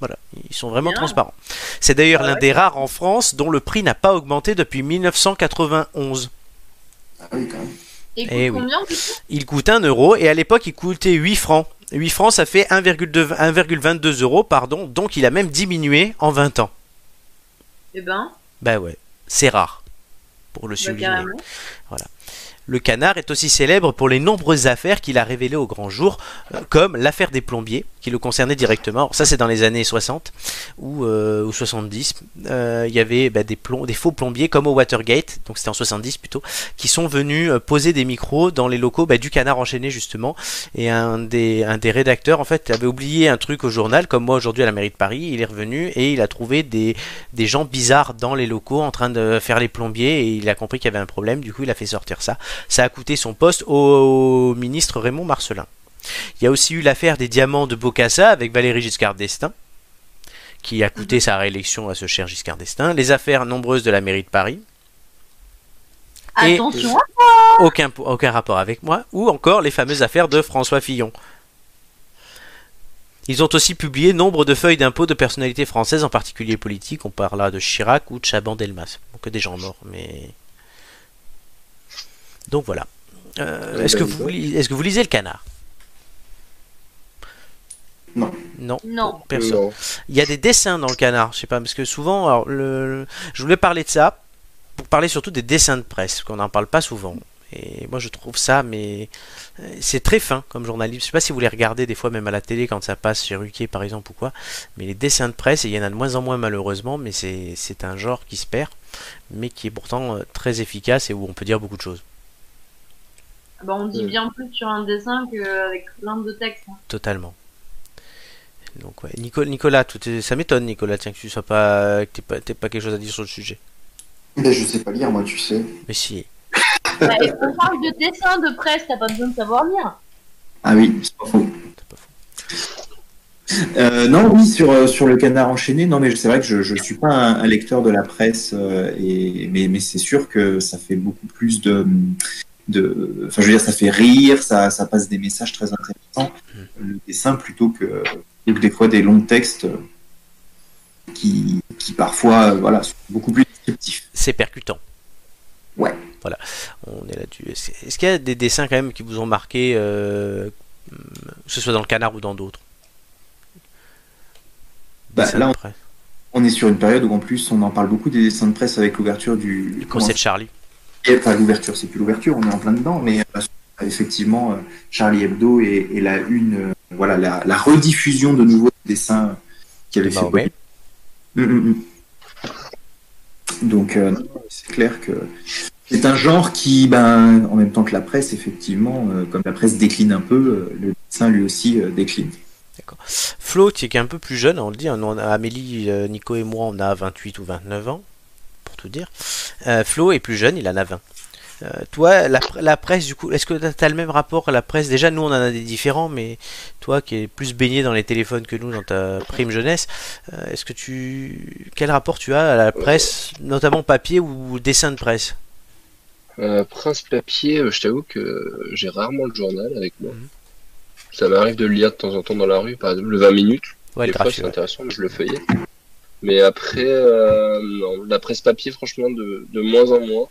[SPEAKER 1] Voilà, ils sont vraiment
[SPEAKER 3] Bien.
[SPEAKER 1] transparents. C'est d'ailleurs l'un des rares en France dont le prix n'a pas augmenté depuis 1991.
[SPEAKER 2] Ah oui, quand même.
[SPEAKER 3] Et coûte
[SPEAKER 1] Eh oui.
[SPEAKER 3] combien du coup
[SPEAKER 1] Il coûte 1 euro et à l'époque il coûtait 8 francs. 8 francs ça fait 1,2 1,22 euros, pardon, donc il a même diminué en 20 ans.
[SPEAKER 3] Eh ben,
[SPEAKER 1] Bah ouais, c'est rare. Pour le
[SPEAKER 3] bah,
[SPEAKER 1] souligner.
[SPEAKER 3] carrément.
[SPEAKER 1] Le canard est aussi célèbre pour les nombreuses affaires qu'il a révélées au grand jour, euh, comme l'affaire des plombiers, qui le concernait directement. Alors ça, c'est dans les années 60 ou, euh, ou 70. Euh, Il y avait bah, des, plom- des faux plombiers, comme au Watergate, donc c'était en 70 plutôt, qui sont venus euh, poser des micros dans les locaux bah, du canard enchaîné, justement. Et un des, un des rédacteurs, en fait, avait oublié un truc au journal, comme moi aujourd'hui à la mairie de Paris. Il est revenu et il a trouvé des, des gens bizarres dans les locaux en train de faire les plombiers et il a compris qu'il y avait un problème. Du coup, il a fait sortir ça. Ça a coûté son poste au ministre Raymond Marcelin. Il y a aussi eu l'affaire des diamants de Bocassa avec Valéry Giscard d'Estaing, qui a coûté sa réélection à ce cher Giscard d'Estaing. Les affaires nombreuses de la mairie de Paris, Et-
[SPEAKER 3] Attention, hein,
[SPEAKER 1] aucun, po- aucun rapport avec moi, ou encore les fameuses affaires de François Fillon. Ils ont aussi publié nombre de feuilles d'impôts de personnalités françaises, en particulier politiques. On parlera de Chirac ou de Chaban-Delmas. Bon, que des gens morts, mais. Donc voilà. Euh,
[SPEAKER 4] Eh
[SPEAKER 1] est-ce, que
[SPEAKER 4] ben, dis
[SPEAKER 1] vous, li- est-ce que vous lisez le canard
[SPEAKER 2] Non.
[SPEAKER 1] Non.
[SPEAKER 3] non.
[SPEAKER 1] Personne.
[SPEAKER 4] Non.
[SPEAKER 1] Il y a des dessins dans le canard, je sais pas, parce que souvent, alors, le, le- je voulais parler de ça pour parler surtout des dessins de presse, qu'on n'en parle pas souvent. Et moi, je trouve ça, mais euh, c'est très fin comme journaliste. Je sais pas si vous les regardez des fois, même à la télé, quand ça passe chez Ruquier, par exemple, ou quoi. Mais les dessins de presse, et il y en a de moins en moins, malheureusement, mais c'est c'est un genre qui se perd, mais qui est pourtant euh, très efficace et où on peut dire beaucoup de choses.
[SPEAKER 3] Bah, on dit
[SPEAKER 4] Ouais.
[SPEAKER 3] bien plus sur un dessin qu'avec plein de textes. hein.
[SPEAKER 1] Totalement. Donc, ouais. Nico- Nicolas, tout est- ça m'étonne, Nicolas, tiens, que tu sois pas, que t'aies pas, t'aies pas quelque chose à dire sur le sujet.
[SPEAKER 2] Mais je sais pas lire, moi, tu sais.
[SPEAKER 1] Mais si.
[SPEAKER 3] Bah, et on parle de dessin de presse, t'as pas besoin de savoir lire.
[SPEAKER 2] Ah oui, c'est pas faux.
[SPEAKER 1] C'est pas
[SPEAKER 2] Euh, non, oui, sur, euh, sur le canard enchaîné, non, mais c'est vrai que je ne suis pas un, un lecteur de la presse, euh, et, mais, mais c'est sûr que ça fait beaucoup plus de. de enfin, je veux dire, ça fait rire, ça, ça passe des messages très intéressants, le dessin plutôt que, plutôt que des fois des longs textes qui, qui parfois euh, voilà, sont beaucoup plus descriptifs.
[SPEAKER 1] c'est percutant.
[SPEAKER 2] Ouais.
[SPEAKER 1] Voilà, on est là-dessus. Est-ce est-ce qu'il y a des dessins quand même qui vous ont marqué, euh, que ce soit dans le canard ou dans d'autres
[SPEAKER 2] Bah,
[SPEAKER 1] Dessins
[SPEAKER 2] là,
[SPEAKER 1] de presse.
[SPEAKER 2] On est sur une période où en plus on en parle beaucoup des dessins de presse avec l'ouverture du.
[SPEAKER 1] le concept Charlie.
[SPEAKER 2] Et, enfin, l'ouverture, c'est plus l'ouverture, on est en plein dedans, mais euh, effectivement, euh, Charlie Hebdo et, et la une, euh, voilà, la, la rediffusion de nouveaux dessins qui avait
[SPEAKER 1] de
[SPEAKER 2] fait.
[SPEAKER 1] Mahomet.
[SPEAKER 2] Mm, mm, mm. Donc, euh, non, c'est clair que c'est un genre qui, ben, en même temps que la presse, effectivement, euh, comme la presse décline un peu, euh, le dessin lui aussi euh, décline.
[SPEAKER 1] Flo, qui est qu'un peu plus jeune, on le dit, hein, nous, on a- Amélie, euh, Nico et moi, on a 28 ou 29 ans, pour tout dire. Euh, Flo est plus jeune, il en a 20. Euh, toi, la, pre- la presse, du coup, est-ce que tu as le même rapport à la presse Déjà, nous, on en a des différents, mais toi, qui es plus baigné dans les téléphones que nous, dans ta prime jeunesse, euh, est-ce que tu. Quel rapport tu as à la presse, notamment papier ou dessin de presse
[SPEAKER 4] Euh, Prince Papier, euh, je t'avoue que euh, j'ai rarement le journal avec moi.
[SPEAKER 1] Mhm.
[SPEAKER 4] Ça m'arrive de le lire de temps en temps dans la rue, par exemple le 20 minutes.
[SPEAKER 1] Ouais, le
[SPEAKER 4] Des fois,
[SPEAKER 1] graphique,
[SPEAKER 4] c'est
[SPEAKER 1] ouais.
[SPEAKER 4] intéressant, je le feuillais. Mais après, euh, non, la presse papier, franchement, de, de moins en moins.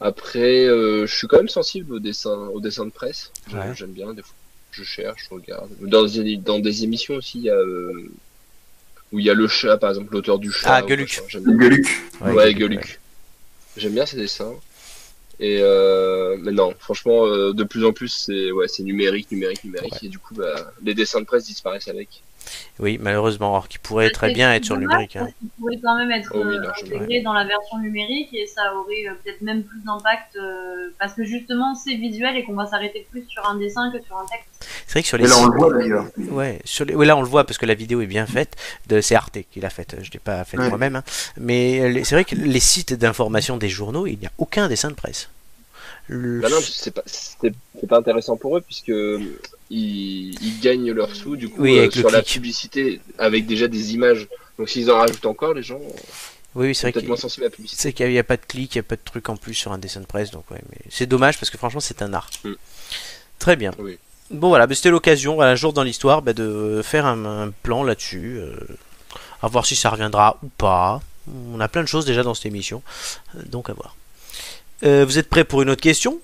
[SPEAKER 4] Après, euh, je suis quand même sensible au dessin, au dessin de presse. Je-
[SPEAKER 1] Ouais.
[SPEAKER 4] J'aime bien, des fois, je cherche, je regarde. Dans des, dans des émissions aussi, il y a, euh, où il y a le chat, par exemple, l'auteur du chat.
[SPEAKER 1] Ah,
[SPEAKER 4] ou
[SPEAKER 1] Gueuluc.
[SPEAKER 4] machin, j'aime bien.
[SPEAKER 2] Gueuluc.
[SPEAKER 4] Ouais, Gueuluc. J'aime bien ses dessins. Et euh, mais non, franchement, euh, de plus en plus, c'est ouais, c'est numérique, numérique, numérique. Et du coup, bah, les dessins de presse disparaissent avec.
[SPEAKER 1] Oui, malheureusement, alors qu'il pourrait très bien être sur le
[SPEAKER 3] Ah, Dommage,
[SPEAKER 1] numérique. hein.
[SPEAKER 3] parce qu'il pourrait quand même être
[SPEAKER 4] Oh oui,
[SPEAKER 3] euh,
[SPEAKER 4] largement.
[SPEAKER 3] intégré dans la version numérique et ça aurait euh, peut-être même plus d'impact euh, parce que justement c'est visuel et qu'on va s'arrêter plus sur un dessin que sur un texte.
[SPEAKER 1] C'est vrai que sur les
[SPEAKER 2] Et là, on
[SPEAKER 1] sites-
[SPEAKER 2] le voit d'ailleurs.
[SPEAKER 1] Ouais, sur les- ouais, là on le voit parce que la vidéo est bien faite. De... C'est Arte qui l'a faite, je ne l'ai pas faite
[SPEAKER 2] Ouais.
[SPEAKER 1] moi-même. hein. Mais euh, les- c'est vrai que les sites d'information des journaux, il n'y a aucun dessin de presse. Le-
[SPEAKER 4] Bah non, c'est pas, c'est c'est pas intéressant pour eux puisque euh, ils, ils gagnent leur sous du coup euh,
[SPEAKER 1] Oui, avec le
[SPEAKER 4] sur la
[SPEAKER 1] clic.
[SPEAKER 4] publicité avec déjà des images. Donc s'ils en rajoutent encore, les gens
[SPEAKER 1] oui, oui, c'est
[SPEAKER 4] sont
[SPEAKER 1] vrai
[SPEAKER 4] peut-être
[SPEAKER 1] qu'il
[SPEAKER 4] moins sensibles à la publicité.
[SPEAKER 1] c'est qu'il n'y a, pas de clic, il n'y a pas de truc en plus sur un dessin de presse. Donc ouais, mais c'est dommage parce que franchement c'est un art.
[SPEAKER 4] Mm.
[SPEAKER 1] Très bien.
[SPEAKER 4] Oui.
[SPEAKER 1] Bon voilà, bah, c'était l'occasion, voilà, un jour dans l'histoire, bah, de faire un, un plan là-dessus, euh, à voir si ça reviendra ou pas. On a plein de choses déjà dans cette émission, euh, donc à voir. Euh, vous êtes prêts pour une autre question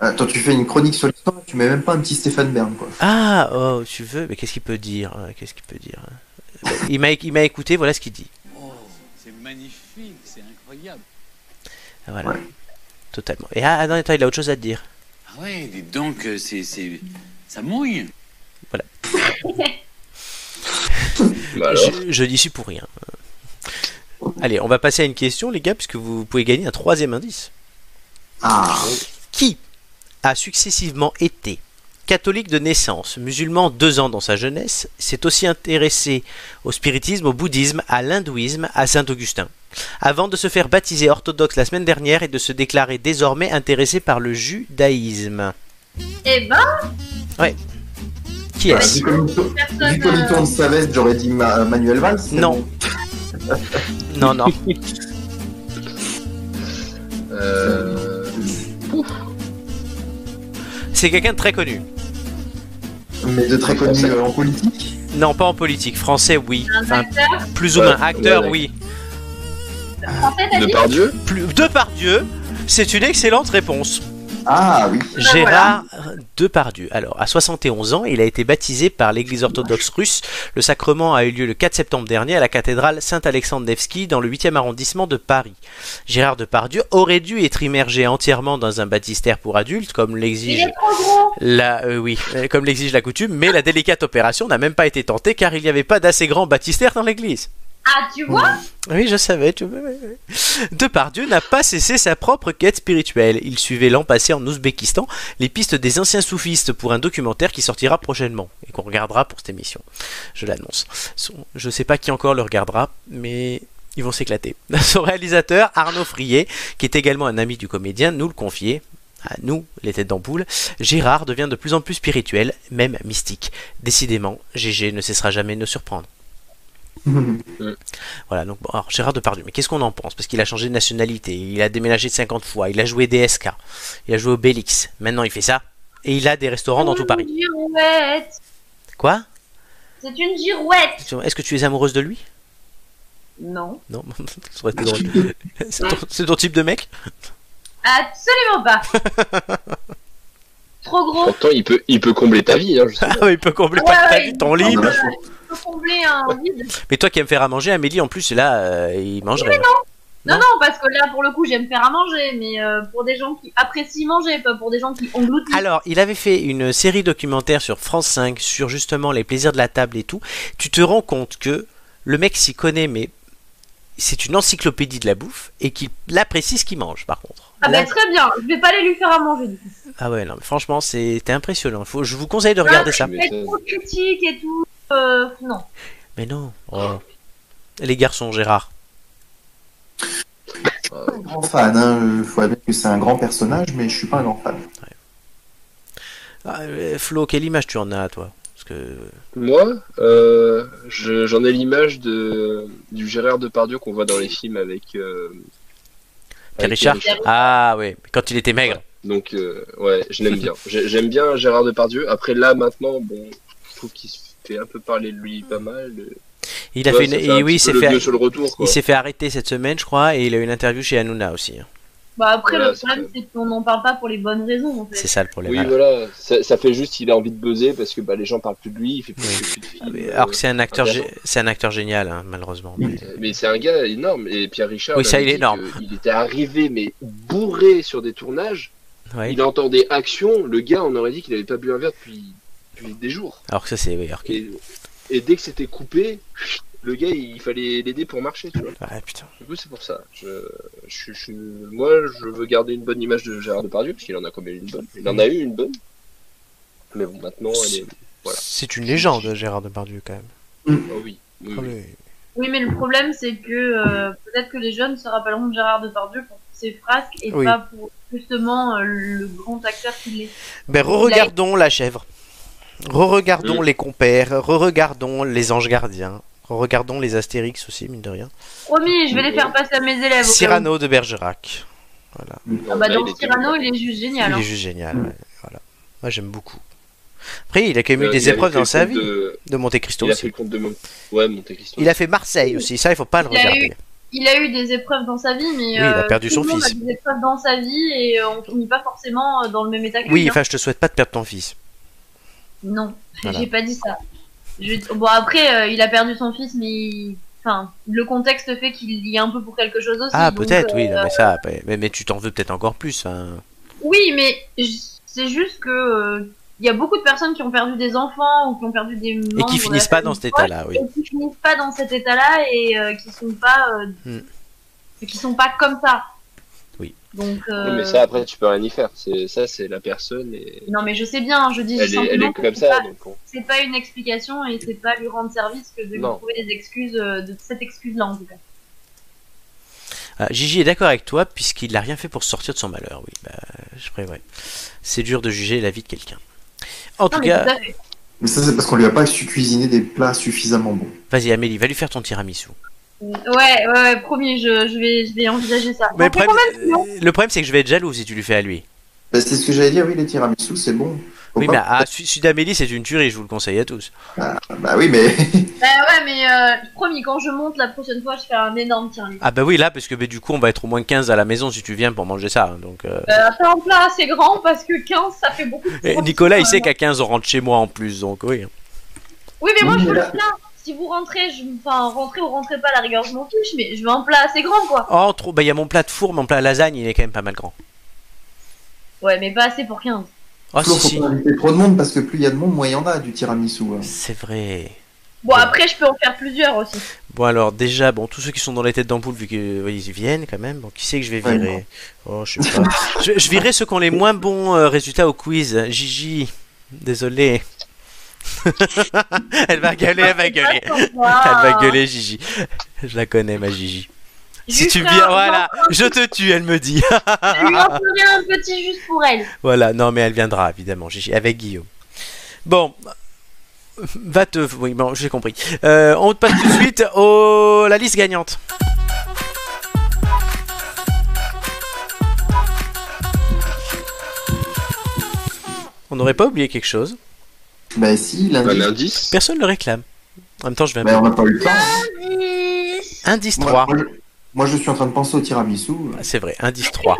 [SPEAKER 2] Attends, tu fais une chronique sur l'histoire, tu mets même pas un petit Stéphane Bern, quoi.
[SPEAKER 1] Ah, oh, tu veux Mais qu'est-ce qu'il peut dire euh, Qu'est-ce qu'il peut dire Bah, Il m'a il m'a écouté, voilà ce qu'il dit.
[SPEAKER 5] Oh, c'est magnifique, c'est incroyable.
[SPEAKER 1] Ah, Voilà.
[SPEAKER 2] Ouais.
[SPEAKER 1] Totalement. Et ah, ah, non, attends, il a autre chose à te dire.
[SPEAKER 5] Ah ouais, dites donc, euh, c'est, c'est, ça mouille.
[SPEAKER 4] Bah alors,
[SPEAKER 1] Je, je n'y suis pour rien. Euh. Allez, on va passer à une question, les gars, puisque vous pouvez gagner un troisième indice.
[SPEAKER 2] Ah,
[SPEAKER 1] Qui a successivement été catholique de naissance, musulman deux ans dans sa jeunesse, s'est aussi intéressé au spiritisme, au bouddhisme, à l'hindouisme, à Saint-Augustin, avant de se faire baptiser orthodoxe la semaine dernière et de se déclarer désormais intéressé par le judaïsme.
[SPEAKER 3] Eh ben,
[SPEAKER 1] Qui
[SPEAKER 2] bah,
[SPEAKER 1] est-ce
[SPEAKER 2] vu comme il tourne- vu comme il tourne
[SPEAKER 3] personne. euh,
[SPEAKER 2] sa veste, j'aurais dit Ma- Manuel Valls. mais
[SPEAKER 1] Non.
[SPEAKER 2] bon.
[SPEAKER 1] Non, non.
[SPEAKER 4] euh,
[SPEAKER 1] C'est quelqu'un de très connu.
[SPEAKER 2] Mais de très connu euh, en politique.
[SPEAKER 1] Non, pas en politique. Français, oui.
[SPEAKER 3] Un
[SPEAKER 1] Enfin,
[SPEAKER 3] acteur
[SPEAKER 1] plus ou
[SPEAKER 4] Ouais,
[SPEAKER 1] moins. Acteur,
[SPEAKER 4] ouais,
[SPEAKER 1] oui.
[SPEAKER 3] français, t'as
[SPEAKER 4] de
[SPEAKER 3] dit
[SPEAKER 4] par Dieu
[SPEAKER 1] Plus... Depardieu, c'est une excellente réponse.
[SPEAKER 2] Ah
[SPEAKER 1] *laughs*
[SPEAKER 2] oui.
[SPEAKER 3] Ben
[SPEAKER 1] Gérard Depardieu. Alors, à 71 ans, il a été baptisé par l'église orthodoxe russe. Le sacrement a eu lieu le 4 septembre dernier à la cathédrale Saint-Alexandre Nevski dans le 8e arrondissement de Paris. Gérard Depardieu aurait dû être immergé entièrement dans un baptistère pour adultes, comme
[SPEAKER 3] Il
[SPEAKER 1] l'exige
[SPEAKER 3] est trop gros
[SPEAKER 1] la, euh, oui, euh, comme l'exige la coutume, mais la délicate opération n'a même pas été tentée car il n'y avait pas d'assez grand baptistère dans l'église.
[SPEAKER 3] Ah, tu vois
[SPEAKER 1] Oui, je savais. Tu... Depardieu n'a pas cessé sa propre quête spirituelle. Il suivait l'an passé en Ouzbékistan les pistes des anciens soufistes pour un documentaire qui sortira prochainement et qu'on regardera pour cette émission. Je l'annonce. Son- Je sais pas qui encore le regardera, mais ils vont s'éclater. *laughs* Son réalisateur, Arnaud Frier, qui est également un ami du comédien, nous le confiait. À nous, les têtes d'ampoule, Gérard devient de plus en plus spirituel, même mystique. Décidément, GG ne cessera jamais de nous surprendre. Voilà, donc bon, alors Gérard Depardieu, mais qu'est-ce qu'on en pense Parce qu'il a changé de nationalité, il a déménagé 50 fois, il a joué DSK, il a joué au Bélix, maintenant il fait ça, et il a des restaurants dans tout Paris.
[SPEAKER 3] C'est une girouette
[SPEAKER 1] Quoi
[SPEAKER 3] C'est une girouette
[SPEAKER 1] Est-ce que tu es amoureuse de lui
[SPEAKER 3] Non.
[SPEAKER 1] Non, *laughs* ça aurait été drôle. C'est ton, c'est ton type de mec
[SPEAKER 3] Absolument pas
[SPEAKER 1] *laughs*
[SPEAKER 3] Trop gros
[SPEAKER 4] Pourtant, il peut, il peut combler ta vie, hein, je sais.
[SPEAKER 1] *laughs* Ah, mais il peut combler pas
[SPEAKER 3] Ouais,
[SPEAKER 1] ta
[SPEAKER 3] ouais,
[SPEAKER 1] vie, ton
[SPEAKER 3] il-
[SPEAKER 1] lit.
[SPEAKER 3] Non,
[SPEAKER 2] Ah,
[SPEAKER 3] mais-
[SPEAKER 2] bah,
[SPEAKER 3] Faut combler un hein, vide
[SPEAKER 1] Mais toi qui aimes faire à manger, Amélie, en plus, là, euh, il mangerait.
[SPEAKER 3] Non,
[SPEAKER 1] Non.
[SPEAKER 3] non, parce que là, pour le coup, j'aime faire à manger, mais euh, pour des gens qui apprécient manger, pas pour des gens qui engloutissent.
[SPEAKER 1] Alors, il avait fait une série documentaire sur France 5 sur justement les plaisirs de la table et tout. Tu te rends compte que le mec s'y connaît, mais c'est une encyclopédie de la bouffe et qu'il apprécie ce qu'il mange, par contre.
[SPEAKER 3] Ah
[SPEAKER 1] Là-
[SPEAKER 3] bah très bien, je vais pas aller lui faire à manger du coup.
[SPEAKER 1] ah ouais, non, mais franchement, c'était impressionnant. Faut, je vous conseille de regarder
[SPEAKER 3] Ah,
[SPEAKER 1] ça.
[SPEAKER 4] mais-
[SPEAKER 3] Être trop critique et tout, euh, non.
[SPEAKER 1] Mais non. oh. Les garçons, Gérard.
[SPEAKER 4] Euh,
[SPEAKER 2] je suis pas un grand fan. Hein. euh, Faut admettre que c'est un grand personnage, mais je suis pas un grand fan.
[SPEAKER 1] Ah, euh, Flo, quelle image tu en as, toi Parce que...
[SPEAKER 4] Ah, Moi, euh, je- j'en ai l'image de du Gérard Depardieu qu'on voit dans les films avec. Euh,
[SPEAKER 1] Pierre
[SPEAKER 4] avec euh,
[SPEAKER 1] Richard Ah ouais, quand il était maigre.
[SPEAKER 4] Donc, euh, ouais, je l'aime bien. J'ai- J'aime bien Gérard Depardieu. Après, là, maintenant, bon, je trouve qu'il se fait un peu parler de lui pas mal.
[SPEAKER 1] Il a
[SPEAKER 4] Ouais,
[SPEAKER 1] fait une...
[SPEAKER 4] ça
[SPEAKER 1] et
[SPEAKER 4] un
[SPEAKER 1] oui, il
[SPEAKER 4] petit peu
[SPEAKER 1] s'est
[SPEAKER 4] le
[SPEAKER 1] fait...
[SPEAKER 4] vieux sur le retour, quoi.
[SPEAKER 1] il s'est fait arrêter cette semaine, je crois, et il a eu une interview chez Hanouna aussi. hein.
[SPEAKER 3] Bah après,
[SPEAKER 4] Voilà,
[SPEAKER 3] le problème,
[SPEAKER 4] c'est
[SPEAKER 3] c'est qu'on n'en parle pas pour les bonnes raisons, en
[SPEAKER 1] C'est
[SPEAKER 3] fait.
[SPEAKER 1] ça le problème.
[SPEAKER 4] Oui,
[SPEAKER 1] Alors.
[SPEAKER 4] voilà. Ça, ça fait juste, il a envie de buzzer parce que bah, les gens parlent plus de lui. Il fait plus,
[SPEAKER 1] Oui.
[SPEAKER 4] il fait plus de films,
[SPEAKER 1] Ah, mais
[SPEAKER 4] euh,
[SPEAKER 1] Alors que c'est un acteur,
[SPEAKER 4] intéressant.
[SPEAKER 1] gé- c'est un acteur génial, hein, malheureusement. mais-
[SPEAKER 4] Mais c'est un gars énorme. Et Pierre Richard.
[SPEAKER 1] Oui, ça,
[SPEAKER 4] m'avait
[SPEAKER 1] il est
[SPEAKER 4] dit
[SPEAKER 1] énorme.
[SPEAKER 4] que Il était arrivé, mais bourré sur des tournages.
[SPEAKER 1] Ouais.
[SPEAKER 4] Il entendait action, le gars, on aurait dit qu'il avait pas bu un verre depuis, depuis des jours.
[SPEAKER 1] Alors que ça, c'est. oui, alors que-
[SPEAKER 4] Et, et dès que c'était coupé, le gars, il fallait l'aider pour marcher, tu vois.
[SPEAKER 1] Ah, putain.
[SPEAKER 4] Du coup, c'est pour ça. Je, je, je- moi, je veux garder une bonne image de Gérard Depardieu, parce qu'il en a quand même une bonne. Il en a eu une bonne. Mais bon, maintenant, elle est... Voilà.
[SPEAKER 1] C'est une légende, Gérard Depardieu, quand même.
[SPEAKER 4] Ah oui. oui, oui.
[SPEAKER 3] Oui, mais le problème, c'est que euh, peut-être que les jeunes se rappelleront de Gérard Depardieu pour ses frasques et
[SPEAKER 1] Oui.
[SPEAKER 3] pas pour justement euh, le grand acteur qu'il est.
[SPEAKER 1] Ben, re-regardons la chèvre. Re-regardons les compères. Re-regardons les anges gardiens. Re-regardons les Astérix aussi, mine de rien.
[SPEAKER 3] Promis, je vais les faire passer à mes
[SPEAKER 1] Ah,
[SPEAKER 3] élèves. au cas où.
[SPEAKER 1] Cyrano de Bergerac.
[SPEAKER 4] Non,
[SPEAKER 3] Ah bah
[SPEAKER 4] là,
[SPEAKER 3] dans
[SPEAKER 4] il était-
[SPEAKER 3] Cyrano, il est juste génial.
[SPEAKER 1] Il
[SPEAKER 3] hein.
[SPEAKER 1] est juste génial.
[SPEAKER 4] Mm.
[SPEAKER 1] ouais. Voilà. Moi, j'aime beaucoup. Après, il a quand même eu
[SPEAKER 4] Euh,
[SPEAKER 1] des
[SPEAKER 4] il a
[SPEAKER 1] épreuves
[SPEAKER 4] fait le
[SPEAKER 1] dans sa
[SPEAKER 4] compte
[SPEAKER 1] vie.
[SPEAKER 4] de-
[SPEAKER 1] De Monte Cristo
[SPEAKER 4] Il a fait
[SPEAKER 1] aussi.
[SPEAKER 4] le compte de Mon- Ouais, Monte Cristo.
[SPEAKER 1] Il a fait Marseille aussi. Ça, il faut pas le
[SPEAKER 3] Il a eu-
[SPEAKER 1] regarder.
[SPEAKER 3] il a eu des épreuves dans sa vie, mais euh,
[SPEAKER 1] il a perdu
[SPEAKER 3] tout le
[SPEAKER 1] son
[SPEAKER 3] monde
[SPEAKER 1] fils.
[SPEAKER 3] A des épreuves dans sa vie et euh, on finit pas forcément euh, dans le même état que
[SPEAKER 1] Oui,
[SPEAKER 3] lui, hein.
[SPEAKER 1] enfin, je te souhaite pas de perdre ton fils.
[SPEAKER 3] Non,
[SPEAKER 1] Voilà.
[SPEAKER 3] j'ai pas dit ça. Je- Bon après, euh, il a perdu son fils, mais il- enfin, le contexte fait qu'il y est un peu pour quelque chose aussi.
[SPEAKER 1] Ah,
[SPEAKER 3] donc,
[SPEAKER 1] peut-être,
[SPEAKER 3] euh,
[SPEAKER 1] oui, non, mais ça, après- mais, mais tu t'en veux peut-être encore plus. hein.
[SPEAKER 3] Oui, mais j- c'est juste que euh, il y a beaucoup de personnes qui ont perdu des enfants ou qui ont perdu des
[SPEAKER 1] Et qui finissent pas dans cet état-là, oui.
[SPEAKER 3] et qui finissent pas dans cet état-là et euh, qui sont pas euh, qui sont pas comme ça.
[SPEAKER 1] Hmm. Oui.
[SPEAKER 3] Donc euh,
[SPEAKER 4] Oui, mais ça, après, tu peux rien y faire. C'est, ça, c'est la personne et
[SPEAKER 3] non, mais je sais bien, je dis
[SPEAKER 4] elle est, elle
[SPEAKER 3] simplement
[SPEAKER 4] est
[SPEAKER 3] que
[SPEAKER 4] comme
[SPEAKER 3] c'est
[SPEAKER 4] ça.
[SPEAKER 3] pas-
[SPEAKER 4] Donc, on-
[SPEAKER 3] C'est pas une explication et c'est pas lui rendre service que de
[SPEAKER 4] Non.
[SPEAKER 3] lui trouver des excuses euh, de cette excuse-là en tout cas.
[SPEAKER 1] Ah, Gigi est d'accord avec toi, puisqu'il n'a rien fait pour sortir de son malheur, oui. Bah, je ferais, ouais. C'est dur de juger la vie de quelqu'un. En tout
[SPEAKER 3] Non, mais
[SPEAKER 1] cas,
[SPEAKER 3] tout à fait.
[SPEAKER 2] Mais ça, c'est parce qu'on lui a pas su cuisiner des plats suffisamment bons.
[SPEAKER 1] vas-y, Amélie, va lui faire ton tiramisu.
[SPEAKER 3] Ouais, ouais, ouais, promis, je, je vais, je vais envisager ça.
[SPEAKER 1] Mais le
[SPEAKER 3] Après, quand même,
[SPEAKER 1] problème, euh, le problème, c'est que je vais être jaloux si tu lui fais à lui.
[SPEAKER 2] Bah, c'est ce que j'allais dire, oui, les tiramisu, c'est bon. Faut
[SPEAKER 1] Oui,
[SPEAKER 2] pas-
[SPEAKER 1] mais à Su- Sud Amélie, c'est une tuerie, je vous le conseille à tous.
[SPEAKER 2] Bah oui, mais.
[SPEAKER 3] Bah ouais, mais euh, promis, quand je monte la prochaine fois, je fais un énorme tiramisu.
[SPEAKER 1] Ah bah oui, là, parce que bah, du coup, on va être au moins 15 à la maison si tu viens pour manger ça. hein, Donc, euh,
[SPEAKER 3] Euh, après, un plat assez grand parce que 15, ça fait beaucoup. de
[SPEAKER 1] Et
[SPEAKER 3] tiramisu,
[SPEAKER 1] Eh, Nicolas, il
[SPEAKER 3] euh,
[SPEAKER 1] sait qu'à 15, on rentre chez moi en plus, donc oui.
[SPEAKER 3] Oui, mais moi,
[SPEAKER 2] Oui,
[SPEAKER 3] je
[SPEAKER 1] Mmh.
[SPEAKER 3] veux
[SPEAKER 2] mais
[SPEAKER 3] le plat. Si vous rentrez, je... enfin, rentrez ou rentrez pas, à la rigueur, je m'en fiche, mais je veux un plat assez grand, quoi.
[SPEAKER 1] Oh, trop... bah, il y a mon plat de four, mon plat à lasagne, il est quand même pas mal grand.
[SPEAKER 3] Ouais, mais pas assez pour 15.
[SPEAKER 2] *laughs*
[SPEAKER 1] Oh,
[SPEAKER 2] Flo,
[SPEAKER 1] si,
[SPEAKER 2] faut
[SPEAKER 1] si.
[SPEAKER 2] pas inviter trop de monde parce que plus il y a de monde, moins il y en a du tiramisu. hein.
[SPEAKER 1] C'est vrai.
[SPEAKER 3] Bon,
[SPEAKER 1] Ouais.
[SPEAKER 3] après, je peux en faire plusieurs aussi.
[SPEAKER 1] Bon, alors, déjà, bon, tous ceux qui sont dans les têtes d'ampoule, vu qu'ils viennent quand même, bon, qui sait que je vais
[SPEAKER 2] Ouais,
[SPEAKER 1] virer Oh, je sais
[SPEAKER 2] *laughs*
[SPEAKER 1] pas. je, je virerai ceux qui ont les moins bons euh, résultats au quiz. Gigi, désolé. *laughs* elle va gueuler, elle va gueuler. *laughs*
[SPEAKER 3] Ah.
[SPEAKER 1] Elle va gueuler, Gigi. Je la connais, ma Gigi. Si tu viens, voilà, je te tue, elle me dit.
[SPEAKER 3] Je lui en ferai un petit juste pour elle.
[SPEAKER 1] Voilà, non, mais elle viendra, évidemment, Gigi, avec Guillaume. Bon, va te. Oui, bon, j'ai compris. Euh, on passe tout de suite au... la liste gagnante. On n'aurait pas oublié quelque chose.
[SPEAKER 2] Bah si,
[SPEAKER 4] un
[SPEAKER 2] lundi.
[SPEAKER 4] indice.
[SPEAKER 1] Personne ne le réclame. En même temps, je vais un
[SPEAKER 2] Bah,
[SPEAKER 1] peu.
[SPEAKER 2] on n'a pas eu le temps.
[SPEAKER 1] Indice
[SPEAKER 2] Moi,
[SPEAKER 1] 3.
[SPEAKER 2] moi, je... moi, je suis en train de penser
[SPEAKER 1] *laughs*
[SPEAKER 2] au tiramisu.
[SPEAKER 1] Ah, C'est vrai, indice 3.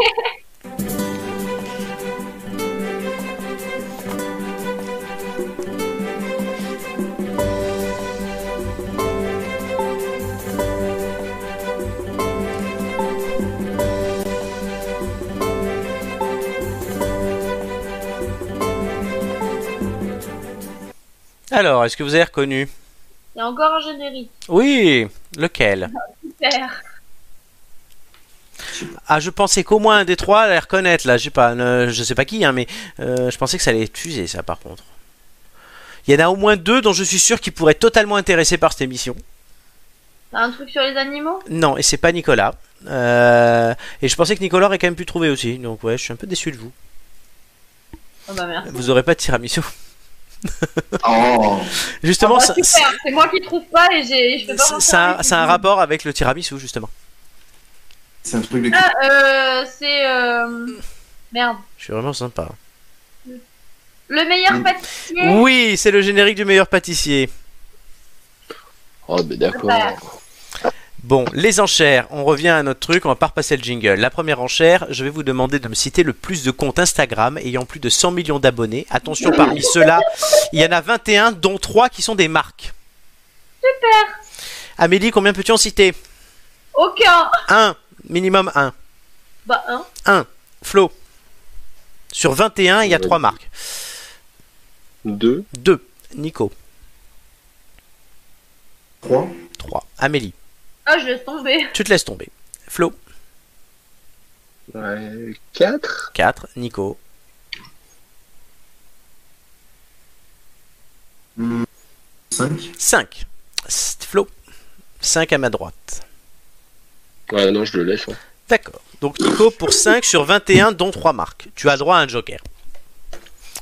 [SPEAKER 1] Alors, est-ce que vous avez reconnu
[SPEAKER 3] Il y a encore un générique.
[SPEAKER 1] Oui, lequel
[SPEAKER 3] Super.
[SPEAKER 1] Ah, je pensais qu'au moins un des trois allait reconnaître, là, je sais pas, ne- je sais pas qui, hein, mais euh, je pensais que ça allait être fusé, ça, par contre. Il y en a au moins deux dont je suis sûr qu'ils pourraient être totalement intéressés par cette émission.
[SPEAKER 3] T'as un truc sur les animaux
[SPEAKER 1] Non, et c'est pas Nicolas. Euh, et je pensais que Nicolas aurait quand même pu trouver aussi, donc ouais, je suis un peu déçu de vous.
[SPEAKER 3] Oh bah merde.
[SPEAKER 1] Vous aurez pas de tiramisu. *laughs*
[SPEAKER 2] Oh,
[SPEAKER 1] Justement,
[SPEAKER 3] Ah
[SPEAKER 1] ça-
[SPEAKER 3] bah, super, c'est moi qui trouve pas et, j'ai- je peux pas
[SPEAKER 1] ça-
[SPEAKER 3] m'en
[SPEAKER 1] ça
[SPEAKER 3] servir.
[SPEAKER 1] ça a un rapport avec le tiramisu, justement.
[SPEAKER 2] c'est un truc de.
[SPEAKER 3] Ah, euh, c'est. euh, Merde.
[SPEAKER 1] Je suis vraiment sympa.
[SPEAKER 3] Le meilleur pâtissier.
[SPEAKER 1] Mm. Oui, c'est le générique du meilleur pâtissier.
[SPEAKER 4] Oh, mais d'accord.
[SPEAKER 3] Voilà.
[SPEAKER 1] Bon, les enchères, on revient à notre truc, on va pas repasser le jingle. La première enchère, je vais vous demander de me citer le plus de comptes Instagram ayant plus de 100 millions d'abonnés. Attention, parmi ceux-là, il y en a 21, dont 3 qui sont des marques. Super Amélie, combien peux-tu en citer
[SPEAKER 3] Aucun.
[SPEAKER 1] 1, minimum 1.
[SPEAKER 3] Bah, un.
[SPEAKER 1] Flo, sur 21, il y a 3 marques.
[SPEAKER 4] Deux.
[SPEAKER 1] 2, Nico.
[SPEAKER 2] 3.
[SPEAKER 1] 3, Amélie.
[SPEAKER 3] Ah, je laisse tomber.
[SPEAKER 1] Tu te laisses tomber. Flo,
[SPEAKER 4] Ouais, quatre.
[SPEAKER 1] 4, Nico.
[SPEAKER 2] Hmm, 5.
[SPEAKER 1] 5, Flo. 5 à ma droite.
[SPEAKER 4] Ouais, non, je le laisse. hein.
[SPEAKER 1] D'accord. Donc Nico pour 5 sur 21 dont 3 marques. Tu as droit à un joker.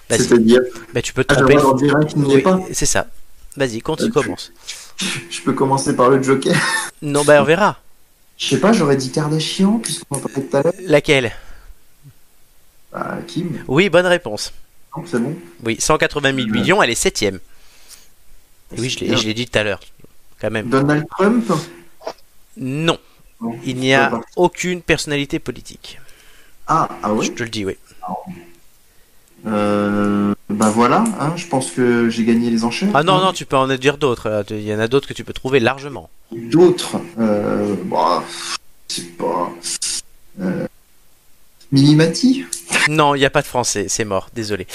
[SPEAKER 1] Vas-y.
[SPEAKER 2] C'est-à-dire.
[SPEAKER 1] Bah, tu peux te
[SPEAKER 2] Ah,
[SPEAKER 1] tromper.
[SPEAKER 2] j'aimerais en dire un qui n'y est
[SPEAKER 1] Oui,
[SPEAKER 2] pas.
[SPEAKER 1] c'est ça. Vas-y, quand
[SPEAKER 2] Euh,
[SPEAKER 1] il
[SPEAKER 2] tu-
[SPEAKER 1] commence.
[SPEAKER 2] Je peux commencer par le Joker.
[SPEAKER 1] Non, bah on verra.
[SPEAKER 2] Je sais pas, j'aurais dit Kardashian, puisqu'on en parlait tout à l'heure.
[SPEAKER 1] Laquelle
[SPEAKER 2] Bah, Kim,
[SPEAKER 1] Oui, bonne réponse.
[SPEAKER 2] non, c'est bon.
[SPEAKER 1] Oui, 180 000 millions, elle est 7ème. Oui, je l'ai
[SPEAKER 2] Euh, Bien. euh,
[SPEAKER 1] je l'ai dit tout à l'heure. Quand même.
[SPEAKER 2] Donald Trump
[SPEAKER 1] Non.
[SPEAKER 2] Non.
[SPEAKER 1] Il n'y a aucune personnalité politique.
[SPEAKER 2] Ah, ah
[SPEAKER 1] Je
[SPEAKER 2] oui.
[SPEAKER 1] te le dis, oui.
[SPEAKER 2] Euh, bah voilà, hein, je pense que j'ai gagné les enchères.
[SPEAKER 1] Ah non, non, tu peux en dire d'autres. là. Il y en a d'autres que tu peux trouver largement.
[SPEAKER 2] D'autres, euh, bah, je sais pas. Euh, Minimati
[SPEAKER 1] Non, il n'y a pas de français, c'est mort, désolé.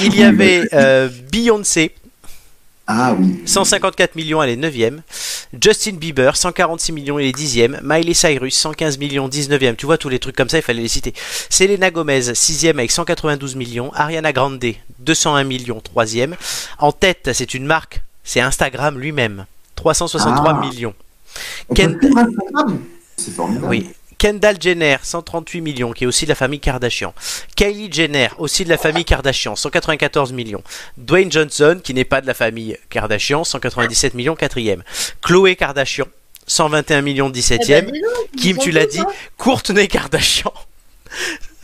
[SPEAKER 1] Il y
[SPEAKER 2] bah,
[SPEAKER 1] avait euh, Beyoncé,
[SPEAKER 2] Ah oui.
[SPEAKER 1] 154 millions, elle est 9ème. Justin Bieber, 146 millions, il est 10ème. Miley Cyrus, 115 millions, 19ème. Tu vois, tous les trucs comme ça, il fallait les citer. Selena Gomez, 6ème avec 192 millions. Ariana Grande, 201 millions, 3ème. En tête, c'est une marque, c'est Instagram lui-même, 363
[SPEAKER 2] Ah.
[SPEAKER 1] millions.
[SPEAKER 2] On
[SPEAKER 1] Quel-
[SPEAKER 2] peut suivre Instagram C'est formidable.
[SPEAKER 1] Oui. Kendall Jenner, 138 millions, qui est aussi de la famille Kardashian. Kylie Jenner, aussi de la famille Kardashian, 194 millions. Dwayne Johnson, qui n'est pas de la famille Kardashian, 197 millions, quatrième. Chloé Kardashian, 121 millions,
[SPEAKER 3] Eh ben,
[SPEAKER 1] 17e. Kim, tu l'as dit.
[SPEAKER 3] hein.
[SPEAKER 1] Courtenay Kardashian,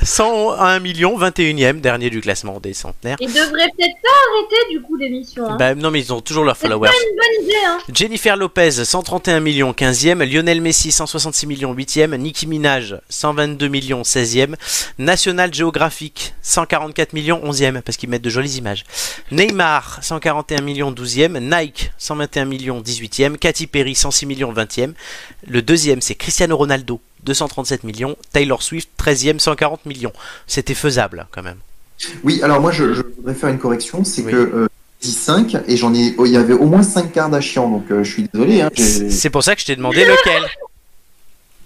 [SPEAKER 1] 101 millions, 21e, dernier du classement des centenaires.
[SPEAKER 3] Ils devraient peut-être pas arrêter du coup l'émission. Hein.
[SPEAKER 1] Bah, non, mais ils ont toujours leurs
[SPEAKER 3] c'est pas une
[SPEAKER 1] followers.
[SPEAKER 3] bonne idée. Hein.
[SPEAKER 1] Jennifer Lopez, 131 millions, 15e. Lionel Messi, 166 millions, 8e. Nicki Minaj, 122 millions, 16e. National Geographic, 144 millions, 11e, parce qu'ils mettent de jolies images. Neymar, 141 millions, 12e. Nike, 121 millions, 18e. Katy Perry, 106 millions, 20e. Le deuxième, c'est Cristiano Ronaldo, 237 millions. Taylor Swift, 13e, 140 millions. C'était faisable, quand même.
[SPEAKER 2] Oui, alors moi je, je voudrais faire une correction, c'est
[SPEAKER 1] Oui.
[SPEAKER 2] que euh, j'ai dit 5 et j'en ai, oh, il y avait au moins 5 Kardashian, donc euh, je suis désolé. Hein, j'ai-
[SPEAKER 1] C'est pour ça que je t'ai demandé lequel.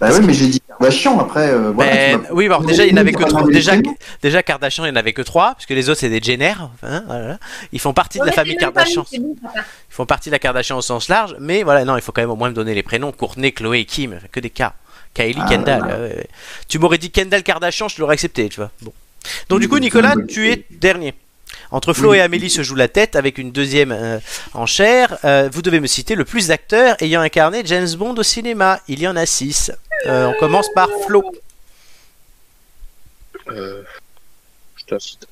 [SPEAKER 2] bah ouais, mais j'ai dit Kardashian après. euh, voilà, tu
[SPEAKER 1] Ben,
[SPEAKER 2] m'as-
[SPEAKER 1] oui, alors déjà, il n'y en avait que
[SPEAKER 2] Ah,
[SPEAKER 1] trois.
[SPEAKER 2] mais
[SPEAKER 1] Déjà,
[SPEAKER 2] vraiment.
[SPEAKER 1] déjà, Kardashian, il n'y en avait que trois, parce que les autres, c'est des Jenner. hein, voilà. Ils font partie de
[SPEAKER 3] Ouais,
[SPEAKER 1] la famille
[SPEAKER 3] c'est une famille,
[SPEAKER 1] Kardashian.
[SPEAKER 3] c'est bon, ça part.
[SPEAKER 1] Ils font partie de la Kardashian au sens large, mais voilà, non, il faut quand même au moins me donner les prénoms. Courtney, Chloé, Kim, que des cas. Kylie,
[SPEAKER 2] Ah,
[SPEAKER 1] Kendall.
[SPEAKER 2] voilà.
[SPEAKER 1] ouais, ouais. Tu m'aurais dit Kendall Kardashian, je l'aurais accepté, tu vois. Bon. Donc, du coup,
[SPEAKER 2] Oui,
[SPEAKER 1] Nicolas,
[SPEAKER 2] oui.
[SPEAKER 1] tu es dernier. Entre Flo
[SPEAKER 2] Oui.
[SPEAKER 1] et Amélie se joue la tête avec une deuxième euh, enchère. Euh, vous devez me citer le plus d'acteurs ayant incarné James Bond au cinéma. Il y en a six. Euh, on commence par Flo.
[SPEAKER 4] Euh, je t'en cite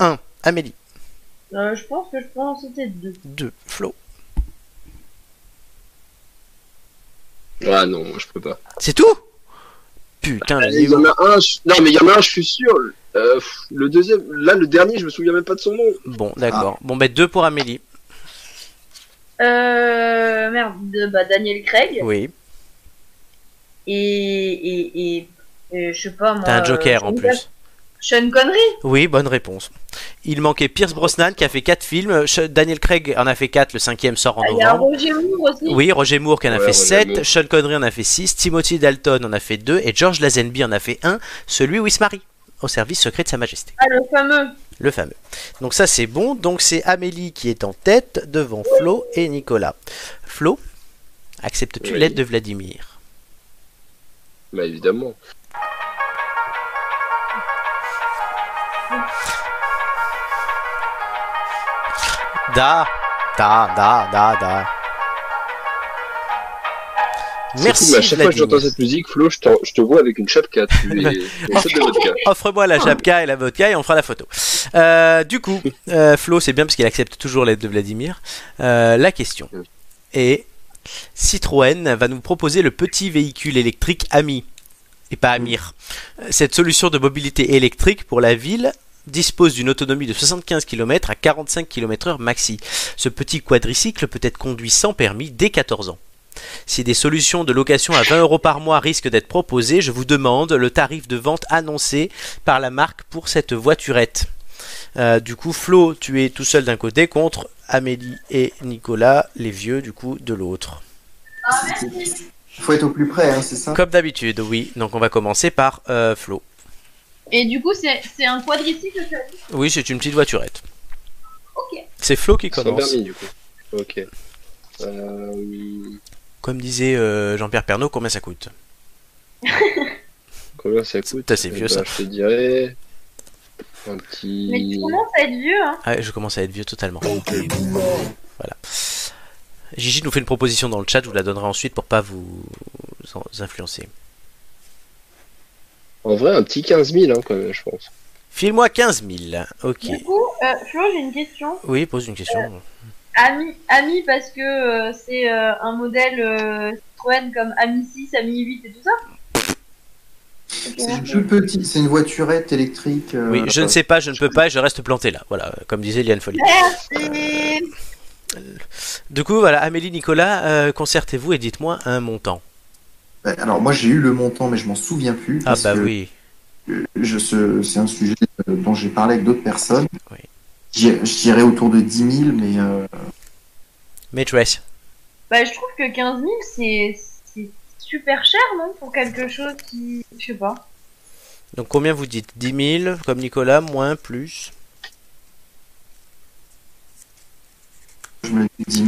[SPEAKER 4] un.
[SPEAKER 1] Amélie.
[SPEAKER 3] Euh, je pense que je pourrais en citer deux.
[SPEAKER 1] 2. Flo.
[SPEAKER 4] Ah non, moi, je peux pas.
[SPEAKER 1] C'est tout Putain, la
[SPEAKER 4] Ah, Il y en a un, je- non mais il y en a un, je suis sûr. Euh, pff, le deuxième, là le dernier, je me souviens même Ah. pas de son nom.
[SPEAKER 1] Bon, d'accord. Bon, ben 2 pour Amélie.
[SPEAKER 3] Euh, merde, de- bah, Daniel Craig
[SPEAKER 1] Oui.
[SPEAKER 3] et, et, et, et je sais pas moi.
[SPEAKER 1] T'as un
[SPEAKER 3] euh,
[SPEAKER 1] joker en
[SPEAKER 3] Sean-
[SPEAKER 1] plus.
[SPEAKER 3] Sean Connery
[SPEAKER 1] Oui, bonne réponse. Il manquait Pierce Brosnan qui a fait 4 films. Ch- Daniel Craig en a fait 4, le cinquième sort en
[SPEAKER 3] Ah, Il y a
[SPEAKER 1] novembre.
[SPEAKER 3] Roger Moore aussi.
[SPEAKER 1] Oui, Roger Moore qui en a
[SPEAKER 4] Ouais,
[SPEAKER 1] fait
[SPEAKER 4] Roger
[SPEAKER 1] 7,
[SPEAKER 4] Moore.
[SPEAKER 1] Sean Connery en a fait 6, Timothy Dalton en a fait 2 et George Lazenby en a fait 1, celui où il se marie, au service secret de Sa Majesté,
[SPEAKER 3] Ah, le fameux.
[SPEAKER 1] le fameux. Donc ça c'est bon, donc c'est Amélie qui est en tête devant Flo et Nicolas. Flo, acceptes-tu
[SPEAKER 4] Oui.
[SPEAKER 1] l'aide de Vladimir
[SPEAKER 4] Bah évidemment.
[SPEAKER 1] Da, da, da, da, da.
[SPEAKER 4] C'est
[SPEAKER 1] Merci.
[SPEAKER 4] cool, mais à chaque fois que j'entends
[SPEAKER 1] Vladimir.
[SPEAKER 4] cette musique, Flo, je, t'en- je te vois avec une
[SPEAKER 1] *laughs*
[SPEAKER 4] chapka. Tu es une chape de
[SPEAKER 1] Ah,
[SPEAKER 4] vodka.
[SPEAKER 1] Offre-moi la chapka et la vodka et on fera la photo. Euh, du coup, euh, Flo, c'est bien parce qu'il accepte toujours l'aide de Vladimir. Euh, la question
[SPEAKER 4] Oui.
[SPEAKER 1] est Citroën va nous proposer le petit véhicule électrique Ami et pas Amir. Cette solution de mobilité électrique pour la ville dispose d'une autonomie de 75 km à 45 km/h maxi. Ce petit quadricycle peut être conduit sans permis dès 14 ans. Si des solutions de location à 20 euros par mois risquent d'être proposées, je vous demande le tarif de vente annoncé par la marque pour cette voiturette. Euh, du coup, Flo, tu es tout seul d'un côté contre Amélie et Nicolas, les vieux, du coup, de l'autre.
[SPEAKER 2] Faut être au plus près, hein, c'est ça
[SPEAKER 1] Comme d'habitude, oui. Donc, on va commencer par euh, Flo.
[SPEAKER 3] Et du coup, c'est c'est un quadricycle. ça
[SPEAKER 1] Oui, c'est une petite voiturette.
[SPEAKER 3] Ok.
[SPEAKER 1] C'est Flo qui
[SPEAKER 4] Sans
[SPEAKER 1] commence.
[SPEAKER 4] permis du coup. Ok. Euh,
[SPEAKER 1] Comme disait euh, Jean-Pierre Pernaud, combien ça coûte
[SPEAKER 4] combien ça coûte
[SPEAKER 1] Putain, c'est
[SPEAKER 4] Eh
[SPEAKER 1] vieux,
[SPEAKER 4] ben,
[SPEAKER 1] ça.
[SPEAKER 4] Je te dirais un
[SPEAKER 3] Mais tu
[SPEAKER 4] petit.
[SPEAKER 3] commences à être vieux, hein.
[SPEAKER 1] Ah, je commence à être vieux totalement. Voilà. Gigi nous fait une proposition dans le chat, je vous la donnerai ensuite pour pas vous vous influencer.
[SPEAKER 4] En vrai, un petit 15 000 hein, quand même, je pense.
[SPEAKER 1] File-moi 15 000. Ok.
[SPEAKER 3] Du coup, euh, Flo, j'ai une question.
[SPEAKER 1] Oui, pose une question.
[SPEAKER 3] Ami, ami parce que euh, c'est euh, un modèle euh, Citroën comme Ami 6, Ami 8 et tout ça
[SPEAKER 2] C'est une toute petite, c'est une voiturette électrique. euh,
[SPEAKER 1] Oui, je ne sais pas, je ne peux pas et je reste planté là. Voilà, comme disait Liane Folly.
[SPEAKER 3] Et
[SPEAKER 1] Du coup, voilà, Amélie, Nicolas, euh, concertez-vous et dites-moi un montant.
[SPEAKER 2] bah, Alors moi j'ai eu le montant, mais je m'en souviens plus.
[SPEAKER 1] Ah
[SPEAKER 2] parce
[SPEAKER 1] bah
[SPEAKER 2] que,
[SPEAKER 1] oui.
[SPEAKER 2] euh, Je, ce- c'est un sujet euh, dont j'ai parlé avec d'autres personnes.
[SPEAKER 1] Oui.
[SPEAKER 2] J'y- Je dirais autour de 10 000, mais euh,
[SPEAKER 1] Maîtresse.
[SPEAKER 3] bah, je trouve que 15 000, c'est c'est super cher, non Pour quelque chose qui. Je sais pas.
[SPEAKER 1] Donc combien vous dites 10 000, comme Nicolas, moins, plus
[SPEAKER 2] je me dis 10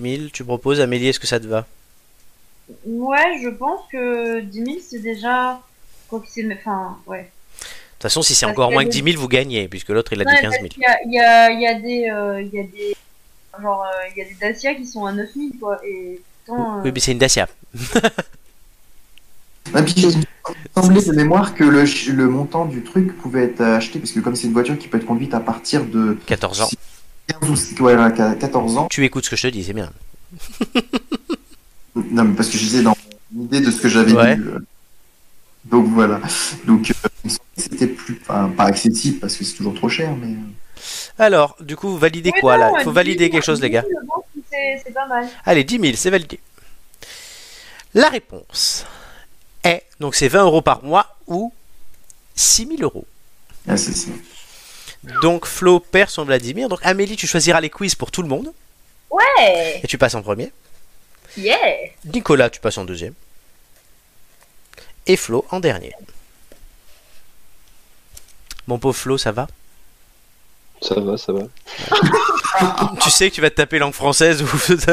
[SPEAKER 2] 000.
[SPEAKER 1] 10 000, tu proposes, Amélie, est-ce que ça te va
[SPEAKER 3] Ouais, je pense que 10 000, c'est déjà. Quoi que c'est. mais Enfin,
[SPEAKER 1] De
[SPEAKER 3] ouais.
[SPEAKER 1] toute façon, si c'est
[SPEAKER 3] Parce
[SPEAKER 1] encore
[SPEAKER 3] que
[SPEAKER 1] moins que
[SPEAKER 3] le-
[SPEAKER 1] 10 000, vous gagnez, puisque l'autre, il a
[SPEAKER 3] Non,
[SPEAKER 1] dit
[SPEAKER 3] mais
[SPEAKER 1] 15 000.
[SPEAKER 3] parce qu'il y a- Il y a, il y a des. euh, Il y a des. Genre, euh, il y a des Dacia qui sont à 9 000, quoi. Et pourtant. euh,
[SPEAKER 1] Oui, mais c'est une Dacia.
[SPEAKER 2] Ah, puis j'ai- il me semblait de mémoire que le, ch- le montant du truc pouvait être acheté, parce que comme c'est une voiture qui peut être conduite à partir de
[SPEAKER 1] 14 ans.
[SPEAKER 2] 15 ou 16 ouais, voilà, 14 ans,
[SPEAKER 1] Tu écoutes ce que je te dis, c'est bien.
[SPEAKER 2] non mais parce que j'étais dans l'idée de ce que j'avais
[SPEAKER 1] Ouais.
[SPEAKER 2] vu. euh. Donc voilà. Donc euh, il me semblait que c'était plus, enfin, pas accessible parce que c'est toujours trop cher, mais. euh,
[SPEAKER 1] Alors, du coup, vous validez
[SPEAKER 3] ouais,
[SPEAKER 1] quoi là
[SPEAKER 3] non,
[SPEAKER 1] Il faut
[SPEAKER 3] 10 000,
[SPEAKER 1] valider quelque chose, les
[SPEAKER 3] 10
[SPEAKER 1] gars.
[SPEAKER 3] 000, Je pense que c'est c'est pas mal.
[SPEAKER 1] Allez, 10 000, c'est validé. La réponse est, donc c'est 20 euros par mois ou 6 000 euros.
[SPEAKER 2] ah, c'est ça.
[SPEAKER 1] Donc Flo perd son Vladimir. Donc Amélie, tu choisiras les quiz pour tout le monde
[SPEAKER 3] Ouais
[SPEAKER 1] et tu passes en premier.
[SPEAKER 3] Yeah
[SPEAKER 1] Nicolas, tu passes en deuxième. Et Flo en dernier. Mon pauvre Flo, ça va
[SPEAKER 4] Ça va, ça va.
[SPEAKER 1] Tu sais que tu vas te taper langue française ou *laughs*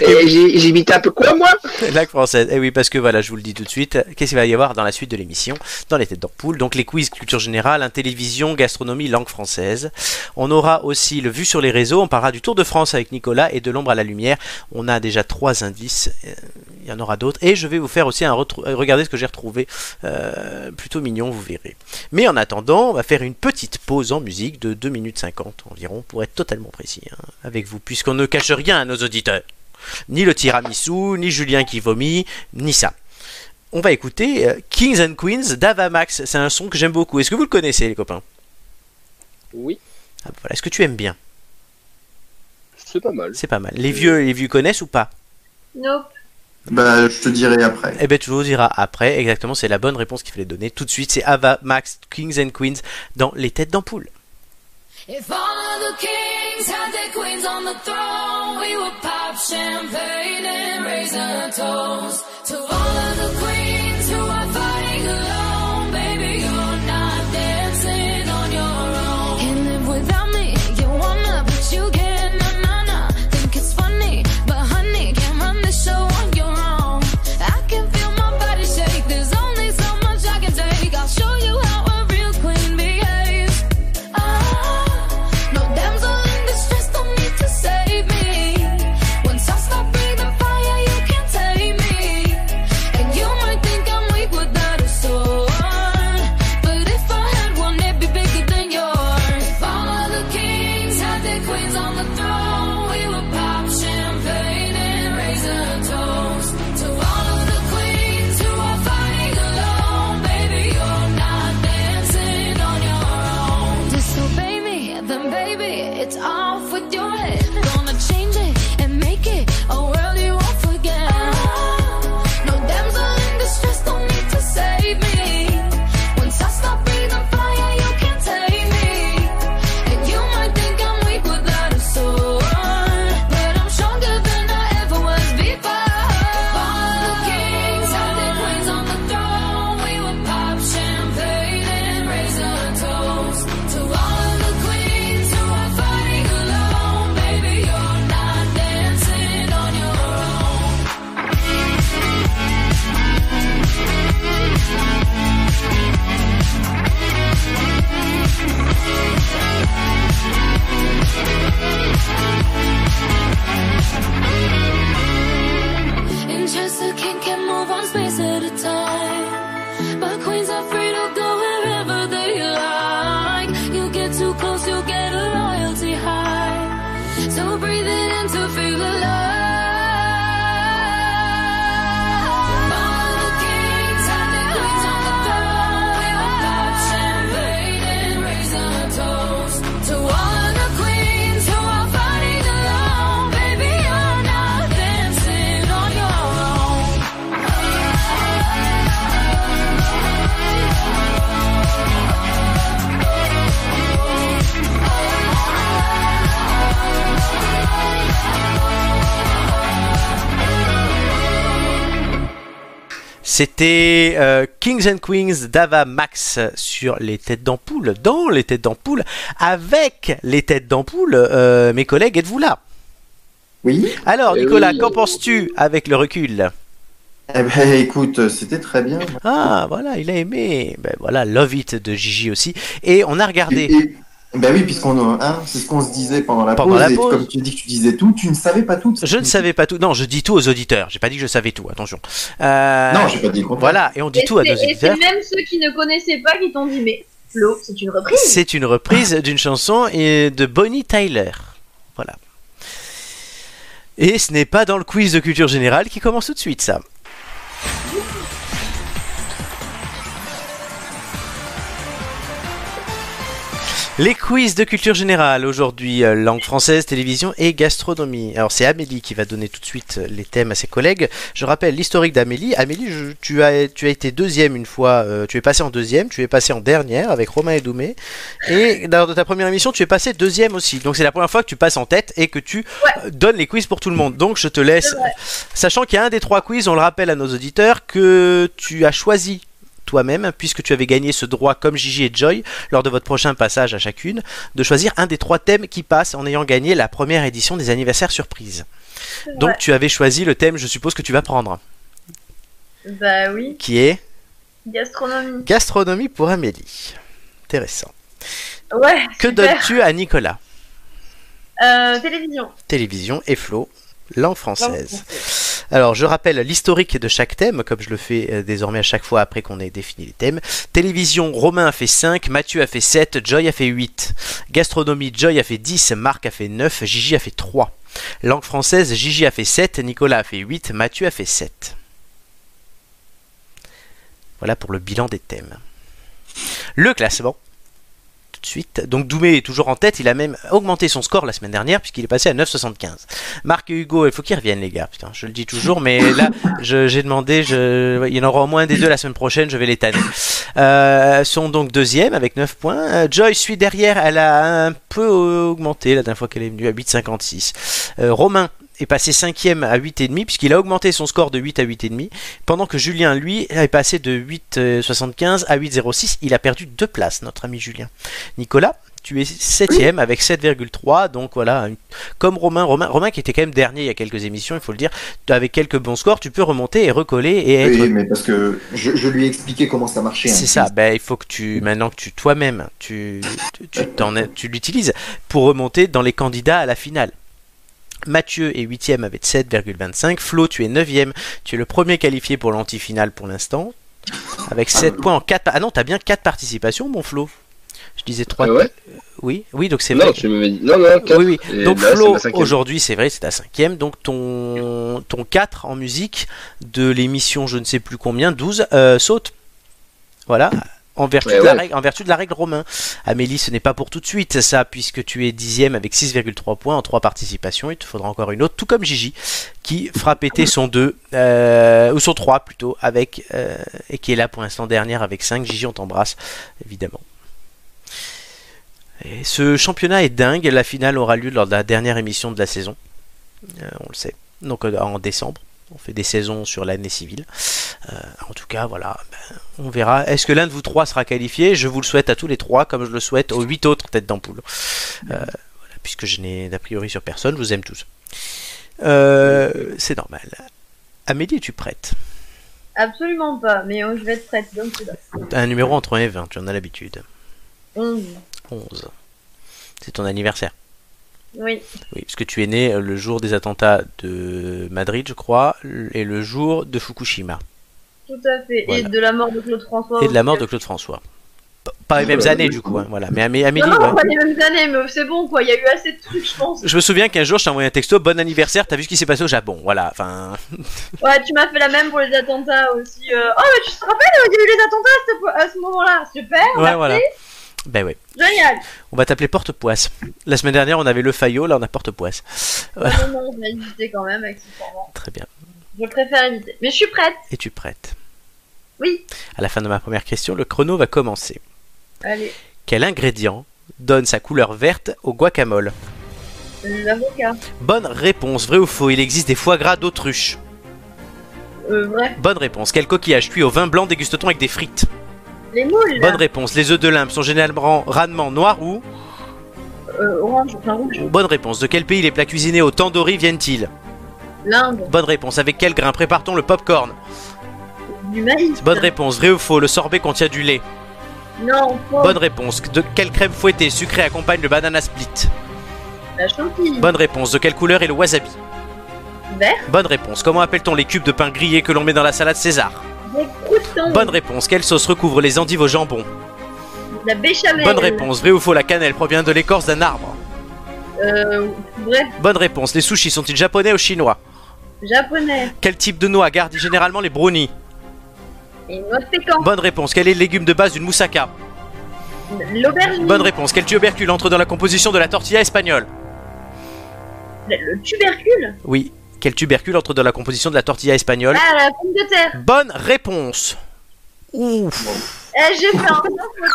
[SPEAKER 4] Eh, J'ai mis un peu quoi, moi
[SPEAKER 1] *laughs* langue française. Eh oui, parce que voilà, je vous le dis tout de suite. Qu'est-ce qu'il va y avoir dans la suite de l'émission Dans les têtes d'ampoule. Donc les quiz culture générale, hein, télévision, gastronomie, langue française. On aura aussi le vu sur les réseaux. On parlera du Tour de France avec Nicolas et de l'ombre à la lumière. On a déjà trois indices. Euh, Il y en aura d'autres. Et je vais vous faire aussi un retrou- euh, regardez ce que j'ai retrouvé. Euh, plutôt mignon, vous verrez. Mais en attendant, on va faire une petite pause en musique de 2 minutes 50 environ, pour être totalement précis hein, avec vous, puisqu'on ne cache rien à nos auditeurs ni le tiramisu, ni Julien qui vomit, ni ça. On va écouter euh, Kings and Queens d'Avamax. C'est un son que j'aime beaucoup. Est-ce que vous le connaissez, les copains
[SPEAKER 4] Oui,
[SPEAKER 1] Ah, voilà. Est-ce que tu aimes bien
[SPEAKER 4] c'est pas mal.
[SPEAKER 1] C'est pas mal. Les vieux, les vieux connaissent ou pas
[SPEAKER 3] Nope.
[SPEAKER 2] Bah, je te dirai après.
[SPEAKER 1] Eh bien, tu nous diras après. Exactement, c'est la bonne réponse qu'il fallait donner. Tout de suite, c'est Avamax, Kings and Queens dans Les Têtes d'Ampoule.
[SPEAKER 6] If all of the kings had their queens on the throne, we would pop champagne and raise a toast to all of the queens who are fighting alone. Baby, you're not dancing on your own. Can't live without me. You wanna, but you get na na na. Think it's funny, but honey, can't run this show on your own. I can feel my body shake. There's only so much I can take. I'll show you how a real queen behaves. Ah, No damsel in distress, don't need to save me. Once I stop breathing fire, you can't take me. And you might think Oh,
[SPEAKER 1] C'était euh, Kings and Queens d'Ava Max sur les têtes d'ampoule, dans les têtes d'ampoule, avec les têtes d'ampoule. Euh, mes collègues, êtes-vous là
[SPEAKER 2] Oui.
[SPEAKER 1] Alors,
[SPEAKER 4] Eh
[SPEAKER 1] Nicolas,
[SPEAKER 4] oui.
[SPEAKER 1] qu'en penses-tu avec le recul
[SPEAKER 2] Eh ben, écoute, c'était très bien.
[SPEAKER 1] Ah, voilà, il a aimé. Ben voilà, Love It de Gigi aussi. Et on a regardé.
[SPEAKER 2] Et- et- Bah oui, puisqu'on hein, c'est ce qu'on se disait pendant la
[SPEAKER 1] Pendant
[SPEAKER 2] pause.
[SPEAKER 1] la
[SPEAKER 2] et
[SPEAKER 1] pause.
[SPEAKER 2] Comme tu dis que tu disais tout, tu ne savais pas tout.
[SPEAKER 1] Je ne savais pas tout. Non, je dis tout aux auditeurs. J'ai pas dit que je savais tout. Attention. Euh,
[SPEAKER 2] Non, j'ai pas dit le contraire.
[SPEAKER 1] Voilà, et on dit
[SPEAKER 3] Et
[SPEAKER 1] tout à
[SPEAKER 3] c'est-
[SPEAKER 1] nos
[SPEAKER 3] Et c'est
[SPEAKER 1] auditeurs.
[SPEAKER 3] même ceux qui ne connaissaient pas qui t'ont dit mais Flo, c'est une reprise.
[SPEAKER 1] C'est une reprise d'une chanson et de Bonnie Tyler. Voilà. Et ce n'est pas dans le quiz de culture générale qui commence tout de suite, ça. Les quiz de culture générale aujourd'hui, euh, langue française, télévision et gastronomie. Alors c'est Amélie qui va donner tout de suite euh, les thèmes à ses collègues. Je rappelle l'historique d'Amélie. Amélie, je- tu, as, tu as été deuxième une fois, euh, tu es passé en deuxième, tu es passé en dernière avec Romain et Doumé. Et lors de ta première émission, tu es passé deuxième aussi. Donc c'est la première fois que tu passes en tête et que tu euh, donnes les quiz pour tout le monde. Donc je te laisse, sachant qu'il y a un des trois quiz, on le rappelle à nos auditeurs, que tu as choisi toi-même, puisque tu avais gagné ce droit comme Gigi et Joy lors de votre prochain passage à chacune, de choisir un des trois thèmes qui passent en ayant gagné la première édition des anniversaires surprises. Donc tu avais choisi le thème, je suppose, que tu vas prendre,
[SPEAKER 3] Bah oui,
[SPEAKER 1] qui est
[SPEAKER 3] gastronomie.
[SPEAKER 1] gastronomie pour Amélie. Intéressant.
[SPEAKER 3] Ouais.
[SPEAKER 1] Que
[SPEAKER 3] super.
[SPEAKER 1] donnes-tu à Nicolas
[SPEAKER 3] Euh, Télévision.
[SPEAKER 1] Télévision et Flo, langue
[SPEAKER 3] Langue
[SPEAKER 1] française.
[SPEAKER 3] française.
[SPEAKER 1] Alors, je rappelle l'historique de chaque thème, comme je le fais euh, désormais à chaque fois après qu'on ait défini les thèmes. Télévision, Romain a fait 5, Mathieu a fait 7, Joy a fait 8. Gastronomie, Joy a fait 10, Marc a fait 9, Gigi a fait 3. Langue française, Gigi a fait 7, Nicolas a fait 8, Mathieu a fait 7. Voilà pour le bilan des thèmes. Le classement. Tout de suite. Donc Doumé est toujours en tête, il a même augmenté son score la semaine dernière puisqu'il est passé à 9,75. Marc et Hugo, il faut qu'ils reviennent les gars, putain, je le dis toujours, mais là je- j'ai demandé, je- ouais, il y en aura au moins un des deux la semaine prochaine, je vais les tanner. Euh, sont donc deuxième avec 9 points. Euh, Joyce suit derrière, elle a un peu augmenté la dernière fois qu'elle est venue à 8,56. Euh, Romain est passé cinquième à 8,5 puisqu'il a augmenté son score de 8 à 8,5 pendant que Julien, lui, est passé de 8,75 à 8,06. Il a perdu deux places, notre ami Julien. Nicolas, tu es septième avec 7,3. Donc voilà, une- comme Romain, Romain, Romain qui était quand même dernier il y a quelques émissions, il faut le dire, avec quelques bons scores, tu peux remonter et recoller et être
[SPEAKER 2] Oui, mais parce que je, je lui ai expliqué comment ça marchait. hein.
[SPEAKER 1] c'est ça. Ben, il faut que tu maintenant que tu toi-même tu tu- tu t'en es- tu l'utilises pour remonter dans les candidats à la finale. Mathieu est 8 avec 7,25. Flo, tu es 9 Tu es le premier qualifié pour l'antifinale pour l'instant. Avec 7 points en 4. Ah non, t'as bien 4 participations, mon Flo. Je disais 3.
[SPEAKER 4] Ah ouais
[SPEAKER 1] Oui, oui, donc c'est
[SPEAKER 4] Non,
[SPEAKER 1] vrai.
[SPEAKER 4] tu m'avais dit. Non, non, quatre.
[SPEAKER 1] Oui, oui.
[SPEAKER 4] Et
[SPEAKER 1] Donc
[SPEAKER 4] là, c'est
[SPEAKER 1] Flo,
[SPEAKER 4] ma cinquième.
[SPEAKER 1] aujourd'hui, c'est vrai, c'est ta cinquième. Donc ton, ton 4 en musique de l'émission je ne sais plus combien, 12, euh, saute. Voilà. En vertu,
[SPEAKER 4] Ouais,
[SPEAKER 1] de la
[SPEAKER 4] ouais.
[SPEAKER 1] règle, en vertu de la règle romain. Amélie, ce n'est pas pour tout de suite, ça, puisque tu es dixième avec 6,3 points en trois participations. Il te faudra encore une autre, tout comme Gigi, qui fera péter son 2, euh, ou son 3 plutôt, avec, euh, et qui est là pour l'instant dernière avec 5. Gigi, on t'embrasse, évidemment. Et ce championnat est dingue. La finale aura lieu lors de la dernière émission de la saison. Euh, on le sait. Donc euh, en décembre. On fait des saisons sur l'année civile. Euh, en tout cas, voilà. ben, on verra. Est-ce que l'un de vous trois sera qualifié Je vous le souhaite à tous les trois, comme je le souhaite aux huit autres têtes d'ampoule. Euh, voilà, puisque je n'ai d'a priori sur personne, je vous aime tous. Euh, C'est normal. Amélie, es-tu prête
[SPEAKER 3] Absolument pas, mais euh, je vais être prête. Donc, c'est là.
[SPEAKER 1] T'as un numéro entre 1 et 20, tu en as l'habitude.
[SPEAKER 3] Onze.
[SPEAKER 1] 11. C'est ton anniversaire.
[SPEAKER 3] Oui.
[SPEAKER 1] Oui, parce que tu es né euh, le jour des attentats de Madrid, je crois, l- et le jour de Fukushima,
[SPEAKER 3] Tout à fait.
[SPEAKER 1] Voilà.
[SPEAKER 3] Et de la mort de Claude François.
[SPEAKER 1] et de la mort de Claude François. P- Pas les mêmes
[SPEAKER 2] Euh,
[SPEAKER 1] années,
[SPEAKER 2] oui.
[SPEAKER 1] du coup, hein, voilà. Mais Amé- Amélie,
[SPEAKER 3] Non, non,
[SPEAKER 1] ouais.
[SPEAKER 3] pas les mêmes années, mais c'est bon quoi, il y a eu assez de trucs, je pense.
[SPEAKER 1] Je me souviens qu'un jour, je t'ai envoyé un texto, bon anniversaire, t'as vu ce qui s'est passé au Japon, voilà. Enfin,
[SPEAKER 3] Ouais, tu m'as fait la même pour les attentats aussi. euh. Oh, mais tu te rappelles, euh, il y a eu les attentats à ce, po- à ce moment-là. Super, on
[SPEAKER 1] ouais,
[SPEAKER 3] a
[SPEAKER 1] voilà.
[SPEAKER 3] fait.
[SPEAKER 1] Ben ouais.
[SPEAKER 3] Génial.
[SPEAKER 1] On va t'appeler Porte-Poisse. La semaine dernière, on avait le Fayot, là, on a Porte-Poisse.
[SPEAKER 3] Non, non, je vais éviter quand même avec ce format.
[SPEAKER 1] Très bien.
[SPEAKER 3] Je préfère éviter. Mais je suis prête.
[SPEAKER 1] Es-tu prête
[SPEAKER 3] Oui.
[SPEAKER 1] À la fin de ma première question, le chrono va commencer.
[SPEAKER 3] Allez,
[SPEAKER 1] Quel ingrédient donne sa couleur verte au guacamole
[SPEAKER 3] euh, l'avocat.
[SPEAKER 1] Bonne réponse, vrai ou faux, il existe des foie gras d'autruche.
[SPEAKER 3] Euh, vrai.
[SPEAKER 1] Bonne réponse. Quel coquillage cuit au vin blanc déguste-t-on avec des frites
[SPEAKER 3] Les moules
[SPEAKER 1] Bonne réponse. Les œufs de limbe sont généralement rarement noirs ou
[SPEAKER 3] euh, Orange, enfin rouge.
[SPEAKER 1] Bonne réponse. De quel pays les plats cuisinés au tandoori viennent-ils
[SPEAKER 3] L'Inde,
[SPEAKER 1] Bonne réponse. Avec quel grain prépare-t-on le popcorn
[SPEAKER 3] du maïs.
[SPEAKER 1] Bonne réponse. Vrai ou faux Le sorbet contient du lait.
[SPEAKER 3] Non, faux.
[SPEAKER 1] Bonne réponse. De quelle crème fouettée sucrée accompagne le banana split
[SPEAKER 3] La chantilly.
[SPEAKER 1] Bonne réponse. De quelle couleur est le wasabi
[SPEAKER 3] Vert.
[SPEAKER 1] Bonne réponse. Comment appelle-t-on les cubes de pain grillé que l'on met dans la salade César
[SPEAKER 3] Des croutons.
[SPEAKER 1] Bonne réponse. Quelle sauce recouvre les endives au jambon
[SPEAKER 3] La béchamel.
[SPEAKER 1] Bonne réponse. Vrai ou faux La cannelle provient de l'écorce d'un arbre
[SPEAKER 3] Euh, vrai.
[SPEAKER 1] Bonne réponse. Les sushis sont-ils japonais ou chinois
[SPEAKER 3] Japonais.
[SPEAKER 1] Quel type de noix gardent généralement les brownies
[SPEAKER 3] Et noix de pécan.
[SPEAKER 1] Bonne réponse. Quel est le légume de base d'une moussaka
[SPEAKER 3] L'aubergine.
[SPEAKER 1] Bonne réponse. Quel tubercule entre dans la composition de la tortilla espagnole
[SPEAKER 3] Le, le tubercule.
[SPEAKER 1] Oui. Quel tubercule entre dans la composition de la tortilla espagnole
[SPEAKER 3] Ah, la pomme de terre.
[SPEAKER 1] Bonne réponse. Ouf.
[SPEAKER 3] Eh, j'ai fait un faute,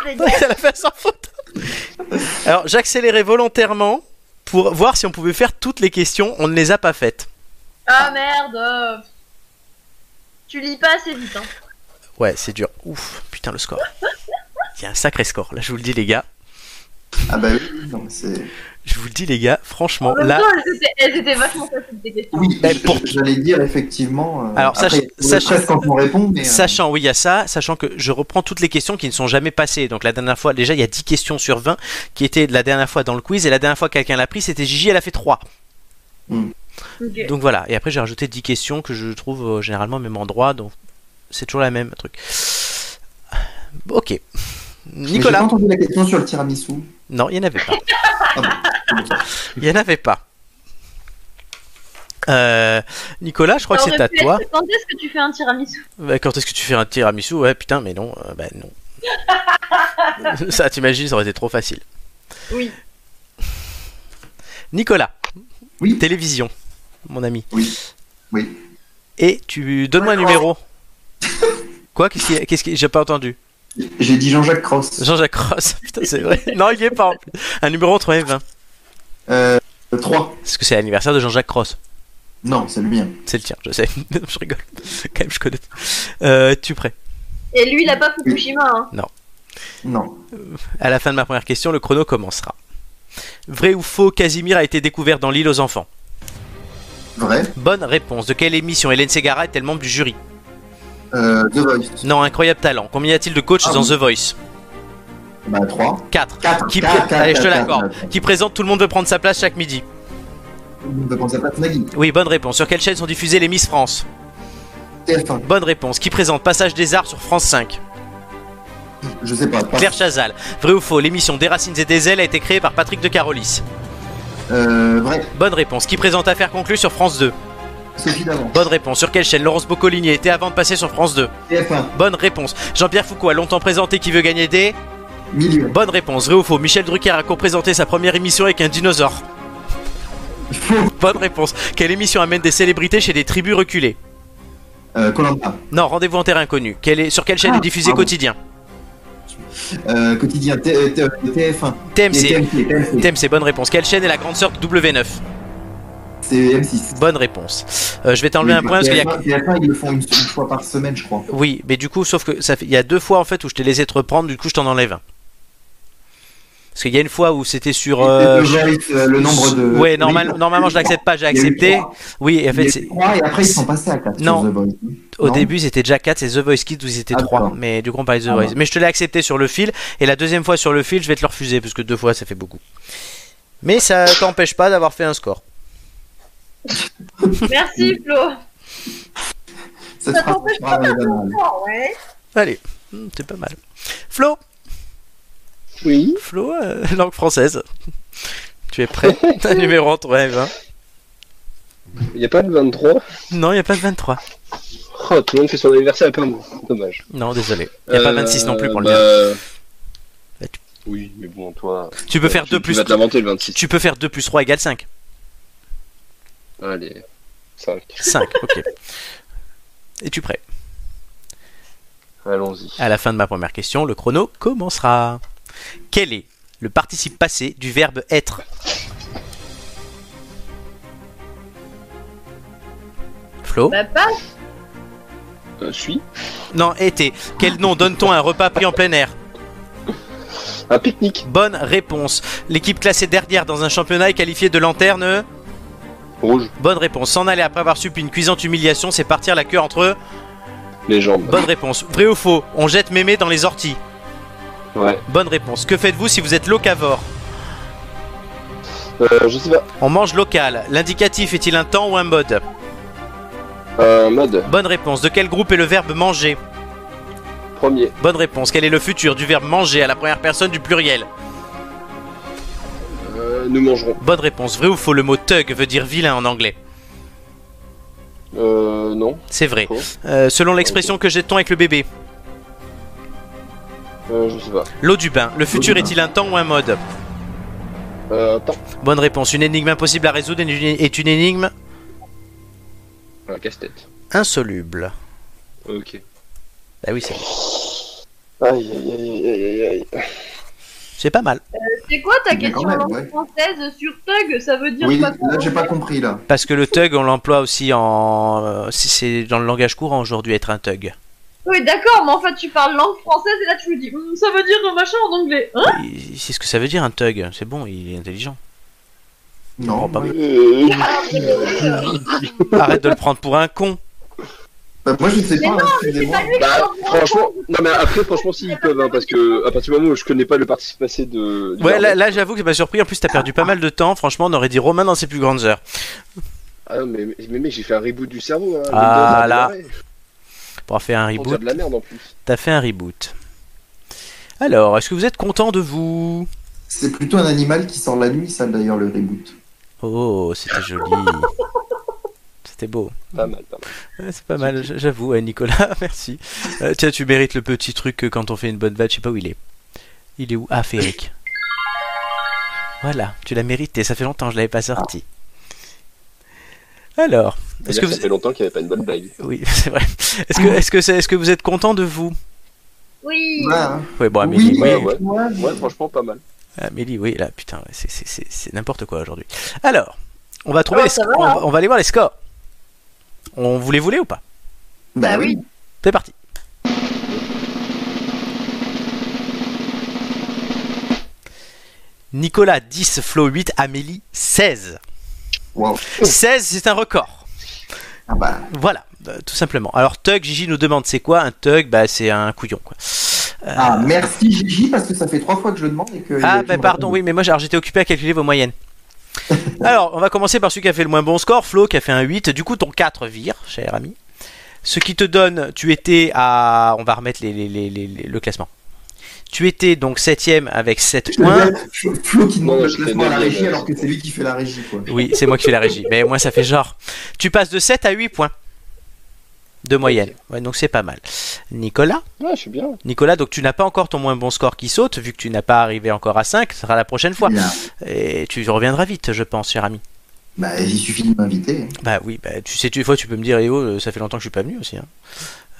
[SPEAKER 3] les gars.
[SPEAKER 1] *laughs* Elle a fait sans faute. Alors j'accélérais volontairement pour voir si on pouvait faire toutes les questions. On ne les a pas faites.
[SPEAKER 3] Ah merde. euh, Tu lis pas assez vite, hein.
[SPEAKER 1] Ouais, c'est dur. Ouf, putain le score. Il y a un sacré score. Là, je vous le dis les gars.
[SPEAKER 2] Ah bah oui, non, c'est.
[SPEAKER 1] Je vous le dis les gars. Franchement,
[SPEAKER 3] En même
[SPEAKER 1] là.
[SPEAKER 3] temps, elles étaient, elles étaient vachement faciles, tes questions.
[SPEAKER 2] Oui,
[SPEAKER 1] Mais
[SPEAKER 2] je-
[SPEAKER 1] Ben, pour-
[SPEAKER 2] j'allais dire effectivement. euh,
[SPEAKER 1] Alors, sach-
[SPEAKER 2] après, il y a
[SPEAKER 1] sach-
[SPEAKER 2] presque quand on répond, mais. euh,
[SPEAKER 1] Sachant, oui, il y a ça, sachant que je reprends toutes les questions qui ne sont jamais passées. Donc la dernière fois, déjà, il y a 10 questions sur 20 qui étaient de la dernière fois dans le quiz, et la dernière fois que quelqu'un l'a pris, c'était Gigi, elle a fait 3.
[SPEAKER 3] Ok.
[SPEAKER 1] Donc voilà, et après j'ai rajouté 10 questions que je trouve euh, généralement au même endroit, donc c'est toujours la même truc. Ok.
[SPEAKER 2] mais J'ai
[SPEAKER 1] Nicolas
[SPEAKER 2] pas entendu la question sur le tiramisu.
[SPEAKER 1] Non, il n'y en avait pas. Il n'y en avait pas. Euh, Nicolas, je crois que
[SPEAKER 3] Ça
[SPEAKER 1] c'est
[SPEAKER 3] aurait
[SPEAKER 1] à
[SPEAKER 3] pu être,
[SPEAKER 1] toi.
[SPEAKER 3] Quand est-ce que tu fais un tiramisu
[SPEAKER 1] Bah, quand est-ce que tu fais un tiramisu Ouais, putain, mais non, euh, bah non. ça, t'imagines, ça aurait été trop facile.
[SPEAKER 3] Oui.
[SPEAKER 1] Nicolas.
[SPEAKER 2] Oui.
[SPEAKER 1] Télévision, mon ami.
[SPEAKER 2] Oui. Oui.
[SPEAKER 1] Et tu donne-moi un numéro. *laughs* Quoi Qu'est-ce qui- qu'est-ce qui j'ai pas entendu
[SPEAKER 2] J'ai dit Jean-Jacques Cross.
[SPEAKER 1] Jean-Jacques Ross. *laughs* Putain, c'est vrai. Non, il y est pas. en plus. Un numéro entre 1 et 20.
[SPEAKER 2] Euh, 3.
[SPEAKER 1] Parce que c'est l'anniversaire de Jean-Jacques Ross.
[SPEAKER 2] Non, c'est le mien.
[SPEAKER 1] C'est le tien, je sais. *laughs* je rigole. Quand même, je connais. Euh, tu prêt
[SPEAKER 3] Et lui, il a pas Fukushima, hein.
[SPEAKER 2] Non.
[SPEAKER 1] À la fin de ma première question, le chrono commencera. Vrai ou faux, Casimir a été découvert dans l'île aux enfants.
[SPEAKER 2] Vrai.
[SPEAKER 1] Bonne réponse. De quelle émission Hélène Ségara est-elle membre du jury
[SPEAKER 2] Euh, The Voice.
[SPEAKER 1] Non, incroyable talent. Combien y a-t-il de coachs
[SPEAKER 2] Ah
[SPEAKER 1] dans
[SPEAKER 2] oui.
[SPEAKER 1] The Voice
[SPEAKER 2] Bah 3.
[SPEAKER 1] 4.
[SPEAKER 2] Quatre,
[SPEAKER 1] Qui
[SPEAKER 2] quatre,
[SPEAKER 1] pré-
[SPEAKER 2] quatre,
[SPEAKER 1] Allez, je te
[SPEAKER 2] quatre,
[SPEAKER 1] l'accorde.
[SPEAKER 2] quatre, quatre.
[SPEAKER 1] Qui présente Tout le monde veut prendre sa place chaque midi.
[SPEAKER 2] On peut penser à Pat Nagy.
[SPEAKER 1] Oui, bonne réponse. Sur quelle chaîne sont diffusées les Miss France
[SPEAKER 2] TF1.
[SPEAKER 1] Bonne réponse. Qui présente Passage des Arts sur France 5
[SPEAKER 2] Je sais pas. pas-
[SPEAKER 1] Claire Chazal. Vrai ou faux L'émission Des Racines et des Ailes a été créée par Patrick de Carolis.
[SPEAKER 2] Euh, vrai.
[SPEAKER 1] Bonne réponse. Qui présente Affaires conclues sur France 2
[SPEAKER 2] Sophie d'avant.
[SPEAKER 1] Bonne réponse. Sur quelle chaîne Laurence Boccolini était avant de passer sur France 2
[SPEAKER 2] TF1.
[SPEAKER 1] Bonne réponse. Jean-Pierre Foucault a longtemps présenté Qui veut gagner des
[SPEAKER 2] Milieu.
[SPEAKER 1] Bonne réponse. Vrai ou faux Michel Drucker a co-présenté sa première émission avec un
[SPEAKER 2] *laughs*
[SPEAKER 1] dinosaure.
[SPEAKER 2] Faux.
[SPEAKER 1] Bonne réponse. Quelle émission amène des célébrités chez des tribus reculées
[SPEAKER 2] Euh, Colanta.
[SPEAKER 1] Non, rendez-vous en terre inconnue. Quelle est... Sur quelle chaîne
[SPEAKER 2] Ah,
[SPEAKER 1] est diffusé
[SPEAKER 2] pardon.
[SPEAKER 1] quotidien
[SPEAKER 2] Euh, quotidien. T- euh, T- euh, TF1. Et
[SPEAKER 1] TMC.
[SPEAKER 2] TMC. TMC.
[SPEAKER 1] TMC, bonne réponse. Quelle chaîne est la grande sœur de W9
[SPEAKER 2] C'est M6.
[SPEAKER 1] Bonne réponse. Euh, je vais t'enlever un point parce qu'il y a.
[SPEAKER 2] TF1, TF1, ils le font une, une fois par semaine, je crois.
[SPEAKER 1] Oui, mais du coup, sauf que ça fait... il y a deux fois en fait où je t'ai laissé te reprendre, du coup je t'en enlève un. Parce qu'il y a une fois où c'était sur. euh,
[SPEAKER 2] le, voice, euh, le nombre de.
[SPEAKER 1] Ouais, normal-
[SPEAKER 2] Oui,
[SPEAKER 1] normalement je l'accepte pas, j'ai accepté. Oui, et en fait,
[SPEAKER 2] Il y a eu
[SPEAKER 1] c'est-
[SPEAKER 2] trois, et après ils sont passés à 4
[SPEAKER 1] Non.
[SPEAKER 2] sur The Voice.
[SPEAKER 1] au
[SPEAKER 2] Non.
[SPEAKER 1] début c'était déjà 4, c'est The Voice Kids où ils étaient
[SPEAKER 2] Ah,
[SPEAKER 1] 3.
[SPEAKER 2] d'accord.
[SPEAKER 1] Mais du coup on parlait de The
[SPEAKER 2] Ah,
[SPEAKER 1] Voice.
[SPEAKER 2] bon.
[SPEAKER 1] Mais je te l'ai accepté sur le fil, et la deuxième fois sur le fil, je vais te le refuser parce que deux fois ça fait beaucoup. Mais ça t'empêche pas d'avoir fait un score.
[SPEAKER 3] Merci, Flo.
[SPEAKER 2] Ça
[SPEAKER 3] Ça
[SPEAKER 2] te fera-
[SPEAKER 3] t'empêche
[SPEAKER 2] fera
[SPEAKER 3] pas
[SPEAKER 2] pas mal.
[SPEAKER 3] Oh, ouais.
[SPEAKER 1] Allez, Hmm, c'est pas mal. Flo,
[SPEAKER 4] Oui.
[SPEAKER 1] Flo, euh, langue française. Tu es *laughs* prêt T'as un numéro entre 1 et 20.
[SPEAKER 4] Il n'y a pas le 23.
[SPEAKER 1] Non, il n'y a pas de 23.
[SPEAKER 4] Oh, tout le monde fait son anniversaire et pas moi. Dommage.
[SPEAKER 1] Non, désolé. Il n'y a pas 26 non plus pour le mien.
[SPEAKER 2] Euh,
[SPEAKER 4] le
[SPEAKER 1] Euh, Bah, tu-
[SPEAKER 4] Oui, mais bon, toi. euh,
[SPEAKER 1] Tu
[SPEAKER 2] bah,
[SPEAKER 1] peux faire 2
[SPEAKER 4] Tu
[SPEAKER 1] plus
[SPEAKER 4] vas te l'inventer le 26.
[SPEAKER 1] Tu peux faire 2 plus 3 égale 5.
[SPEAKER 4] Allez. 5.
[SPEAKER 1] 5, ok. Es-tu prêt
[SPEAKER 4] Allons-y.
[SPEAKER 1] À la fin de ma première question, le chrono commencera. Quel est le participe passé du verbe être Flo
[SPEAKER 3] Bah, passe.
[SPEAKER 4] Euh, suis
[SPEAKER 1] Non, été. Quel nom donne-t-on à un repas pris en plein air
[SPEAKER 4] Un pique-nique.
[SPEAKER 1] Bonne réponse. L'équipe classée dernière dans un championnat est qualifiée de lanterne.
[SPEAKER 4] Rouge.
[SPEAKER 1] Bonne réponse. S'en aller après avoir subi une cuisante humiliation, c'est partir la queue entre eux.
[SPEAKER 4] Les jambes.
[SPEAKER 1] Bonne réponse. Vrai ou faux On jette mémé dans les orties.
[SPEAKER 4] Ouais.
[SPEAKER 1] Bonne réponse. Que faites-vous si vous êtes locavore
[SPEAKER 4] Euh, je sais pas.
[SPEAKER 1] On mange local. L'indicatif est-il un temps ou un mode
[SPEAKER 4] Un mode.
[SPEAKER 1] Bonne réponse. De quel groupe est le verbe manger
[SPEAKER 4] Premier.
[SPEAKER 1] Bonne réponse. Quel est le futur du verbe manger à la première personne du pluriel
[SPEAKER 4] Euh, nous mangerons.
[SPEAKER 1] Bonne réponse. Vrai ou faux Le mot thug veut dire vilain en anglais.
[SPEAKER 4] Euh, non.
[SPEAKER 1] C'est vrai.
[SPEAKER 4] Faux.
[SPEAKER 1] Euh, selon l'expression que jette-t-on avec le bébé
[SPEAKER 4] Euh, je sais pas.
[SPEAKER 1] L'eau du bain. Le futur est-il un temps ou un mode
[SPEAKER 4] Euh, attends.
[SPEAKER 1] Bonne réponse. Une énigme impossible à résoudre est une énigme
[SPEAKER 4] Un Ah, casse-tête.
[SPEAKER 1] insoluble.
[SPEAKER 4] Ok.
[SPEAKER 1] Ah oui, c'est
[SPEAKER 4] Aïe, aïe, aïe, aïe, aïe, aïe.
[SPEAKER 1] c'est pas mal.
[SPEAKER 3] C'est quoi ta
[SPEAKER 2] Mais
[SPEAKER 3] question
[SPEAKER 2] quand même,
[SPEAKER 3] en langue
[SPEAKER 2] ouais.
[SPEAKER 3] française sur Thug Ça veut dire
[SPEAKER 2] Oui,
[SPEAKER 3] quoi
[SPEAKER 2] là j'ai pas compris là.
[SPEAKER 1] Parce que le thug, on l'emploie aussi en. euh, si c'est dans le langage courant aujourd'hui, être un thug.
[SPEAKER 3] Oui, d'accord, mais en fait, tu parles langue française et là, tu me dis Hum, ça veut dire euh, machin en anglais. Hein
[SPEAKER 1] Bah, Il- C'est ce que ça veut dire un thug. C'est bon, il est intelligent.
[SPEAKER 2] Non,
[SPEAKER 1] pas
[SPEAKER 2] ouais.
[SPEAKER 4] Euh,
[SPEAKER 1] Arrête de le prendre pour un con.
[SPEAKER 2] Bah, moi je sais
[SPEAKER 3] Mais
[SPEAKER 2] pas,
[SPEAKER 3] non,
[SPEAKER 2] hein,
[SPEAKER 3] C'est
[SPEAKER 2] excusez-moi.
[SPEAKER 3] pas lui qui
[SPEAKER 4] bah,
[SPEAKER 3] parle
[SPEAKER 4] franchement, non, mais après, franchement, s'ils peuvent, hein, parce que à partir du moment où je connais pas le participe passé de. du
[SPEAKER 1] Ouais,
[SPEAKER 4] verbe-
[SPEAKER 1] là, là, j'avoue que ça m'a surpris. En plus, t'as perdu pas mal de temps. Franchement, on aurait dit Romain dans ses plus grandes heures.
[SPEAKER 4] Ah, non, mais, mais mec, j'ai fait un reboot du cerveau. Hein,
[SPEAKER 1] Ah, là.
[SPEAKER 4] là.
[SPEAKER 1] Pour avoir fait un
[SPEAKER 4] On dirait
[SPEAKER 1] reboot,
[SPEAKER 4] de la merde en plus.
[SPEAKER 1] t'as fait un reboot. Alors, est-ce que vous êtes content de vous
[SPEAKER 2] C'est plutôt un animal qui sort la nuit, ça d'ailleurs le reboot.
[SPEAKER 1] Oh, c'était
[SPEAKER 4] *laughs*
[SPEAKER 1] joli. C'était beau.
[SPEAKER 4] Pas mal, pas mal.
[SPEAKER 1] Ouais, c'est pas mal, j- j'avoue, ouais, Nicolas, *laughs* merci. Euh, tiens, tu mérites le petit truc que quand on fait une bonne vanne, je sais pas où il est. Il est où Ah, Féric. Voilà, tu l'as mérité, ça fait longtemps, je l'avais pas sorti. Alors, est-ce
[SPEAKER 4] Là,
[SPEAKER 1] que
[SPEAKER 4] ça
[SPEAKER 1] vous...
[SPEAKER 4] fait longtemps qu'il n'y avait pas une bonne blague.
[SPEAKER 1] Oui, *laughs* c'est vrai. Est-ce que, est-ce, que c'est- est-ce que vous êtes content de vous
[SPEAKER 3] Oui. Bah
[SPEAKER 2] Ouais, hein.
[SPEAKER 1] Oui, bon, Amélie,
[SPEAKER 2] oui,
[SPEAKER 1] oui.
[SPEAKER 4] ouais,
[SPEAKER 2] oui, ouais.
[SPEAKER 4] Ouais, franchement, pas mal.
[SPEAKER 1] Amélie, oui, là, putain, ouais, c'est, c'est- c'est- c'est n'importe quoi aujourd'hui. Alors, on va trouver...
[SPEAKER 3] Ah,
[SPEAKER 1] les
[SPEAKER 3] ça
[SPEAKER 1] sc-
[SPEAKER 3] va,
[SPEAKER 1] on,
[SPEAKER 3] hein.
[SPEAKER 1] va, on va aller voir les scores. On vous les voulez ou pas
[SPEAKER 2] Bah
[SPEAKER 3] Bah
[SPEAKER 2] oui.
[SPEAKER 1] C'est parti. Nicolas 10, Flo 8, Amélie 16.
[SPEAKER 2] Waouh.
[SPEAKER 1] 16, c'est un record.
[SPEAKER 2] Ah bah,
[SPEAKER 1] Voilà, euh, tout simplement. Alors, Tug, Gigi nous demande c'est quoi un Tug Bah, c'est un couillon, quoi. Euh,
[SPEAKER 2] ah, merci Gigi parce que ça fait trois fois que je demande et que.
[SPEAKER 1] ah, bah, pardon, oui, mais moi, j'ai- alors, j'étais occupé à calculer vos moyennes. Alors, on va commencer par celui qui a fait le moins bon score, Flo, qui a fait un 8. Du coup, ton 4 vire, cher ami. Ce qui te donne, tu étais à. On va remettre les- les- les- les- les- le classement. Tu étais donc 7ème avec 7
[SPEAKER 2] Je
[SPEAKER 1] points.
[SPEAKER 2] veux dire, Flo- Flo qui demande
[SPEAKER 4] Non,
[SPEAKER 2] le
[SPEAKER 4] je
[SPEAKER 2] classement à la
[SPEAKER 4] connais bien,
[SPEAKER 2] régie
[SPEAKER 4] euh,
[SPEAKER 2] alors que c'est lui qui fait la régie quoi.
[SPEAKER 1] Oui, c'est moi qui fais la régie. Mais au moins, ça fait genre. Tu passes de 7 à 8 points de moyenne. Ouais, donc c'est pas mal. Nicolas
[SPEAKER 4] Ouais, je suis bien.
[SPEAKER 1] Nicolas, donc tu n'as pas encore ton moins bon score qui saute, vu que tu n'as pas arrivé encore à 5, ce sera la prochaine fois.
[SPEAKER 2] Là.
[SPEAKER 1] Et tu reviendras vite, je pense, cher ami.
[SPEAKER 2] Bah il suffit de m'inviter. hein.
[SPEAKER 1] Bah oui, bah, tu sais, tu- des fois tu peux me dire, eh oh, euh, ça fait longtemps que je suis pas venu aussi. hein.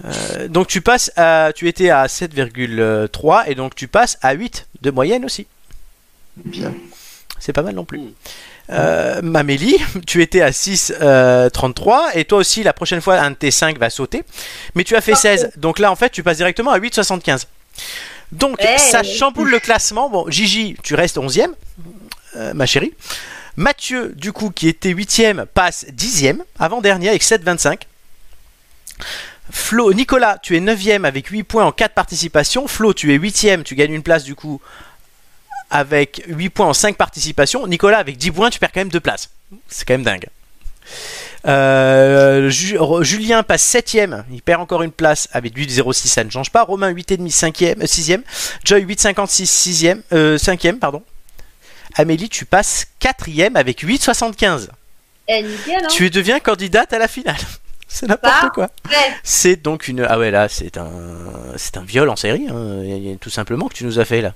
[SPEAKER 1] Euh, donc tu passes à. Tu étais à 7,3 et donc tu passes à 8 de moyenne aussi.
[SPEAKER 2] Bien.
[SPEAKER 1] C'est pas mal non plus.
[SPEAKER 4] Mm.
[SPEAKER 1] Euh, Mamélie, *laughs* tu étais à 6,33 et toi aussi la prochaine fois un de tes 5 va sauter. Mais tu as fait 16, donc là en fait tu passes directement à 8,75. Donc
[SPEAKER 3] Hey.
[SPEAKER 1] ça chamboule le classement. Bon, Gigi, tu restes 11e, euh, ma chérie. Mathieu, du coup, qui était 8e, passe 10e, avant-dernier avec 7,25. Flo, Nicolas, tu es 9e avec 8 points en 4 participations. Flo, tu es 8e, tu gagnes une place du coup avec 8 points en 5 participations. Nicolas, avec 10 points, tu perds quand même 2 places. C'est quand même dingue. Euh, Ju- Ro- Julien passe 7ème, il perd encore une place avec 8,06, ça ne change pas. Romain 8,5, 5e, 6ème. euh, Joy 8,56, 6ème, euh, 5ème, pardon. Amélie, tu passes 4ème avec 8,75.
[SPEAKER 3] Eh, nickel, hein.
[SPEAKER 1] Tu deviens candidate à la finale. *laughs* C'est n'importe quoi.
[SPEAKER 3] Bref.
[SPEAKER 1] C'est donc une. Ah ouais, là, c'est un, c'est un viol en série, hein, et- et tout simplement, que tu nous as fait là.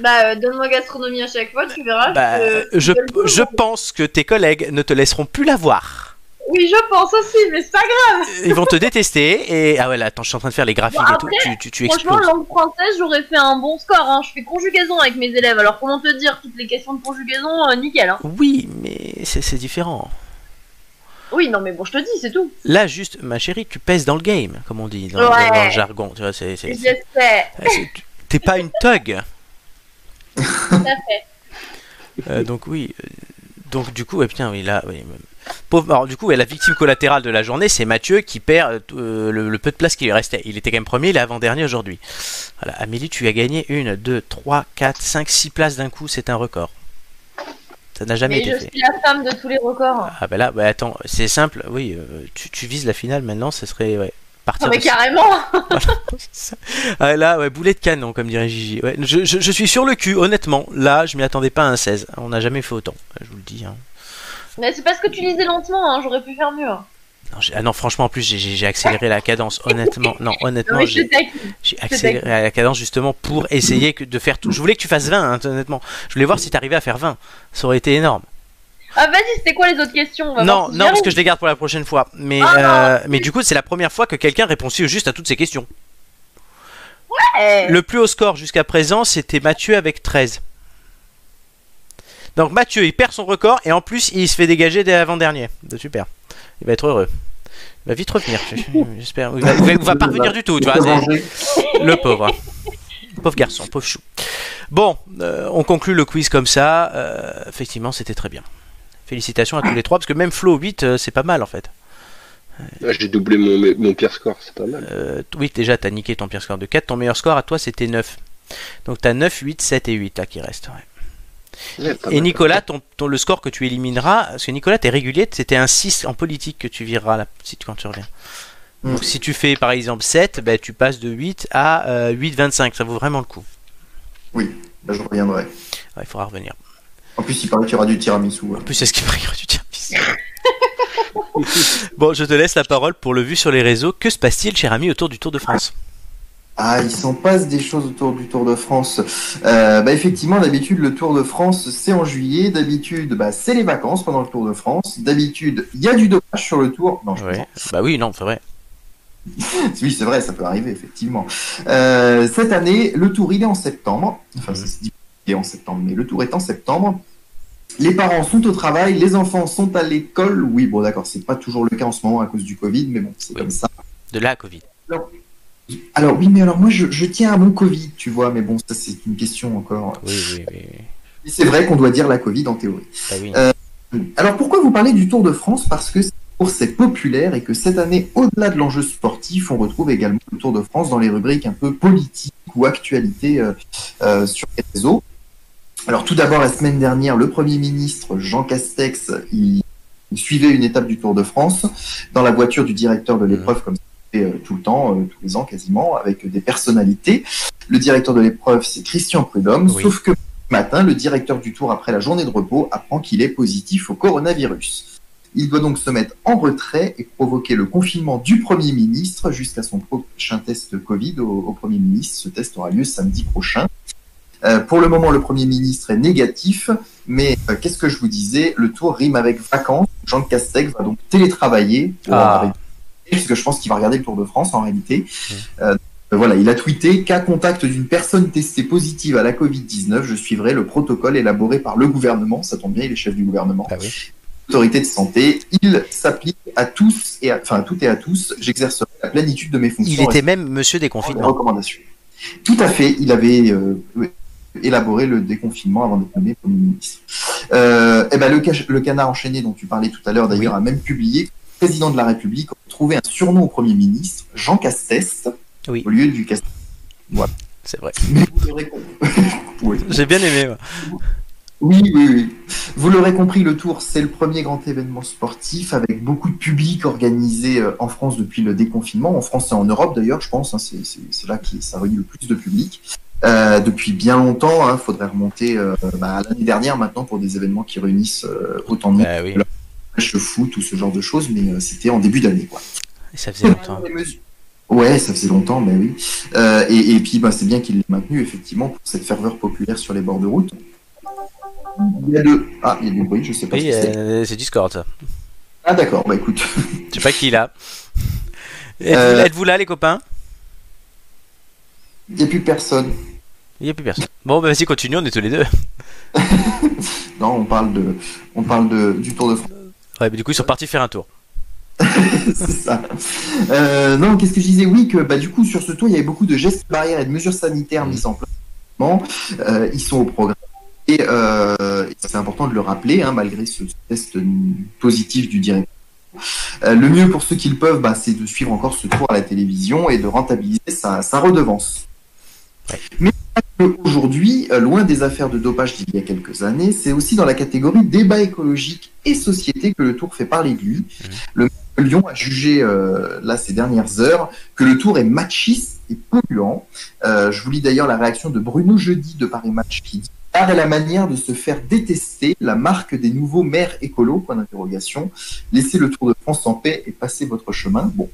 [SPEAKER 3] Bah, euh, donne-moi gastronomie à chaque fois, tu verras.
[SPEAKER 1] Bah,
[SPEAKER 3] je-
[SPEAKER 1] je,
[SPEAKER 3] je le vois.
[SPEAKER 1] je pense que tes collègues ne te laisseront plus la voir.
[SPEAKER 3] Oui, je pense aussi, mais c'est pas grave.
[SPEAKER 1] Ils vont te détester et. Ah ouais, là, attends, je suis en train de faire les graphiques
[SPEAKER 3] Bon,
[SPEAKER 1] et tout.
[SPEAKER 3] après,
[SPEAKER 1] Tu, tu, tu
[SPEAKER 3] Franchement,
[SPEAKER 1] exploses.
[SPEAKER 3] langue française, j'aurais fait un bon score. Hein. Je fais conjugaison avec mes élèves, alors comment te dire, toutes les questions de conjugaison, euh, nickel. Hein.
[SPEAKER 1] Oui, mais c'est c'est différent.
[SPEAKER 3] Oui, non, mais bon, je te dis, c'est tout.
[SPEAKER 1] Là, juste, ma chérie, tu pèses dans le game, comme on dit dans,
[SPEAKER 3] Ouais.
[SPEAKER 1] dans le jargon. Tu vois, c'est, c'est-
[SPEAKER 3] Je sais,
[SPEAKER 1] Ah, c'est- tu- T'es pas une thug.
[SPEAKER 3] tout à fait.
[SPEAKER 1] Euh, donc oui. euh, Donc du coup, ouais, putain, oui, là, oui. Pauvre, alors, du coup, ouais, la victime collatérale de la journée, c'est Mathieu qui perd euh, tout- euh, le, le peu de place qui lui restait. Il était quand même premier, il est avant-dernier aujourd'hui. Voilà, Amélie, tu as gagné une, deux, trois, quatre, cinq, six places d'un coup, c'est un record. Ça n'a jamais
[SPEAKER 3] Mais
[SPEAKER 1] été
[SPEAKER 3] je
[SPEAKER 1] fait.
[SPEAKER 3] suis la femme de tous les records.
[SPEAKER 1] Ah bah là, bah attends, c'est simple, oui, euh, tu, tu vises la finale maintenant, ce serait ouais,
[SPEAKER 3] Non,
[SPEAKER 1] partir
[SPEAKER 3] Ah, mais
[SPEAKER 1] de-
[SPEAKER 3] carrément
[SPEAKER 1] ça. *laughs* Ah, là, ouais, boulet de canon, comme dirait Gigi. Ouais, je, je- je suis sur le cul, honnêtement. Là, je m'y attendais pas à un 16. On n'a jamais fait autant, je vous le dis. hein.
[SPEAKER 3] Mais c'est parce que tu lisais lentement, hein, j'aurais pu faire mieux. Non,
[SPEAKER 1] Non, j'ai- ah non, franchement, en plus, j'ai- j'ai j'ai accéléré la cadence, honnêtement. Non, honnêtement,
[SPEAKER 3] mais je
[SPEAKER 1] j'ai
[SPEAKER 3] te taquine.
[SPEAKER 1] j'ai accéléré la cadence justement pour essayer que- de faire tout. Je voulais que tu fasses 20, hein, honnêtement. Je voulais voir si t'arrivais à faire 20. Ça aurait été énorme.
[SPEAKER 3] Ah, vas-y, c'était quoi les autres questions On va voir
[SPEAKER 1] Non,
[SPEAKER 3] si Ah, j'y
[SPEAKER 1] non, parce
[SPEAKER 3] arrive.
[SPEAKER 1] que je les garde pour la prochaine fois. Mais, euh, mais du coup, c'est la première fois que quelqu'un répond si juste à toutes ces questions.
[SPEAKER 3] Eh,
[SPEAKER 1] Le plus haut score jusqu'à présent, c'était Mathieu avec 13. Donc Mathieu, il perd son record et en plus, il se fait dégager dès l'avant-dernier. De super. Il va être heureux. Il va vite
[SPEAKER 3] *laughs*
[SPEAKER 1] revenir, j'espère. Ou Il va, ou il va pas revenir du tout, tu vois. c'est- Le pauvre. Pauvre garçon, pauvre chou. Bon, euh, on conclut le quiz comme ça. Euh, effectivement, c'était très bien. Félicitations à tous les trois, parce que même Flo 8, euh, c'est pas mal en fait.
[SPEAKER 4] Ah, J'ai doublé mon, mon pire score, c'est pas mal.
[SPEAKER 1] Euh, t- oui, déjà, t'as niqué ton pire score de 4. Ton meilleur score à toi, c'était 9. Donc t'as 9, 8, 7 et 8 là qui restent. ouais.
[SPEAKER 4] Ouais, pas
[SPEAKER 1] Et
[SPEAKER 4] mal.
[SPEAKER 1] Nicolas, ton, ton- le score que tu élimineras, parce que Nicolas, t'es régulier, c'était un 6 en politique que tu vireras là, si tu, quand tu reviens. Donc si tu fais par exemple 7, ben, tu passes de 8 à euh, 8, 25. Ça vaut vraiment le coup.
[SPEAKER 2] Là, je reviendrai.
[SPEAKER 1] Ouais, il faudra revenir.
[SPEAKER 2] En plus, il paraît qu'il y aura du tiramisu. ouais.
[SPEAKER 1] En plus, c'est ce qui paraît du tiramisu. *laughs* bon, je te laisse la parole pour le vu sur les réseaux. Que se passe-t-il, cher ami, autour du Tour de France
[SPEAKER 2] Ah, il s'en passe des choses autour du Tour de France. Euh, bah, effectivement, d'habitude, le Tour de France, c'est en juillet. D'habitude, bah, c'est les vacances pendant le Tour de France. D'habitude, il y a du dommage sur le Tour. Non, je
[SPEAKER 1] Ouais. Bah oui, non, c'est vrai.
[SPEAKER 2] *laughs* Oui, c'est vrai, ça peut arriver, effectivement. Euh, cette année, le tour, il est en septembre. Enfin, ça se dit qu'il est en septembre, mais le tour est en septembre. Les parents sont au travail, les enfants sont à l'école. Oui, bon, d'accord, c'est pas toujours le cas en ce moment à cause du Covid, mais bon, c'est
[SPEAKER 1] Oui.
[SPEAKER 2] comme ça.
[SPEAKER 1] De la Covid.
[SPEAKER 2] Alors, oui, mais alors moi, je, je tiens à mon Covid, tu vois, mais bon, ça, c'est une question encore.
[SPEAKER 1] Oui, oui, oui. oui.
[SPEAKER 2] Mais c'est vrai qu'on doit dire la Covid en théorie.
[SPEAKER 1] Bah oui.
[SPEAKER 2] Alors pourquoi vous parlez du Tour de France Parce que cette course est populaire et que cette année, au-delà de l'enjeu sportif, on retrouve également le Tour de France dans les rubriques un peu politiques ou actualité euh, euh, sur les réseaux. Alors tout d'abord, la semaine dernière, le Premier ministre Jean Castex, il, il suivait une étape du Tour de France dans la voiture du directeur de l'épreuve, comme ça se fait euh, tout le temps, euh, tous les ans quasiment, avec des personnalités. Le directeur de l'épreuve, c'est Christian Prudhomme,
[SPEAKER 1] Oui.
[SPEAKER 2] sauf que matin, le directeur du Tour, après la journée de repos, apprend qu'il est positif au coronavirus. Il doit donc se mettre en retrait et provoquer le confinement du Premier ministre jusqu'à son prochain test Covid au, au Premier ministre. Ce test aura lieu samedi prochain. Euh, pour le moment, le Premier ministre est négatif, mais euh, qu'est-ce que je vous disais Le Tour rime avec vacances. Jean Castex va donc télétravailler pour
[SPEAKER 1] Ah.
[SPEAKER 2] en arriver- parce que je pense qu'il va regarder le Tour de France en réalité. Euh, euh, Voilà, il a tweeté qu'à contact d'une personne testée positive à la Covid-19, je suivrai le protocole élaboré par le gouvernement. Ça tombe bien, il est chef du gouvernement.
[SPEAKER 1] Bah oui.
[SPEAKER 2] Autorité de santé, il s'applique à tous et à, enfin, à toutes et à tous. J'exercerai la plénitude de mes
[SPEAKER 1] Il
[SPEAKER 2] fonctions.
[SPEAKER 1] était même monsieur des
[SPEAKER 2] et mes
[SPEAKER 1] confinements.
[SPEAKER 2] recommandations. Tout à fait, il avait euh, élaboré le déconfinement avant d'être nommé Premier ministre. Euh, eh ben, le, ca- le canard enchaîné dont tu parlais tout à l'heure, d'ailleurs, a même publié que le président de la République a trouvé un surnom au Premier ministre, Jean Castex,
[SPEAKER 1] Oui.
[SPEAKER 2] au lieu du Castex.
[SPEAKER 1] C'est vrai.
[SPEAKER 2] Mais vous l'aurez compris. Oui.
[SPEAKER 1] J'ai bien aimé. moi.
[SPEAKER 2] Oui, oui, oui. Vous l'aurez compris, le Tour, c'est le premier grand événement sportif avec beaucoup de public organisé euh, en France depuis le déconfinement. En France et en Europe d'ailleurs, je pense. hein, c'est- c'est c'est là que ça réunit le plus de public. Euh, depuis bien longtemps, il faudrait remonter euh, bah, à l'année dernière maintenant pour des événements qui réunissent euh, autant de monde,
[SPEAKER 1] Bah oui.
[SPEAKER 2] le foot ou ce genre de choses, mais euh, c'était en début d'année. quoi.
[SPEAKER 1] Ça faisait longtemps.
[SPEAKER 2] Ouais, ça faisait longtemps, mais oui. Euh, et, et puis, bah, c'est bien qu'il l'ait maintenu, effectivement, pour cette ferveur populaire sur les bords de route. Il y a de... Ah, il y a du bruit, je sais pas ce
[SPEAKER 1] Oui,
[SPEAKER 2] que c'est.
[SPEAKER 1] euh, c'est Discord. ça.
[SPEAKER 2] Ah, d'accord, bah écoute. *laughs*
[SPEAKER 1] Je sais pas qui là. Êtes-vous
[SPEAKER 2] Euh.
[SPEAKER 1] êtes-vous là, les copains
[SPEAKER 2] Il n'y a plus personne.
[SPEAKER 1] Il n'y a plus personne. Bon, bah vas-y, continue, on est tous les deux.
[SPEAKER 2] Non, on parle de, on parle de, du Tour de France.
[SPEAKER 1] Ouais, mais du coup, ils sont partis faire un tour.
[SPEAKER 2] *laughs* c'est ça. Euh, non, qu'est-ce que je disais Oui, que bah, du coup, sur ce tour, il y avait beaucoup de gestes barrières et de mesures sanitaires mises en place. Euh, ils sont au programme. Et, euh, et c'est important de le rappeler, hein, malgré ce test positif du directeur. Euh, le mieux pour ceux qui le peuvent, bah, c'est de suivre encore ce tour à la télévision et de rentabiliser sa, sa redevance. Mais aujourd'hui, euh, loin des affaires de dopage d'il y a quelques années, c'est aussi dans la catégorie débat écologique et société que le tour fait parler de lui. Le maire de Lyon a jugé, euh, là, ces dernières heures, que le tour est machiste et polluant. Euh, je vous lis d'ailleurs la réaction de Bruno Jeudi de Paris Match qui dit L'art est la manière de se faire détester, la marque des nouveaux maires écolos, point d'interrogation. Laissez le Tour de France en paix et passez votre chemin. Bon,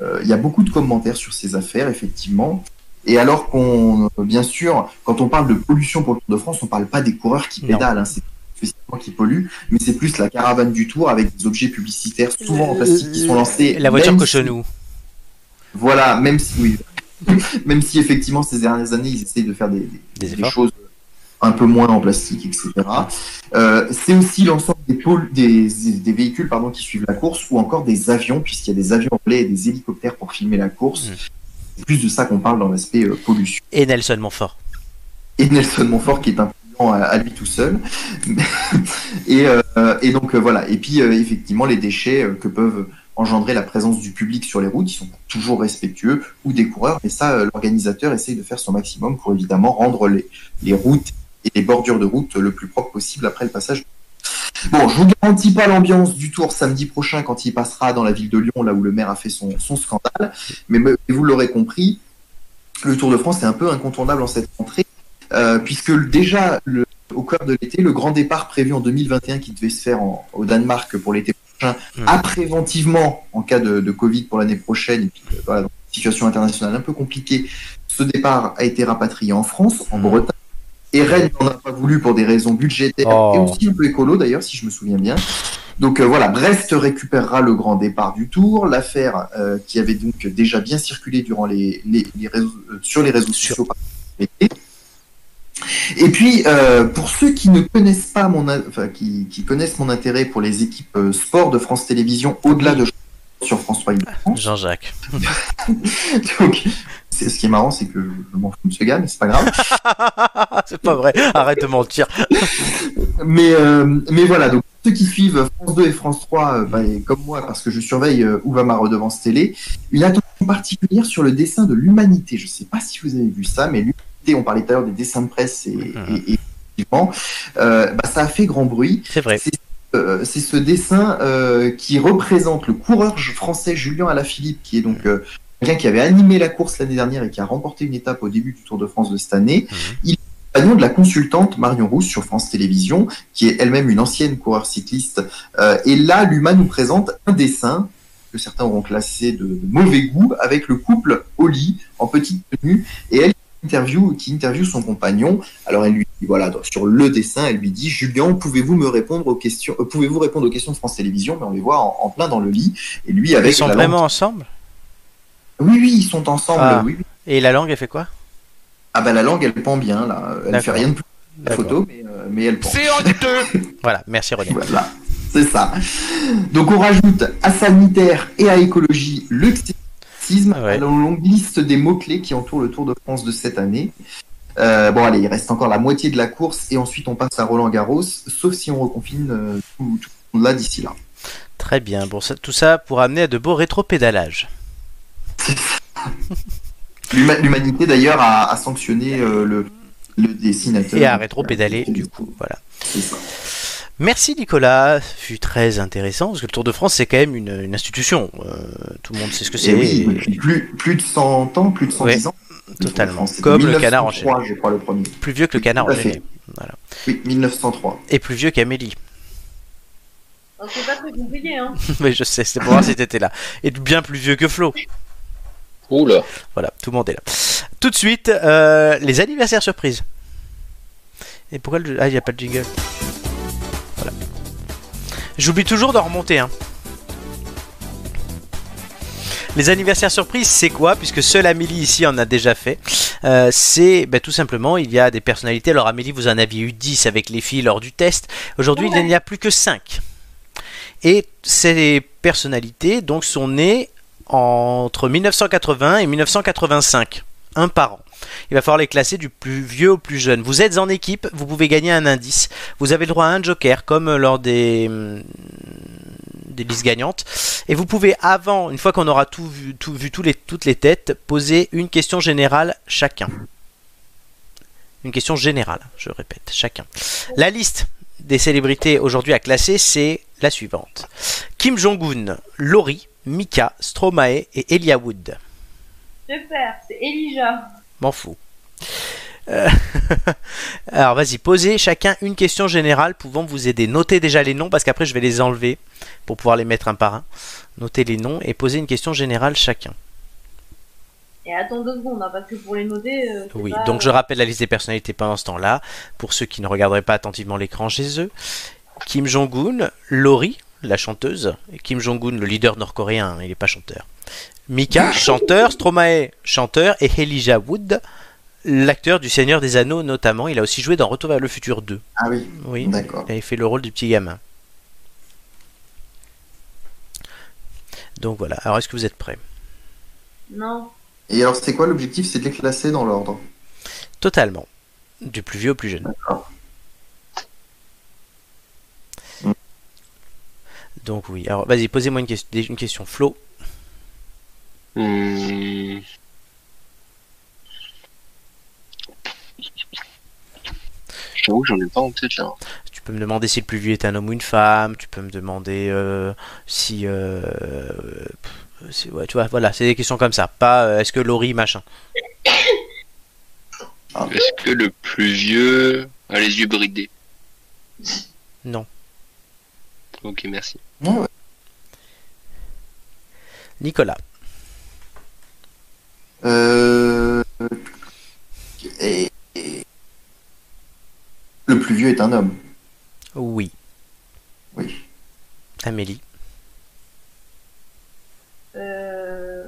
[SPEAKER 2] euh, il y a beaucoup de commentaires sur ces affaires, effectivement. Et alors qu'on, euh, bien sûr, quand on parle de pollution pour le Tour de France, on ne parle pas des coureurs qui
[SPEAKER 1] Non.
[SPEAKER 2] pédalent, hein, c'est spécifiquement qui polluent, mais c'est plus la caravane du Tour avec des objets publicitaires souvent en plastique qui sont lancés.
[SPEAKER 1] Euh, La voiture
[SPEAKER 2] même
[SPEAKER 1] cochonou.
[SPEAKER 2] voilà, même si, oui. même si effectivement ces dernières années ils essayent de faire des, des- des
[SPEAKER 1] efforts.
[SPEAKER 2] choses un peu moins en plastique, etc. Euh, c'est aussi l'ensemble des, pôles- des, des véhicules pardon, qui suivent la course ou encore des avions, puisqu'il y a des avions relais et des hélicoptères pour filmer la course. C'est plus de ça qu'on parle dans l'aspect euh, pollution
[SPEAKER 1] Et Nelson Montfort.
[SPEAKER 2] et Nelson Montfort qui est un président à, à lui tout seul. *laughs* et, euh, et donc euh, voilà. Et puis euh, effectivement les déchets euh, que peuvent engendrer la présence du public sur les routes, ils sont toujours respectueux ou des coureurs. Mais ça, euh, l'organisateur essaye de faire son maximum pour évidemment rendre les, les routes et les bordures de route euh, le plus propre possible après le passage. Bon, je vous garantis pas l'ambiance du tour samedi prochain quand il passera dans la ville de Lyon, là où le maire a fait son, son scandale. Mais me- vous l'aurez compris, le Tour de France est un peu incontournable en cette rentrée, euh, puisque le- déjà le- au cœur de l'été, le grand départ prévu en 2021 qui devait se faire en- au Danemark pour l'été prochain, a préventivement, en cas de, de Covid pour l'année prochaine, et puis, euh, voilà, dans une situation internationale un peu compliquée, ce départ a été rapatrié en France, en Bretagne. Et Rennes n'en a pas voulu pour des raisons budgétaires et
[SPEAKER 1] Oh.
[SPEAKER 2] aussi un peu écolo d'ailleurs, si je me souviens bien. Donc euh, voilà, Brest récupérera le grand départ du tour. L'affaire euh, qui avait donc déjà bien circulé durant les, les- les réseaux, euh, sur les réseaux sociaux. par l'été. Et puis, euh, pour ceux qui ne connaissent pas mon, in- enfin, qui, qui connaissent mon intérêt pour les équipes euh, sport de France Télévisions, au-delà de sur France 3
[SPEAKER 1] Jean-Jacques.
[SPEAKER 2] donc, c'est- ce qui est marrant, c'est que je m'en fous de ce gars, mais c'est pas grave.
[SPEAKER 1] *laughs* c'est pas vrai. Arrête de mentir.
[SPEAKER 2] mais, euh, mais voilà, donc ceux qui suivent France 2 et France 3, euh, bah, et comme moi, parce que je surveille euh, où va ma redevance télé, une attention particulière sur le dessin de l'humanité. Je sais pas si vous avez vu ça, mais l'humanité, on parlait tout à l'heure des dessins de presse et, et- et effectivement, euh, bah, ça a fait grand bruit.
[SPEAKER 1] C'est vrai.
[SPEAKER 2] Euh, c'est ce dessin euh, qui représente le coureur ju- français Julien Alaphilippe, qui est donc euh, quelqu'un qui avait animé la course l'année dernière et qui a remporté une étape au début du Tour de France de cette année.
[SPEAKER 1] Mhm.
[SPEAKER 2] Il est le compagnon de la consultante Marion Rousse sur France Télévisions, qui est elle-même une ancienne coureur cycliste. Euh, et là, Luma nous présente un dessin que certains auront classé de, de mauvais goût, avec le couple Oli en petite tenue, et elle qui interview, qui interview son compagnon. Alors elle lui dit, voilà, dans- sur le dessin, elle lui dit, Julien, pouvez-vous me répondre aux questions, euh, pouvez-vous répondre aux questions de France Télévisions Mais on les voit en, en plein dans le lit, et lui avec
[SPEAKER 1] Ils sont
[SPEAKER 2] la
[SPEAKER 1] vraiment
[SPEAKER 2] lampe-
[SPEAKER 1] ensemble
[SPEAKER 2] Oui, oui, ils sont ensemble.
[SPEAKER 1] Ah.
[SPEAKER 2] Oui, oui.
[SPEAKER 1] Et la langue, elle fait quoi
[SPEAKER 2] Ah bah la langue, elle pend bien là. Elle fait
[SPEAKER 1] D'accord.
[SPEAKER 2] rien de plus. que La
[SPEAKER 1] D'accord.
[SPEAKER 2] photo, mais, euh, mais elle pend.
[SPEAKER 1] Voilà, merci René.
[SPEAKER 2] *laughs* Voilà, c'est ça. Donc on rajoute à sanitaire et à écologie le sexisme
[SPEAKER 1] Ah Ouais.
[SPEAKER 2] à la longue liste des mots-clés qui entourent le Tour de France de cette année. Euh, bon allez, il reste encore la moitié de la course et ensuite on passe à Roland Garros, sauf si on reconfine euh, tout, tout le monde là d'ici là.
[SPEAKER 1] Très bien. Bon, ça- tout ça pour amener à de beaux rétro-pédalages.
[SPEAKER 2] L'huma- L'humanité d'ailleurs a, a sanctionné euh, le, le dessinateur.
[SPEAKER 1] Et à rétro-pédaler, du coup. Voilà.
[SPEAKER 2] C'est ça.
[SPEAKER 1] Merci Nicolas, ce fut très intéressant parce que le Tour de France c'est quand même une, une institution, Euh, tout le monde sait ce que c'est, euh,
[SPEAKER 2] Et Eh oui, depuis plus, plus de 100 ans, plus de 110
[SPEAKER 1] Ouais,
[SPEAKER 2] ans.
[SPEAKER 1] totalement.
[SPEAKER 2] C'est
[SPEAKER 1] Comme le canard
[SPEAKER 2] 1903,
[SPEAKER 1] enchaîné,
[SPEAKER 2] je crois le premier.
[SPEAKER 1] plus vieux que le canard
[SPEAKER 2] Tout à fait.
[SPEAKER 1] enchaîné, voilà.
[SPEAKER 2] Oui, 1903.
[SPEAKER 1] et plus vieux qu'Amélie. *laughs*
[SPEAKER 3] Eh, Donc, C'est pas très compliqué, hein.
[SPEAKER 1] Mais je sais, c'était pour voir si t'étais là, et bien plus vieux que Flo.
[SPEAKER 4] Oula,
[SPEAKER 1] Voilà, tout le monde est là. Tout de suite, euh, les anniversaires surprises. Et pourquoi le... Ah, il n'y a pas de jingle. Voilà. J'oublie toujours d'en remonter. Hein. Les anniversaires surprises, c'est quoi Puisque seule Amélie ici en a déjà fait. Euh, c'est ben, tout simplement, il y a des personnalités. Alors Amélie, vous en aviez eu 10 avec les filles lors du test. Aujourd'hui, il n'y en a plus que 5. Et ces personnalités donc sont nées entre 1980 et 1985, un par an. Il va falloir les classer du plus vieux au plus jeune. Vous êtes en équipe, vous pouvez gagner un indice. Vous avez le droit à un joker, comme lors des, hum, des listes gagnantes. Et vous pouvez, avant, une fois qu'on aura tout vu, tout, vu tous les, toutes les têtes, poser une question générale chacun. Une question générale, je répète, chacun. La liste des célébrités aujourd'hui à classer, c'est la suivante. Kim Jong-un, Laurie, Mika, Stromae et Elia Wood.
[SPEAKER 3] Super, c'est Elijah.
[SPEAKER 1] M'en fous. Euh, *laughs* Alors vas-y, posez chacun une question générale pouvant vous aider. Notez déjà les noms parce qu'après je vais les enlever pour pouvoir les mettre un par un. Notez les noms et posez une question générale chacun.
[SPEAKER 3] Et attends deux secondes, hein, parce que pour les noter. euh, c'est
[SPEAKER 1] Oui,
[SPEAKER 3] pas-
[SPEAKER 1] donc je rappelle la liste des personnalités pendant ce temps-là, pour ceux qui ne regarderaient pas attentivement l'écran chez eux. Kim Jong-un, Lori, la chanteuse, et Kim Jong-un, le leader nord-coréen, hein, il n'est pas chanteur. Mika, chanteur, Stromae, chanteur, et Elijah Wood, l'acteur du Seigneur des Anneaux notamment, il a aussi joué dans Retour vers le futur 2.
[SPEAKER 2] Ah oui,
[SPEAKER 1] Oui,
[SPEAKER 2] d'accord.
[SPEAKER 1] il avait fait le rôle du petit gamin. Donc voilà, alors est-ce que vous êtes prêts
[SPEAKER 3] Non.
[SPEAKER 2] Et alors, c'est quoi l'objectif C'est de les classer dans l'ordre.
[SPEAKER 1] Totalement. Du plus vieux au plus jeune.
[SPEAKER 2] D'accord.
[SPEAKER 1] Donc oui, alors vas-y, posez-moi une, question- une question. Flo,
[SPEAKER 4] Hmm. J'avoue que j'en ai pas en tête là.
[SPEAKER 1] tu peux me demander si le plus vieux est un homme ou une femme, tu peux me demander euh, si... euh, pff, c'est- ouais, tu vois, voilà, c'est des questions comme ça. Pas euh, est-ce que Laurie, machin.
[SPEAKER 4] Est-ce que le plus vieux a les yeux bridés
[SPEAKER 1] Non.
[SPEAKER 4] Ok, merci.
[SPEAKER 2] Ouais, ouais.
[SPEAKER 1] Nicolas,
[SPEAKER 2] Euh... et- et- Le plus vieux est un homme.
[SPEAKER 1] oui.
[SPEAKER 2] Oui.
[SPEAKER 1] Amélie,
[SPEAKER 3] Euh...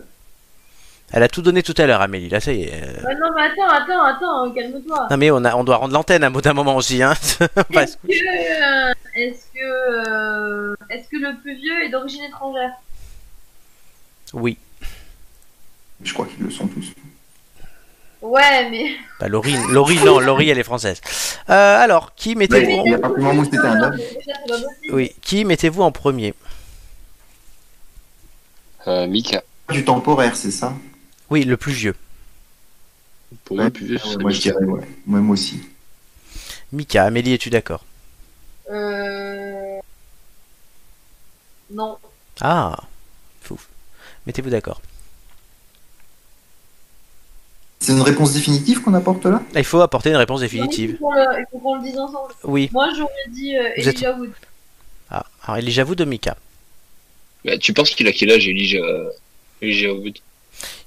[SPEAKER 1] elle a tout donné tout à l'heure, Amélie, là ça y est. euh.
[SPEAKER 3] ouais, non, mais attends, attends, attends, euh, calme-toi.
[SPEAKER 1] Non mais on, a, on doit rendre l'antenne à bout d'un moment aussi, hein. *laughs* Parce-
[SPEAKER 3] Est-ce que, euh, est-ce que, euh, est-ce que le plus vieux est d'origine étrangère
[SPEAKER 1] oui.
[SPEAKER 2] Je crois qu'ils le sont tous.
[SPEAKER 3] Ouais, mais
[SPEAKER 1] Bah, Laurie, Laurie, non, Laurie, elle est française. Euh, alors, qui
[SPEAKER 2] Mais
[SPEAKER 1] mettez-vous en...
[SPEAKER 2] il y a pas plus moment où c'était hein. un homme.
[SPEAKER 3] déjà, c'est pas possible.
[SPEAKER 1] Oui, qui mettez-vous en premier
[SPEAKER 4] Euh, Mika.
[SPEAKER 2] Du temporaire, c'est ça
[SPEAKER 1] Oui, le plus vieux.
[SPEAKER 4] Pour moi, le plus vieux, ce
[SPEAKER 2] Ouais,
[SPEAKER 4] serait
[SPEAKER 2] Moi, je
[SPEAKER 4] Mika.
[SPEAKER 2] dirais, ouais. Moi, moi aussi.
[SPEAKER 1] Mika, Amélie, es-tu d'accord
[SPEAKER 3] Euh... Non.
[SPEAKER 1] Ah, fou. Mettez-vous d'accord.
[SPEAKER 2] C'est une réponse définitive qu'on apporte là
[SPEAKER 1] Il faut apporter une réponse définitive.
[SPEAKER 3] Il faut qu'on le- il faut qu'on le dise ensemble.
[SPEAKER 1] Oui.
[SPEAKER 3] Moi, j'aurais dit euh,
[SPEAKER 1] Vous êtes-
[SPEAKER 3] Elijah Wood.
[SPEAKER 1] Ah, alors Elijah Wood ou Mika
[SPEAKER 4] Bah, tu penses qu'il a quel âge, euh, Elijah Elijah Wood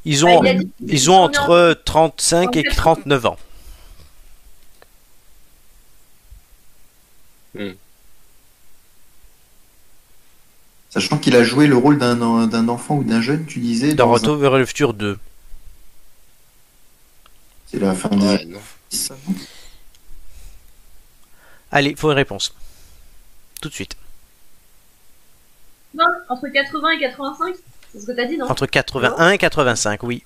[SPEAKER 1] Ils ont,
[SPEAKER 3] Ah, il a dit-
[SPEAKER 1] ils ont entre 35 et 39 ans.
[SPEAKER 2] Sachant qu'il a joué le rôle d'un en- d'un enfant ou d'un jeune, tu disais
[SPEAKER 1] Dans
[SPEAKER 2] un-
[SPEAKER 1] Retour vers le futur 2.
[SPEAKER 2] C'est la fin des...
[SPEAKER 4] Ouais, non.
[SPEAKER 1] Allez, faut une réponse. Tout de suite.
[SPEAKER 3] Non, entre 80 et 85. C'est ce que t'as dit, non
[SPEAKER 2] Ah.
[SPEAKER 1] Entre 81 et 85, oui.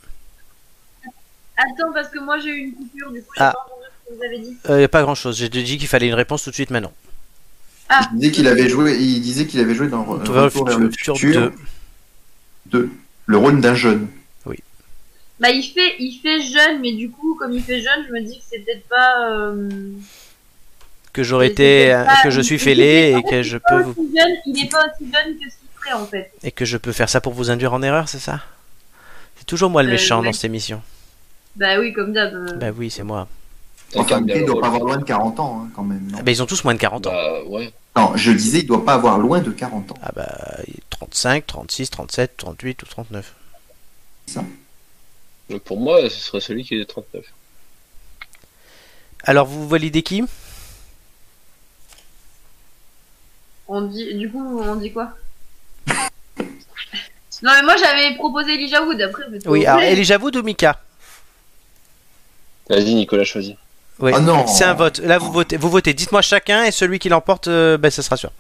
[SPEAKER 3] Attends, parce que moi, j'ai eu une coupure, du coup, j'ai
[SPEAKER 1] Ah.
[SPEAKER 3] pas entendu ce que vous avez dit.
[SPEAKER 1] Euh, y a pas grand-chose. J'ai dit qu'il fallait une réponse tout de suite maintenant.
[SPEAKER 3] Ah,
[SPEAKER 2] Il disait qu'il avait joué, il disait qu'il avait joué dans
[SPEAKER 1] Retour vers le
[SPEAKER 2] Retour vers le
[SPEAKER 1] futur
[SPEAKER 2] futur 2, le rôle d'un jeune.
[SPEAKER 3] bah, il fait, il fait jeune, mais du coup, comme il fait jeune, je me dis que c'est peut-être pas... euh,
[SPEAKER 1] Que j'aurais
[SPEAKER 3] Et
[SPEAKER 1] été,
[SPEAKER 3] c'est
[SPEAKER 1] euh,
[SPEAKER 3] pas-
[SPEAKER 1] que je suis
[SPEAKER 3] il- il-
[SPEAKER 1] fêlé
[SPEAKER 3] il-
[SPEAKER 1] et que je peux vous,
[SPEAKER 3] aussi jeune, il est pas aussi jeune que ce qu'il serait, en fait.
[SPEAKER 1] et que je peux faire ça pour vous induire en erreur, c'est ça C'est toujours moi le
[SPEAKER 3] Euh,
[SPEAKER 1] méchant
[SPEAKER 3] ouais.
[SPEAKER 1] dans cette émission.
[SPEAKER 3] Bah oui, comme d'hab. euh.
[SPEAKER 1] Bah oui, c'est moi.
[SPEAKER 2] Enfin,
[SPEAKER 4] Incarne bien
[SPEAKER 2] il
[SPEAKER 4] le
[SPEAKER 2] doit pas
[SPEAKER 4] rôle.
[SPEAKER 2] avoir loin de 40 ans, hein, quand même. Non,
[SPEAKER 1] Ah bah, ils ont tous moins de 40 ans.
[SPEAKER 4] Bah, ouais.
[SPEAKER 2] Non, je disais, il doit pas avoir loin de 40 ans.
[SPEAKER 1] Ah bah 35, 36, 37, 38 ou 39.
[SPEAKER 4] Mais Pour moi, ce serait celui qui est 39.
[SPEAKER 1] Alors vous validez qui
[SPEAKER 3] On dit, du coup, on dit quoi Non, mais moi j'avais proposé Elijah Wood après. vous êtes
[SPEAKER 1] Oui,
[SPEAKER 3] pas
[SPEAKER 1] alors
[SPEAKER 3] obligés.
[SPEAKER 1] Elijah Wood ou Mika
[SPEAKER 4] Vas-y, Nicolas, choisis.
[SPEAKER 1] Ouais.
[SPEAKER 2] Ah non.
[SPEAKER 1] C'est un vote. Là, vous votez. Vous votez. Dites-moi chacun et celui qui l'emporte, euh, ben, ça sera sûr.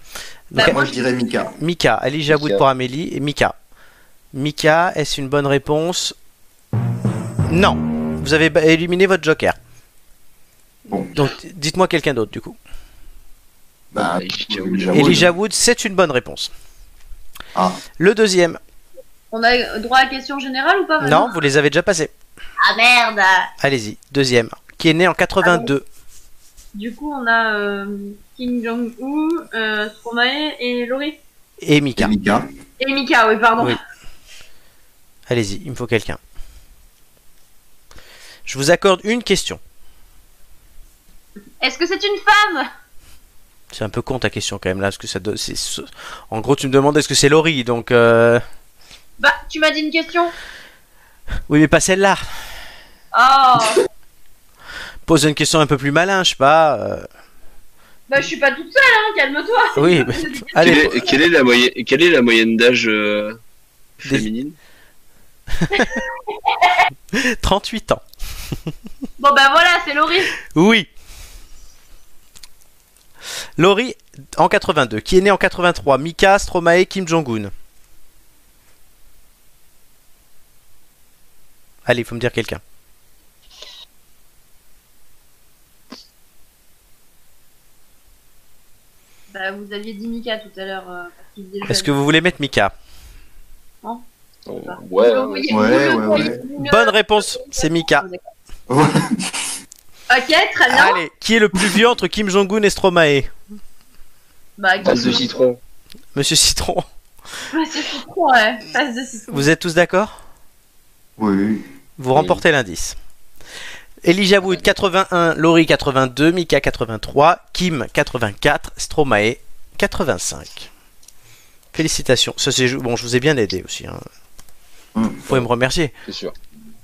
[SPEAKER 3] Bah,
[SPEAKER 1] Donc,
[SPEAKER 2] Moi, je dirais Mika.
[SPEAKER 1] Mika, Ali Jaboud
[SPEAKER 4] Mika.
[SPEAKER 1] pour Amélie et Mika. Mika, est-ce une bonne réponse Non. Vous avez ba- éliminé votre joker.
[SPEAKER 2] Bon.
[SPEAKER 1] Donc, dites-moi quelqu'un d'autre du coup.
[SPEAKER 2] Bah,
[SPEAKER 4] Elijah
[SPEAKER 2] euh,
[SPEAKER 4] Wood.
[SPEAKER 2] Elijah Wood.
[SPEAKER 1] Elijah Wood, c'est une bonne réponse.
[SPEAKER 2] Ah.
[SPEAKER 1] Le deuxième.
[SPEAKER 3] On a droit à question générale ou pas maintenant
[SPEAKER 1] Non, vous les avez déjà passés.
[SPEAKER 3] Ah merde
[SPEAKER 1] Allez-y, deuxième. Qui est né en 82.
[SPEAKER 3] Du coup, on a euh, Kim Jong-un, euh, Stromae et Laurie.
[SPEAKER 1] Et Mika.
[SPEAKER 2] Mika.
[SPEAKER 3] Et Mika, oui, pardon.
[SPEAKER 1] Oui. Allez-y, il me faut quelqu'un. Je vous accorde une question.
[SPEAKER 3] Est-ce que c'est une femme
[SPEAKER 1] C'est un peu con ta question quand même là, parce que ça do- c'est- c'est- En gros, tu me demandes est-ce que c'est Laurie, donc. euh,
[SPEAKER 3] Bah, tu m'as dit une question.
[SPEAKER 1] Oui, mais pas celle-là.
[SPEAKER 3] Oh
[SPEAKER 1] Pose une question un peu plus malin, je sais pas. euh,
[SPEAKER 3] Bah, je suis pas toute seule, hein, calme-toi.
[SPEAKER 1] Oui, mais-
[SPEAKER 4] Quelle
[SPEAKER 1] Allez,
[SPEAKER 4] est, quelle est la moyenne, quelle est la moyenne d'âge euh,
[SPEAKER 1] Des-
[SPEAKER 4] féminine
[SPEAKER 1] 38 ans.
[SPEAKER 3] Bon, bah voilà, c'est Laurie.
[SPEAKER 1] Oui. Laurie en 82, qui est née en 83, Mika, Stromae, Kim Jong-un. Allez, il faut me dire quelqu'un.
[SPEAKER 3] Bah, vous aviez dit Mika tout à l'heure. euh, parce qu'il disait le
[SPEAKER 1] Est-ce
[SPEAKER 3] jeune.
[SPEAKER 1] que vous voulez mettre Mika
[SPEAKER 4] Oh,
[SPEAKER 3] Oui,
[SPEAKER 4] Ouais. hein.
[SPEAKER 3] oui, oui,
[SPEAKER 2] Ouais, ouais,
[SPEAKER 3] oui, oui,
[SPEAKER 2] ouais.
[SPEAKER 3] oui.
[SPEAKER 1] Bonne réponse, c'est Mika.
[SPEAKER 3] Ok, très
[SPEAKER 4] Ah,
[SPEAKER 3] bien.
[SPEAKER 1] Allez, qui est le plus vieux entre Kim Jong-un et Stromae
[SPEAKER 3] Bah, Kim
[SPEAKER 4] Passe de
[SPEAKER 3] Jong-un,
[SPEAKER 4] citron.
[SPEAKER 1] Monsieur Citron,
[SPEAKER 3] c'est trop, ouais. Passe de citron.
[SPEAKER 1] vous êtes tous d'accord
[SPEAKER 2] Oui.
[SPEAKER 1] Vous remportez l'indice. Elijah Wood 81, Laurie 82, Mika 83, Kim 84, Stromae 85. Félicitations. Ça, c'est jou- bon, je vous ai bien aidé aussi. Hein.
[SPEAKER 2] Mm.
[SPEAKER 1] Vous pouvez me remercier.
[SPEAKER 4] C'est sûr.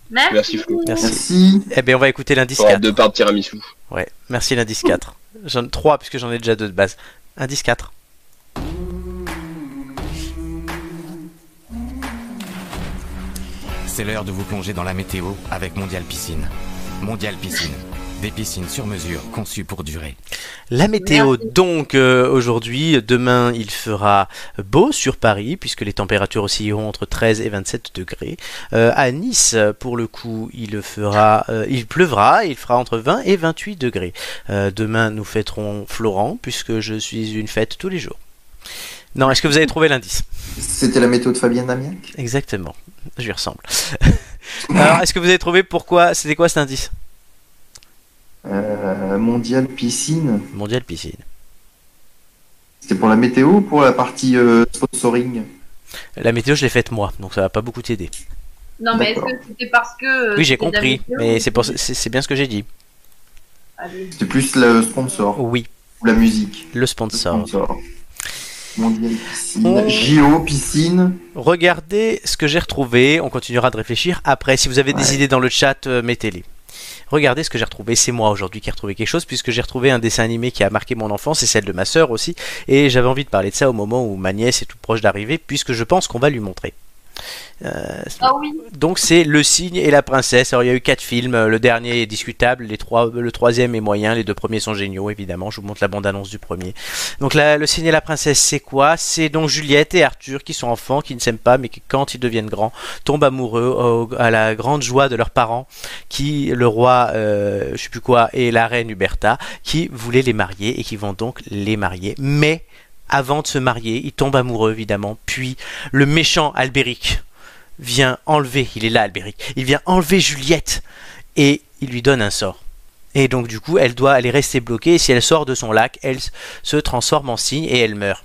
[SPEAKER 3] Merci.
[SPEAKER 4] Merci, Flo.
[SPEAKER 1] Merci.
[SPEAKER 2] Merci.
[SPEAKER 1] Eh bien, on va écouter l'indice
[SPEAKER 4] T'auras
[SPEAKER 1] 4.
[SPEAKER 4] deux parts de tiramisu.
[SPEAKER 1] Ouais, merci l'indice 4. J'en 3 puisque j'en ai déjà deux de base. Indice 4.
[SPEAKER 9] C'est l'heure de vous plonger dans la météo avec Mondial Piscine. Mondial Piscine. Des piscines sur mesure conçues pour durer.
[SPEAKER 1] La météo
[SPEAKER 3] Merci.
[SPEAKER 1] donc euh, aujourd'hui, demain il fera beau sur Paris puisque les températures oscilleront entre 13 et 27 degrés. Euh, à Nice pour le coup il fera, euh, il pleuvra, il fera entre 20 et 28 degrés. Euh, demain nous fêterons Florent puisque je suis une fête tous les jours. Non, est-ce que vous avez trouvé l'indice
[SPEAKER 2] C'était la méthode de Fabien Damiac
[SPEAKER 1] Exactement, je lui ressemble. *laughs* Alors est-ce que vous avez trouvé pourquoi, c'était quoi cet indice
[SPEAKER 2] euh, Mondial piscine.
[SPEAKER 1] Mondial piscine.
[SPEAKER 2] C'était pour la météo ou pour la partie euh, sponsoring
[SPEAKER 1] La météo je l'ai faite moi, donc ça va pas beaucoup t'aider.
[SPEAKER 3] Non, mais est-ce
[SPEAKER 2] D'accord.
[SPEAKER 3] que c'était parce que. euh,
[SPEAKER 1] Oui j'ai
[SPEAKER 3] c'était
[SPEAKER 1] compris,
[SPEAKER 3] Damien
[SPEAKER 1] mais c'est pour- c'est c'est bien ce que j'ai dit.
[SPEAKER 3] Allez.
[SPEAKER 2] C'était plus le sponsor
[SPEAKER 1] Oui.
[SPEAKER 2] ou la musique.
[SPEAKER 1] Le
[SPEAKER 2] Le
[SPEAKER 1] sponsor.
[SPEAKER 2] sponsor. Mondial piscine.
[SPEAKER 1] Oh.
[SPEAKER 2] JO piscine.
[SPEAKER 1] Regardez ce que j'ai retrouvé. On continuera de réfléchir après. Si vous avez des
[SPEAKER 2] Ouais.
[SPEAKER 1] idées dans le chat, euh, mettez-les. Regardez ce que j'ai retrouvé. C'est moi aujourd'hui qui ai retrouvé quelque chose puisque j'ai retrouvé un dessin animé qui a marqué mon enfance et celle de ma sœur aussi. Et j'avais envie de parler de ça au moment où ma nièce est toute proche d'arriver puisque je pense qu'on va lui montrer. Euh,
[SPEAKER 3] Ah oui,
[SPEAKER 1] donc c'est Le Cygne et la Princesse. Alors il y a eu quatre films. Euh, Le dernier est discutable, les trois, euh, le troisième est moyen, les deux premiers sont géniaux évidemment. Je vous montre la bande-annonce du premier. Donc là, Le Cygne et la Princesse, c'est quoi C'est donc Juliette et Arthur qui sont enfants, qui ne s'aiment pas, mais qui quand ils deviennent grands tombent amoureux au- à la grande joie de leurs parents, qui le roi, euh, je sais plus quoi, et la reine Huberta, qui voulaient les marier et qui vont donc les marier. Mais avant de se marier, ils tombent amoureux évidemment. Puis le méchant Albéric vient enlever, il est là Albéric, il vient enlever Juliette et il lui donne un sort. Et donc du coup, elle doit aller rester bloquée et si elle sort de son lac, elle s- se transforme en cygne et elle meurt.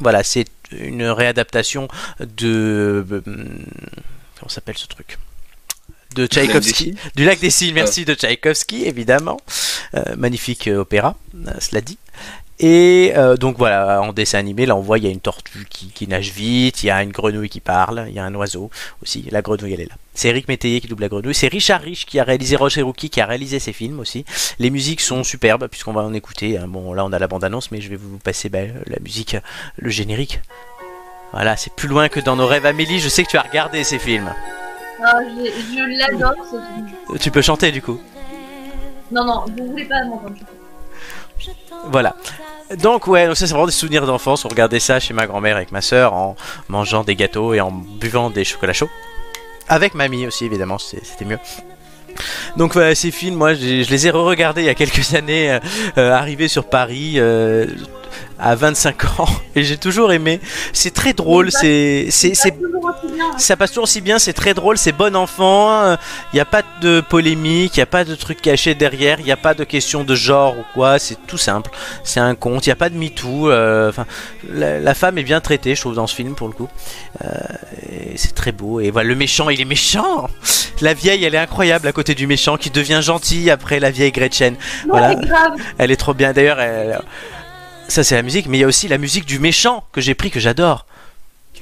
[SPEAKER 1] Voilà, c'est une réadaptation de euh, comment s'appelle ce truc de Tchaïkovski, du lac des cygnes, merci de Tchaïkovski évidemment, Euh, magnifique euh, opéra, euh, cela dit. Et euh, donc voilà, en dessin animé, là on voit il y a une tortue qui, qui nage vite, il y a une grenouille qui parle, il y a un oiseau aussi, la grenouille elle est là. C'est Eric Métayer qui double la grenouille, c'est Richard Rich qui a réalisé Roger Rookie qui a réalisé ces films aussi. Les musiques sont superbes puisqu'on va en écouter. hein. Bon là on a la bande annonce mais je vais vous passer ben, la musique, euh, le générique. Voilà, c'est plus loin que dans nos rêves Amélie, je sais que tu as regardé ces films. Euh,
[SPEAKER 3] Ah, je, je l'adore ce film.
[SPEAKER 1] Tu peux chanter du coup.
[SPEAKER 3] Non, non, vous voulez pas m'entendre.
[SPEAKER 1] Voilà. Donc ouais, donc ça c'est vraiment des souvenirs d'enfance. On regardait ça chez ma grand-mère avec ma soeur en mangeant des gâteaux et en buvant des chocolats chauds. Avec mamie aussi évidemment, c'est- c'était mieux. Donc voilà, ces films, moi j'ai- je les ai re-regardés il y a quelques années, euh, euh, arrivés sur Paris euh, à 25 ans, et j'ai toujours aimé. C'est très drôle, c'est c'est- c'est- ça passe toujours aussi bien, c'est très drôle, c'est bon enfant, euh, il n'y a pas de polémique, il n'y a pas de truc caché derrière, il n'y a pas de question de genre ou quoi, c'est tout simple, c'est un conte, il n'y a pas de MeToo, euh, enfin, la, la femme est bien traitée, je trouve, dans ce film pour le coup. Euh, et c'est très beau, et voilà, le méchant, il est méchant La vieille, elle est incroyable à côté du méchant qui devient gentil après la vieille Gretchen. voilà,
[SPEAKER 3] c'est grave.
[SPEAKER 1] elle est trop bien, d'ailleurs, elle- ça c'est la musique, mais il y a aussi la musique du méchant que j'ai pris, que j'adore.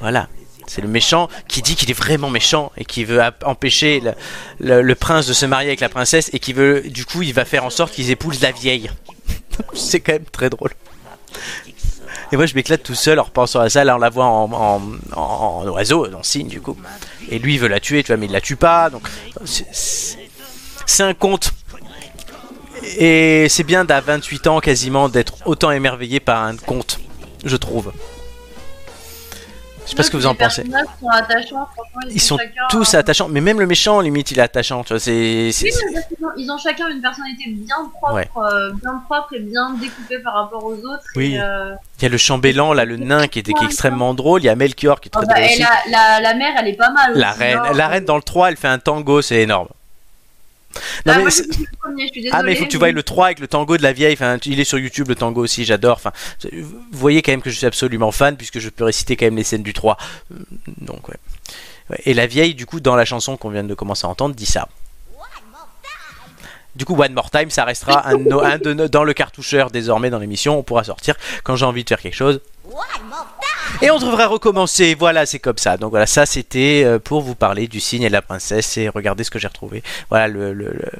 [SPEAKER 1] Voilà. C'est le méchant qui dit qu'il est vraiment méchant et qui veut ap- empêcher le, le- le prince de se marier avec la princesse et qui veut, du coup, il va faire en sorte qu'ils épousent la vieille. *laughs* C'est quand même très drôle. Et moi, je m'éclate tout seul en repensant à ça. Là, on la voit en, en- en- en oiseau, en cygne, du coup. Et lui, il veut la tuer, tu vois, mais il la tue pas. Donc, c'est- c'est c'est un conte. Et c'est bien d'à 28 ans quasiment d'être autant émerveillé par un conte, je trouve. Je sais pas ce que vous en
[SPEAKER 3] Les
[SPEAKER 1] pensez.
[SPEAKER 3] personnages sont attachants, franchement.
[SPEAKER 1] Ils
[SPEAKER 3] Ils, ont
[SPEAKER 1] sont
[SPEAKER 3] chacun...
[SPEAKER 1] tous attachants, mais même le méchant, limite, il est attachant. Tu vois, c'est. c'est-
[SPEAKER 3] Oui, mais parce qu'ils ont- ils ont chacun une personnalité bien propre,
[SPEAKER 1] Ouais.
[SPEAKER 3] euh, bien propre et bien découpée par rapport aux autres.
[SPEAKER 1] Oui.
[SPEAKER 3] et, euh,
[SPEAKER 1] Il y a le chambellan, là, le nain qui est, qui est extrêmement drôle. Il y a Melchior qui est
[SPEAKER 3] ah
[SPEAKER 1] très
[SPEAKER 3] hein. bah,
[SPEAKER 1] drôle
[SPEAKER 3] et
[SPEAKER 1] aussi.
[SPEAKER 3] la, la, la mère, elle est pas mal.
[SPEAKER 1] La
[SPEAKER 3] aussi,
[SPEAKER 1] reine,
[SPEAKER 3] hein.
[SPEAKER 1] la reine dans le 3, elle fait un tango, c'est énorme. Non,
[SPEAKER 3] Ah,
[SPEAKER 1] mais
[SPEAKER 3] moi,
[SPEAKER 1] c'est-
[SPEAKER 3] j'ai vu le premier, je suis
[SPEAKER 1] ah mais il faut que tu
[SPEAKER 3] désolée,
[SPEAKER 1] voyes le 3 avec le tango de la vieille, enfin, il est sur YouTube le tango aussi, j'adore. Enfin, c'est- vous voyez quand même que je suis absolument fan puisque je peux réciter quand même les scènes du 3. Euh, Donc ouais. Ouais, Et la vieille du coup dans la chanson qu'on vient de commencer à entendre dit ça. Du coup One More Time ça restera un, de nos- un de nos- dans le cartoucheur désormais dans l'émission, on pourra sortir quand j'ai envie de faire quelque chose. Et on devra recommencer, voilà, c'est comme ça. Donc voilà, ça c'était euh, pour vous parler du cygne et de la princesse et regardez ce que j'ai retrouvé. Voilà, le, le, le,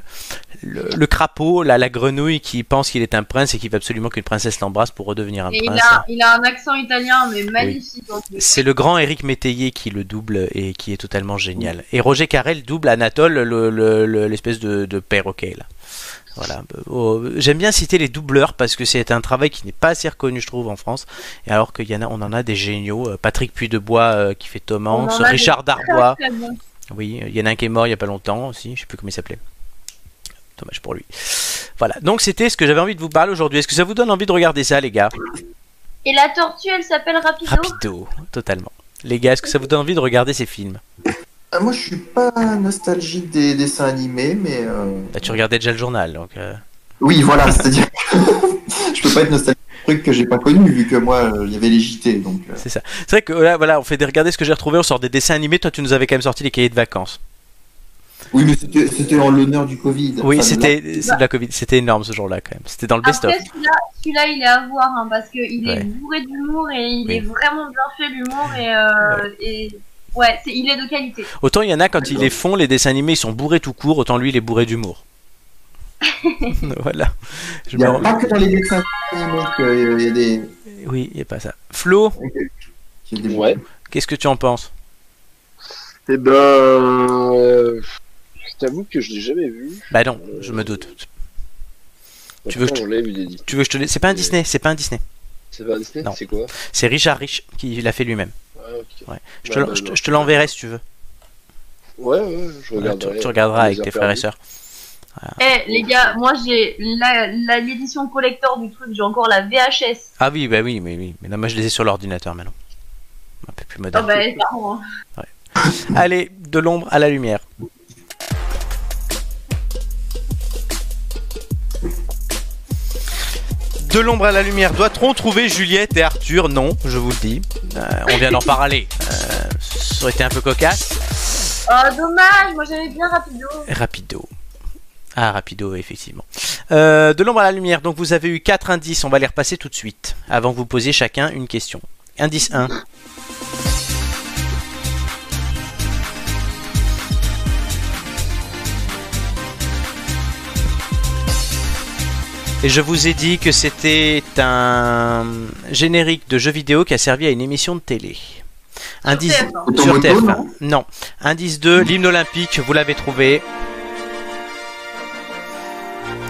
[SPEAKER 1] le- le crapaud, la, la grenouille qui pense qu'il est un prince et qui veut absolument qu'une princesse l'embrasse pour redevenir un
[SPEAKER 3] Et il
[SPEAKER 1] prince.
[SPEAKER 3] a, il a un accent italien, mais magnifique. euh, en plus.
[SPEAKER 1] C'est le grand Éric Métayer qui le double et qui est totalement génial. Et Roger Carrel double Anatole, le- le- le- l'espèce de, de perroquet là. Voilà. Oh, J'aime bien citer les doubleurs parce que c'est un travail qui n'est pas assez reconnu, je trouve, en France. Et alors qu'il y en a, on en a des géniaux. Euh, Patrick Puy de Bois euh, qui fait Tom
[SPEAKER 3] On en
[SPEAKER 1] Hanks,
[SPEAKER 3] a des
[SPEAKER 1] Richard
[SPEAKER 3] très,
[SPEAKER 1] Darbois.
[SPEAKER 3] très bons.
[SPEAKER 1] Oui, il y en a un qui est mort il n'y a pas longtemps aussi, je sais plus comment il s'appelait. Dommage pour lui. Voilà, donc c'était ce que j'avais envie de vous parler aujourd'hui. Est-ce que ça vous donne envie de regarder ça, les gars
[SPEAKER 3] Et la tortue, elle s'appelle Rapido.
[SPEAKER 1] Rapido, totalement. Les gars, est-ce que ça vous donne envie de regarder ces films
[SPEAKER 2] Ah, moi, je suis pas nostalgique des dessins animés, mais. euh,
[SPEAKER 1] Bah, tu regardais déjà le journal, donc. euh,
[SPEAKER 2] Oui, voilà, *laughs* c'est-à-dire que je peux pas être nostalgique de trucs que j'ai pas connu, vu que moi, euh, il y avait les JT, donc. euh,
[SPEAKER 1] C'est ça. C'est vrai que là, voilà, on fait des regarder ce que j'ai retrouvé, on sort des dessins animés. Toi, tu nous avais quand même sorti les cahiers de vacances.
[SPEAKER 2] Oui, mais c'était c'était en l'honneur du Covid.
[SPEAKER 1] Oui,
[SPEAKER 2] Enfin,
[SPEAKER 1] c'était
[SPEAKER 4] Bah.
[SPEAKER 2] là-
[SPEAKER 1] c'est de la Covid, c'était énorme ce jour-là quand même. C'était dans le best-of.
[SPEAKER 3] Après, celui-là, celui-là, il est à voir, hein, parce qu'il
[SPEAKER 1] Ouais.
[SPEAKER 3] est bourré d'humour et il
[SPEAKER 1] Oui.
[SPEAKER 3] est vraiment bien fait, l'humour. Et, euh, et- ouais, c'est- il est de qualité.
[SPEAKER 1] Autant il y en a quand ils les font, les dessins animés, ils sont bourrés tout court. Autant lui, il est bourré d'humour. *laughs* voilà. Je
[SPEAKER 2] Il y a
[SPEAKER 1] me rends-
[SPEAKER 2] pas que dans les dessins animés qu'il y a des.
[SPEAKER 1] Oui, il n'y a pas ça. Flo,
[SPEAKER 2] qu'il y a des-
[SPEAKER 4] Ouais.
[SPEAKER 1] qu'est-ce que tu en penses
[SPEAKER 4] Eh ben, euh, je t'avoue que je l'ai jamais vu.
[SPEAKER 1] Bah non, je me doute. Tu veux que je
[SPEAKER 4] Pourtant, on l'a vu, Didi.
[SPEAKER 1] Tu veux que je te laisse C'est pas un Disney, c'est pas un Disney.
[SPEAKER 4] C'est pas Disney
[SPEAKER 1] Non.
[SPEAKER 4] C'est quoi
[SPEAKER 1] C'est Richard Rich qui l'a fait lui-même.
[SPEAKER 4] Ah, ok.
[SPEAKER 1] Ouais. Je te
[SPEAKER 4] Bah,
[SPEAKER 1] l'en-
[SPEAKER 4] bah,
[SPEAKER 1] je te-
[SPEAKER 4] non.
[SPEAKER 1] je te l'enverrai si tu veux.
[SPEAKER 4] Ouais, ouais, je
[SPEAKER 1] Voilà,
[SPEAKER 4] regarderai.
[SPEAKER 1] tu, tu regarderas avec
[SPEAKER 4] Les
[SPEAKER 1] tes frères et
[SPEAKER 4] interdits.
[SPEAKER 1] sœurs.
[SPEAKER 3] Eh les gars, moi j'ai la- la- l'édition collector du truc, j'ai encore la VHS.
[SPEAKER 1] Ah oui, bah oui, mais oui. Mais non, moi je les ai sur l'ordinateur maintenant. Un peu plus
[SPEAKER 3] Ah
[SPEAKER 1] moderne.
[SPEAKER 3] bah, ça rend-
[SPEAKER 1] Allez, de l'ombre à la lumière. De l'ombre à la lumière, doit-on trouver Juliette et Arthur Non, je vous le dis. Euh, on vient d'en parler. Euh, ça aurait été un peu cocasse.
[SPEAKER 3] Oh, dommage, moi j'aimais bien Rapido.
[SPEAKER 1] Rapido. Ah, rapido, effectivement. Euh, de l'ombre à la lumière, donc vous avez eu quatre indices, on va les repasser tout de suite, avant que vous posiez chacun une question. Indice 1. Et je vous ai dit que c'était un générique de jeu vidéo qui a servi à une émission de télé. Indice
[SPEAKER 3] Euh,
[SPEAKER 2] TF1.
[SPEAKER 1] sur
[SPEAKER 2] Automoto,
[SPEAKER 1] TF1.
[SPEAKER 2] non
[SPEAKER 1] Non. Indice 2, l'hymne olympique, vous l'avez trouvé.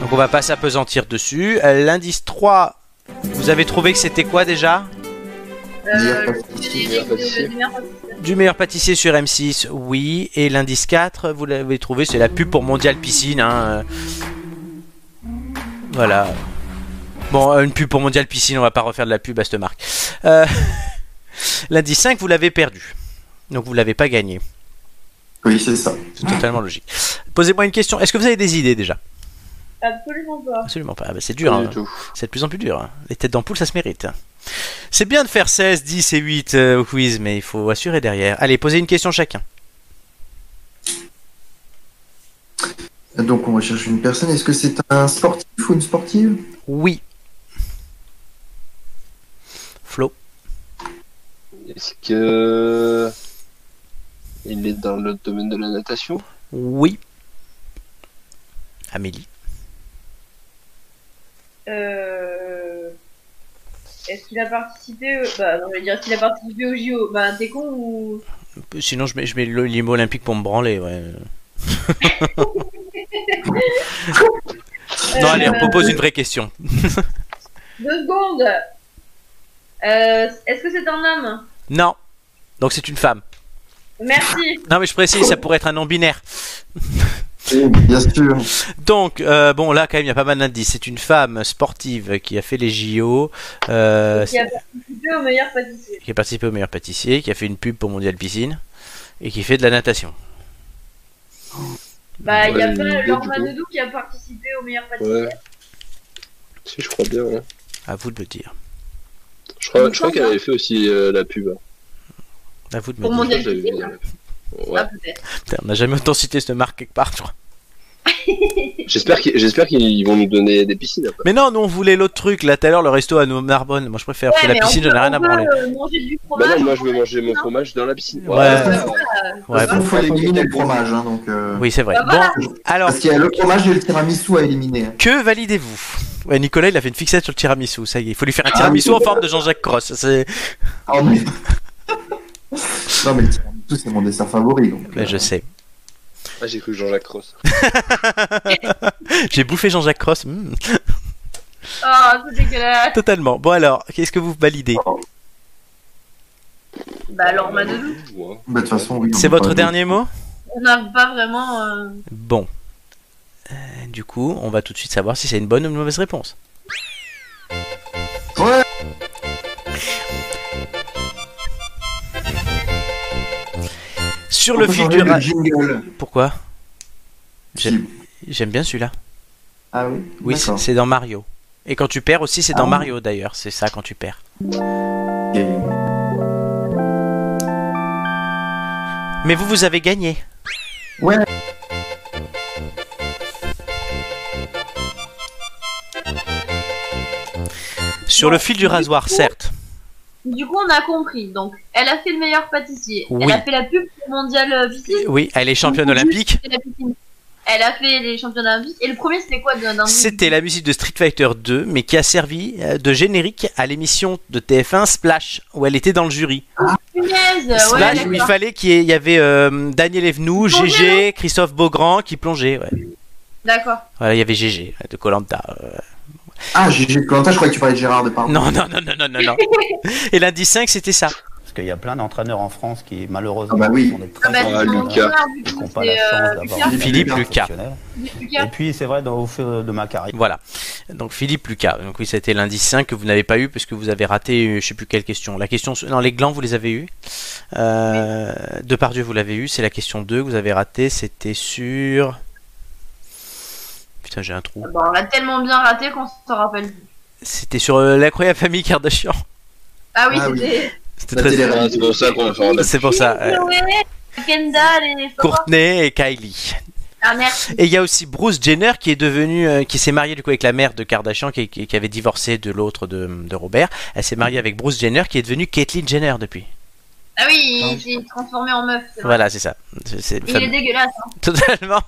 [SPEAKER 1] Donc on va pas s'apesantir dessus. Euh, L'indice 3, vous avez trouvé que c'était quoi déjà
[SPEAKER 3] Euh, le générique de- du meilleur pâtissier.
[SPEAKER 1] Du meilleur pâtissier sur M6, oui. Et l'indice 4, vous l'avez trouvé, c'est la pub pour Mondial Piscine. hein. Euh, Voilà. Bon, euh, une pub pour Mondial Piscine, on va pas refaire de la pub à cette marque. Euh, *laughs* L'indice 5, vous l'avez perdu. Donc vous l'avez pas gagné.
[SPEAKER 2] Oui, c'est ça.
[SPEAKER 4] Ah.
[SPEAKER 1] C'est totalement logique. Posez-moi une question. Est-ce que vous avez des idées déjà
[SPEAKER 3] Absolument pas.
[SPEAKER 1] Absolument pas. Ah bah, c'est dur.
[SPEAKER 4] Pas du
[SPEAKER 1] hein.
[SPEAKER 4] tout.
[SPEAKER 1] C'est de plus en plus dur. hein. Les têtes d'ampoule, ça se mérite. C'est bien de faire 16, 10 et 8 euh, au quiz, mais il faut assurer derrière. Allez, posez une question chacun.
[SPEAKER 2] Donc on recherche une personne. Est-ce que c'est un sportif ou une sportive
[SPEAKER 1] Oui. Flo.
[SPEAKER 4] Est-ce que. Il est dans le domaine de la natation
[SPEAKER 1] Oui. Amélie.
[SPEAKER 3] Euh... Est-ce qu'il a participé au- Bah non, je vais dire, est-ce qu'il a participé au JO Bah t'es con ou
[SPEAKER 1] Sinon, je mets, je mets le limo olympique pour me branler.
[SPEAKER 4] *laughs*
[SPEAKER 1] ouais. non, allez, on propose une vraie question.
[SPEAKER 3] Deux secondes Euh, Est-ce que c'est un homme
[SPEAKER 1] Non. Donc, c'est une femme. *laughs*
[SPEAKER 3] Merci
[SPEAKER 1] Non, mais je précise, ça pourrait être un non-binaire.
[SPEAKER 2] Bien sûr.
[SPEAKER 1] Donc, euh, bon, là, quand même, il y a pas mal d'indices. C'est une femme sportive qui a fait les JO, euh,
[SPEAKER 3] Qui a participé au meilleur pâtissier.
[SPEAKER 1] qui a participé au meilleur pâtissier, qui a fait une pub pour Mondial Piscine et qui fait de la natation.
[SPEAKER 3] Bah il y a
[SPEAKER 4] Ouais,
[SPEAKER 3] pas
[SPEAKER 4] il est
[SPEAKER 3] Laure
[SPEAKER 4] du
[SPEAKER 3] Manodou qui a participé au meilleur pâtissier.
[SPEAKER 4] Ouais. Si, je crois bien. ouais.
[SPEAKER 1] À vous de me dire.
[SPEAKER 4] Je crois, je crois qu'elle avait fait aussi euh, la pub.
[SPEAKER 1] À vous de me
[SPEAKER 3] Pour
[SPEAKER 1] dire.
[SPEAKER 3] Mondial
[SPEAKER 4] J'avais vu
[SPEAKER 3] Cuisine
[SPEAKER 4] la pub. Ouais.
[SPEAKER 3] Ah peut-être.
[SPEAKER 1] Putain, on n'a jamais autant cité cette marque quelque part, je crois.
[SPEAKER 4] J'espère qu'ils j'espère qu'ils vont nous donner des piscines après.
[SPEAKER 1] Mais non, nous on voulait l'autre truc là tout à l'heure, le resto à nous Narbonne. Moi je préfère, parce que
[SPEAKER 3] Ouais,
[SPEAKER 1] la
[SPEAKER 3] mais on
[SPEAKER 1] piscine
[SPEAKER 3] peut-
[SPEAKER 1] j'en ai rien
[SPEAKER 3] on
[SPEAKER 1] à
[SPEAKER 3] peut,
[SPEAKER 1] branler.
[SPEAKER 3] euh, manger du
[SPEAKER 4] Bah
[SPEAKER 3] fromage.
[SPEAKER 4] non, moi je vais manger mon fromage dans la piscine.
[SPEAKER 1] Ouais. Ouais,
[SPEAKER 2] Il
[SPEAKER 1] bon.
[SPEAKER 2] faut éliminer le fromage. hein, donc, euh,
[SPEAKER 1] Oui, c'est vrai.
[SPEAKER 3] Bah voilà.
[SPEAKER 1] Bon, alors,
[SPEAKER 2] Parce qu'il y a le fromage et le tiramisu à éliminer. hein.
[SPEAKER 1] que validez-vous Ouais, Nicolas il a fait une fixette sur le tiramisu, ça y est. Il faut lui faire un tiramisu en forme de Jean-Jacques Cross. C'est...
[SPEAKER 2] Ah, mais- non, mais le tiramisu, c'est mon dessert favori. Donc,
[SPEAKER 1] Ouais, Ben, je
[SPEAKER 2] euh,
[SPEAKER 1] sais.
[SPEAKER 4] Ah, j'ai cru Jean-Jacques Ross.
[SPEAKER 1] J'ai bouffé Jean-Jacques Cross, hmm,
[SPEAKER 3] Ah, c'est dégueulasse.
[SPEAKER 1] totalement. Bon alors, qu'est-ce que vous validez
[SPEAKER 3] Bah Laure Manodou.
[SPEAKER 4] Ouais.
[SPEAKER 2] bah, De toute façon, oui,
[SPEAKER 1] C'est
[SPEAKER 2] on
[SPEAKER 1] votre
[SPEAKER 2] peut-
[SPEAKER 1] dernier mot
[SPEAKER 3] On n'a pas vraiment. euh,
[SPEAKER 1] Bon. Euh, du coup, on va tout de suite savoir si c'est une bonne ou une mauvaise réponse.
[SPEAKER 2] Ouais.
[SPEAKER 1] Sur
[SPEAKER 2] On
[SPEAKER 1] le
[SPEAKER 2] peut
[SPEAKER 1] fil
[SPEAKER 2] changer
[SPEAKER 1] du
[SPEAKER 2] le
[SPEAKER 1] ra-
[SPEAKER 2] jingle.
[SPEAKER 1] Pourquoi J'aime
[SPEAKER 2] Si.
[SPEAKER 1] j'aime bien celui-là.
[SPEAKER 2] Ah oui.
[SPEAKER 1] Oui, c'est
[SPEAKER 2] D'accord.
[SPEAKER 1] c'est dans Mario. Et quand tu perds aussi, c'est dans
[SPEAKER 2] Ah.
[SPEAKER 1] Mario d'ailleurs. C'est ça quand tu perds.
[SPEAKER 2] Et-
[SPEAKER 1] Mais vous, vous avez gagné.
[SPEAKER 2] Ouais.
[SPEAKER 1] Sur le fil du rasoir, certes.
[SPEAKER 3] Du coup, on a compris. Donc, elle a fait le meilleur pâtissier.
[SPEAKER 1] Oui.
[SPEAKER 3] Elle a fait la pub pour mondial euh, piscine.
[SPEAKER 1] Oui, elle est championne olympique.
[SPEAKER 3] et la piscine. Elle a fait les championnats olympiques. Et le premier, c'était quoi d'un indice
[SPEAKER 1] C'était la musique de Street Fighter 2, mais qui a servi euh, de générique à l'émission de TF1 Splash, où elle était dans le jury.
[SPEAKER 3] Punaise, Euh, ouais,
[SPEAKER 1] Splash,
[SPEAKER 3] d'accord.
[SPEAKER 1] où il fallait qu'il y, ait- il y avait euh, Daniel Evenou,
[SPEAKER 3] plongeait,
[SPEAKER 1] GG, Christophe Beaugrand qui plongeait. ouais.
[SPEAKER 3] D'accord.
[SPEAKER 1] Voilà, il y avait GG de Colanta.
[SPEAKER 2] Ah, Gégé de Colanta, je croyais que tu parlais de Gérard Depardieu.
[SPEAKER 1] Non, non, non, non, non, non, non.
[SPEAKER 3] *laughs*
[SPEAKER 1] Et lundi 5, c'était ça.
[SPEAKER 10] Parce qu'il y a plein d'entraîneurs en France qui, malheureusement,
[SPEAKER 2] Ah bah oui.
[SPEAKER 10] sont des
[SPEAKER 3] Ah bah,
[SPEAKER 10] très bons
[SPEAKER 4] Ah,
[SPEAKER 3] c'est mon
[SPEAKER 10] entraîneurs
[SPEAKER 4] Lucas.
[SPEAKER 3] joueur, du
[SPEAKER 10] et qui
[SPEAKER 3] coup,
[SPEAKER 10] n'ont pas
[SPEAKER 3] c'est,
[SPEAKER 10] la
[SPEAKER 3] euh,
[SPEAKER 10] chance
[SPEAKER 3] Lucas.
[SPEAKER 10] d'avoir un
[SPEAKER 1] Philippe
[SPEAKER 10] entraîneur
[SPEAKER 1] Lucas.
[SPEAKER 10] professionnel.
[SPEAKER 3] Lucas.
[SPEAKER 10] Et puis, c'est vrai, dans, au fur de ma carrière,
[SPEAKER 1] Voilà. Donc Philippe Lucas. Donc oui, c'était lundi 5 que vous n'avez pas eu parce que vous avez raté, euh, je sais plus quelle question. La question, sur- non, les glands, vous les avez eu. Euh, Depardieu, vous l'avez eu. C'est la question 2 que vous avez raté. C'était sur. Putain, j'ai un trou.
[SPEAKER 3] Bon, on l'a tellement bien raté qu'on se rappelle plus.
[SPEAKER 1] C'était sur euh, l'incroyable famille Kardashian. *laughs*
[SPEAKER 3] Ah oui,
[SPEAKER 2] Ah oui.
[SPEAKER 3] c'était.
[SPEAKER 1] C'était
[SPEAKER 2] La
[SPEAKER 1] très.
[SPEAKER 2] télé-réalité.
[SPEAKER 4] Ah, c'est pour ça qu'on va faire la
[SPEAKER 1] C'est pour ça. euh,
[SPEAKER 3] Chloé, Kendall et Florence.
[SPEAKER 1] Courtney et Kylie.
[SPEAKER 3] Ah, merci.
[SPEAKER 1] Et il y a aussi Bruce Jenner qui est devenu, euh, qui s'est marié du coup avec la mère de Kardashian, qui, qui- qui avait divorcé de l'autre de, de Robert. Elle s'est mariée avec Bruce Jenner, qui est devenue Caitlyn Jenner depuis.
[SPEAKER 3] Ah oui, il s'est transformé en meuf. c'est vrai.
[SPEAKER 1] Voilà, c'est ça. C'est- c'est
[SPEAKER 3] Il est
[SPEAKER 1] fameux.
[SPEAKER 3] dégueulasse. hein.
[SPEAKER 1] *laughs* Totalement.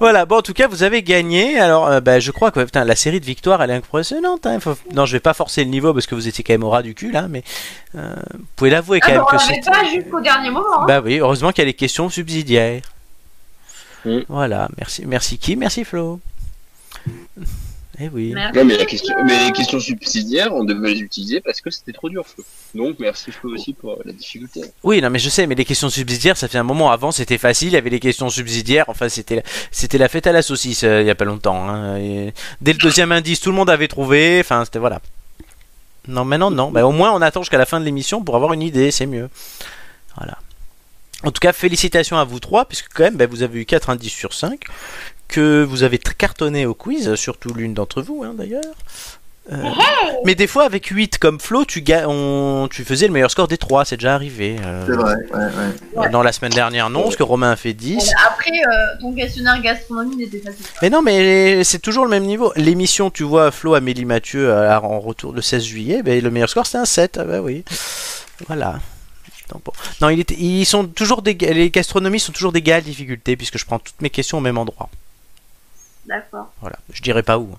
[SPEAKER 1] voilà. Bon, en tout cas, vous avez gagné. Alors, euh, bah, je crois que ouais, putain, la série de victoires, elle est impressionnante. hein. Faut- Non, je vais pas forcer le niveau parce que vous étiez quand même au ras du cul là, mais euh, vous pouvez l'avouer quand
[SPEAKER 3] Ah,
[SPEAKER 1] même
[SPEAKER 3] bah, on
[SPEAKER 1] que
[SPEAKER 3] l'avait
[SPEAKER 1] c'était-
[SPEAKER 3] pas jusqu'au dernier moment. hein.
[SPEAKER 1] Bah oui, heureusement qu'il y a les questions subsidiaires.
[SPEAKER 4] Mm.
[SPEAKER 1] Voilà, merci, merci qui, merci Flo. Eh oui.
[SPEAKER 4] Ouais, mais, la question, mais les questions subsidiaires, on devait les utiliser parce que c'était trop dur, Flo. Donc merci Flo aussi pour la difficulté.
[SPEAKER 1] Oui, non, mais je sais, mais les questions subsidiaires, ça fait un moment. Avant, c'était facile, il y avait les questions subsidiaires. Enfin, c'était, c'était la fête à la saucisse euh, il y a pas longtemps. hein. Et dès le deuxième indice, tout le monde avait trouvé. Enfin, c'était voilà. Non, maintenant, non. Bah, au moins, on attend jusqu'à la fin de l'émission pour avoir une idée, c'est mieux. Voilà. En tout cas, félicitations à vous trois, puisque quand même, bah, vous avez eu 4 indices sur 5, que vous avez t- cartonné au quiz, surtout l'une d'entre vous, hein, d'ailleurs. Euh, mais des fois, avec 8 comme Flo, tu, ga- on- tu faisais le meilleur score des 3, c'est déjà arrivé. euh,
[SPEAKER 2] C'est vrai,
[SPEAKER 1] euh, Non, la semaine dernière, non, parce que Romain a fait 10.
[SPEAKER 3] Après, euh, ton questionnaire gastronomie n'était pas facile.
[SPEAKER 1] Mais non, mais c'est toujours le même niveau. L'émission, tu vois, Flo, Amélie Mathieu, euh, en retour le 16 juillet, ben, le meilleur score, c'est un 7. Ah, bah oui. Voilà. Donc, bon. Non, il était- ils sont toujours des, les gastronomies sont toujours d'égale difficulté, puisque je prends toutes mes questions au même endroit.
[SPEAKER 3] D'accord.
[SPEAKER 1] Voilà. Je dirais pas où.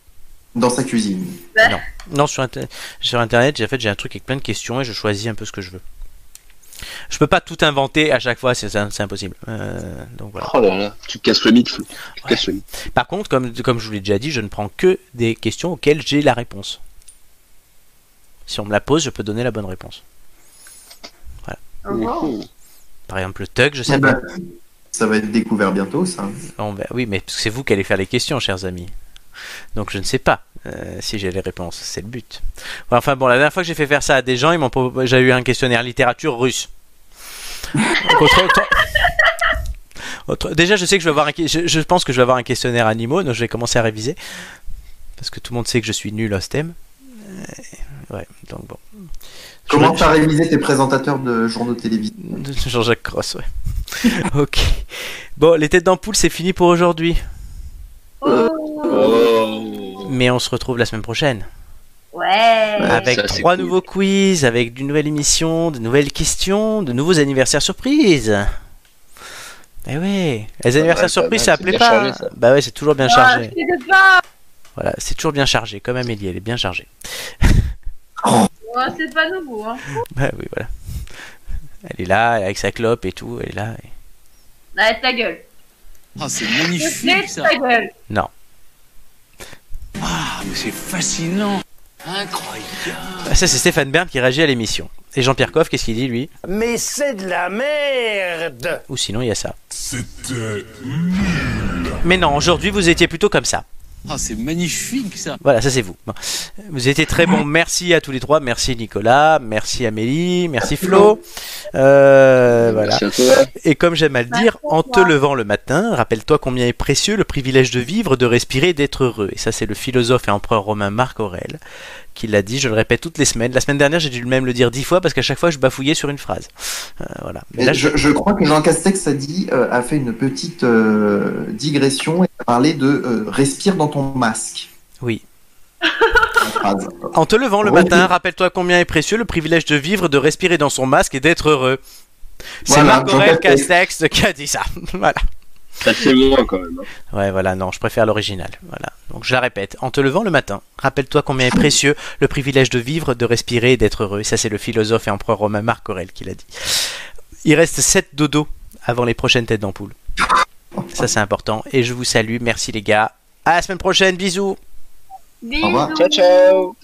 [SPEAKER 2] Dans sa cuisine.
[SPEAKER 1] Non. Non, sur, Inter- sur Internet, j'ai en fait, j'ai un truc avec plein de questions et je choisis un peu ce que je veux. Je peux pas tout inventer à chaque fois, c'est c'est- c'est impossible. Euh, donc voilà.
[SPEAKER 4] Oh là là, tu casses le mythe, Flo. Tu casses le mythe.
[SPEAKER 1] Par contre, comme, comme je vous l'ai déjà dit, je ne prends que des questions auxquelles j'ai la réponse. Si on me la pose, je peux donner la bonne réponse. Voilà. Par exemple, le Tug, je sais
[SPEAKER 2] Eh
[SPEAKER 1] pas.
[SPEAKER 2] ben, ça va être découvert bientôt, ça.
[SPEAKER 1] On va- ben Oui, mais c'est vous qui allez faire les questions, chers amis. Donc je ne sais pas euh, si j'ai les réponses, c'est le but. Bon, Enfin bon, la dernière fois que j'ai fait faire ça à des gens, ils m'ont propo- j'ai eu un questionnaire littérature russe. Donc, autre- autre- autre- Déjà, je sais que je vais avoir un... que- je, je pense que je vais avoir un questionnaire animaux, donc je vais commencer à réviser parce que tout le monde sait que je suis nul à ce thème. Euh, ouais, donc bon.
[SPEAKER 2] Comment
[SPEAKER 1] Je-
[SPEAKER 2] t'as révisé tes présentateurs de journaux télévisés
[SPEAKER 1] de *laughs* Jean-Jacques Cross, ouais. *laughs* ok. Bon, les têtes d'ampoule, c'est fini pour aujourd'hui.
[SPEAKER 3] Oh.
[SPEAKER 4] Oh.
[SPEAKER 1] Mais on se retrouve la semaine prochaine.
[SPEAKER 3] Ouais.
[SPEAKER 1] Avec trois nouveaux quiz, avec d'une nouvelle émission, de nouvelles questions, de nouveaux anniversaires surprises. Eh ouais, les anniversaires
[SPEAKER 4] mal, pas
[SPEAKER 1] surprises,
[SPEAKER 4] mal,
[SPEAKER 1] ça
[SPEAKER 4] c'est
[SPEAKER 1] plaît
[SPEAKER 4] bien
[SPEAKER 1] pas.
[SPEAKER 4] chargé, ça.
[SPEAKER 1] bah ouais, c'est toujours
[SPEAKER 3] Ah. Oh,
[SPEAKER 1] bien chargé.
[SPEAKER 3] C'était pas.
[SPEAKER 1] Voilà, c'est toujours bien chargé, comme Amélie, elle est bien chargée. *laughs*
[SPEAKER 3] Ouais, c'est pas nouveau. Hein.
[SPEAKER 1] Bah oui, voilà. Elle est là, avec sa clope et tout, elle est là. et-
[SPEAKER 3] Ouais, Bah, ta gueule.
[SPEAKER 5] Oh, c'est
[SPEAKER 3] Lève
[SPEAKER 5] magnifique ça.
[SPEAKER 3] ta gueule.
[SPEAKER 1] Non.
[SPEAKER 5] Ah, mais c'est fascinant. Incroyable.
[SPEAKER 1] Bah, ça, c'est Stéphane Bern qui réagit à l'émission. Et Jean-Pierre Coff, qu'est-ce qu'il dit, lui
[SPEAKER 6] Mais c'est de la merde
[SPEAKER 1] Ou sinon, il y a ça. Mais non, aujourd'hui, vous étiez plutôt comme ça.
[SPEAKER 5] Ah, c'est magnifique ça.
[SPEAKER 1] Voilà, ça c'est vous. Bon. Vous étiez très bons. Merci à tous les trois. Merci Nicolas, merci Amélie, merci Flo. Euh, voilà.
[SPEAKER 4] Merci à toi.
[SPEAKER 1] Et comme j'aime à le dire, en te levant le matin, rappelle-toi combien est précieux le privilège de vivre, de respirer, et d'être heureux. Et ça, c'est le philosophe et empereur romain Marc Aurèle qui l'a dit. Je le répète toutes les semaines. La semaine dernière, j'ai dû même le dire dix fois parce qu'à chaque fois, je bafouillais sur une phrase. Euh, voilà. Mais
[SPEAKER 2] Et
[SPEAKER 1] là,
[SPEAKER 2] je, je crois que Jean Castex a dit, euh, a fait une petite euh, digression et a parlé de euh, respire dans ton masque.
[SPEAKER 1] Oui.
[SPEAKER 2] Phrase.
[SPEAKER 1] En te levant le
[SPEAKER 2] Oui.
[SPEAKER 1] matin, rappelle-toi combien est précieux le privilège de vivre, de respirer dans son masque et d'être heureux. C'est
[SPEAKER 4] Voilà,
[SPEAKER 1] Marc Aurèle
[SPEAKER 4] Jean Castex.
[SPEAKER 1] Castex qui a dit ça. *laughs* voilà.
[SPEAKER 4] Ça fait moins quand même. hein.
[SPEAKER 1] Ouais, voilà, non, je préfère l'original. Voilà. Donc je la répète. En te levant le matin, rappelle-toi combien est précieux le privilège de vivre, de respirer et d'être heureux. Et ça, c'est le philosophe et empereur romain Marc Aurèle qui l'a dit. Il reste 7 dodos avant les prochaines têtes d'ampoule. Ça, c'est important. Et je vous salue. Merci, les gars. À la semaine prochaine. Bisous.
[SPEAKER 3] Bisous.
[SPEAKER 1] revoir.
[SPEAKER 4] Ciao, ciao.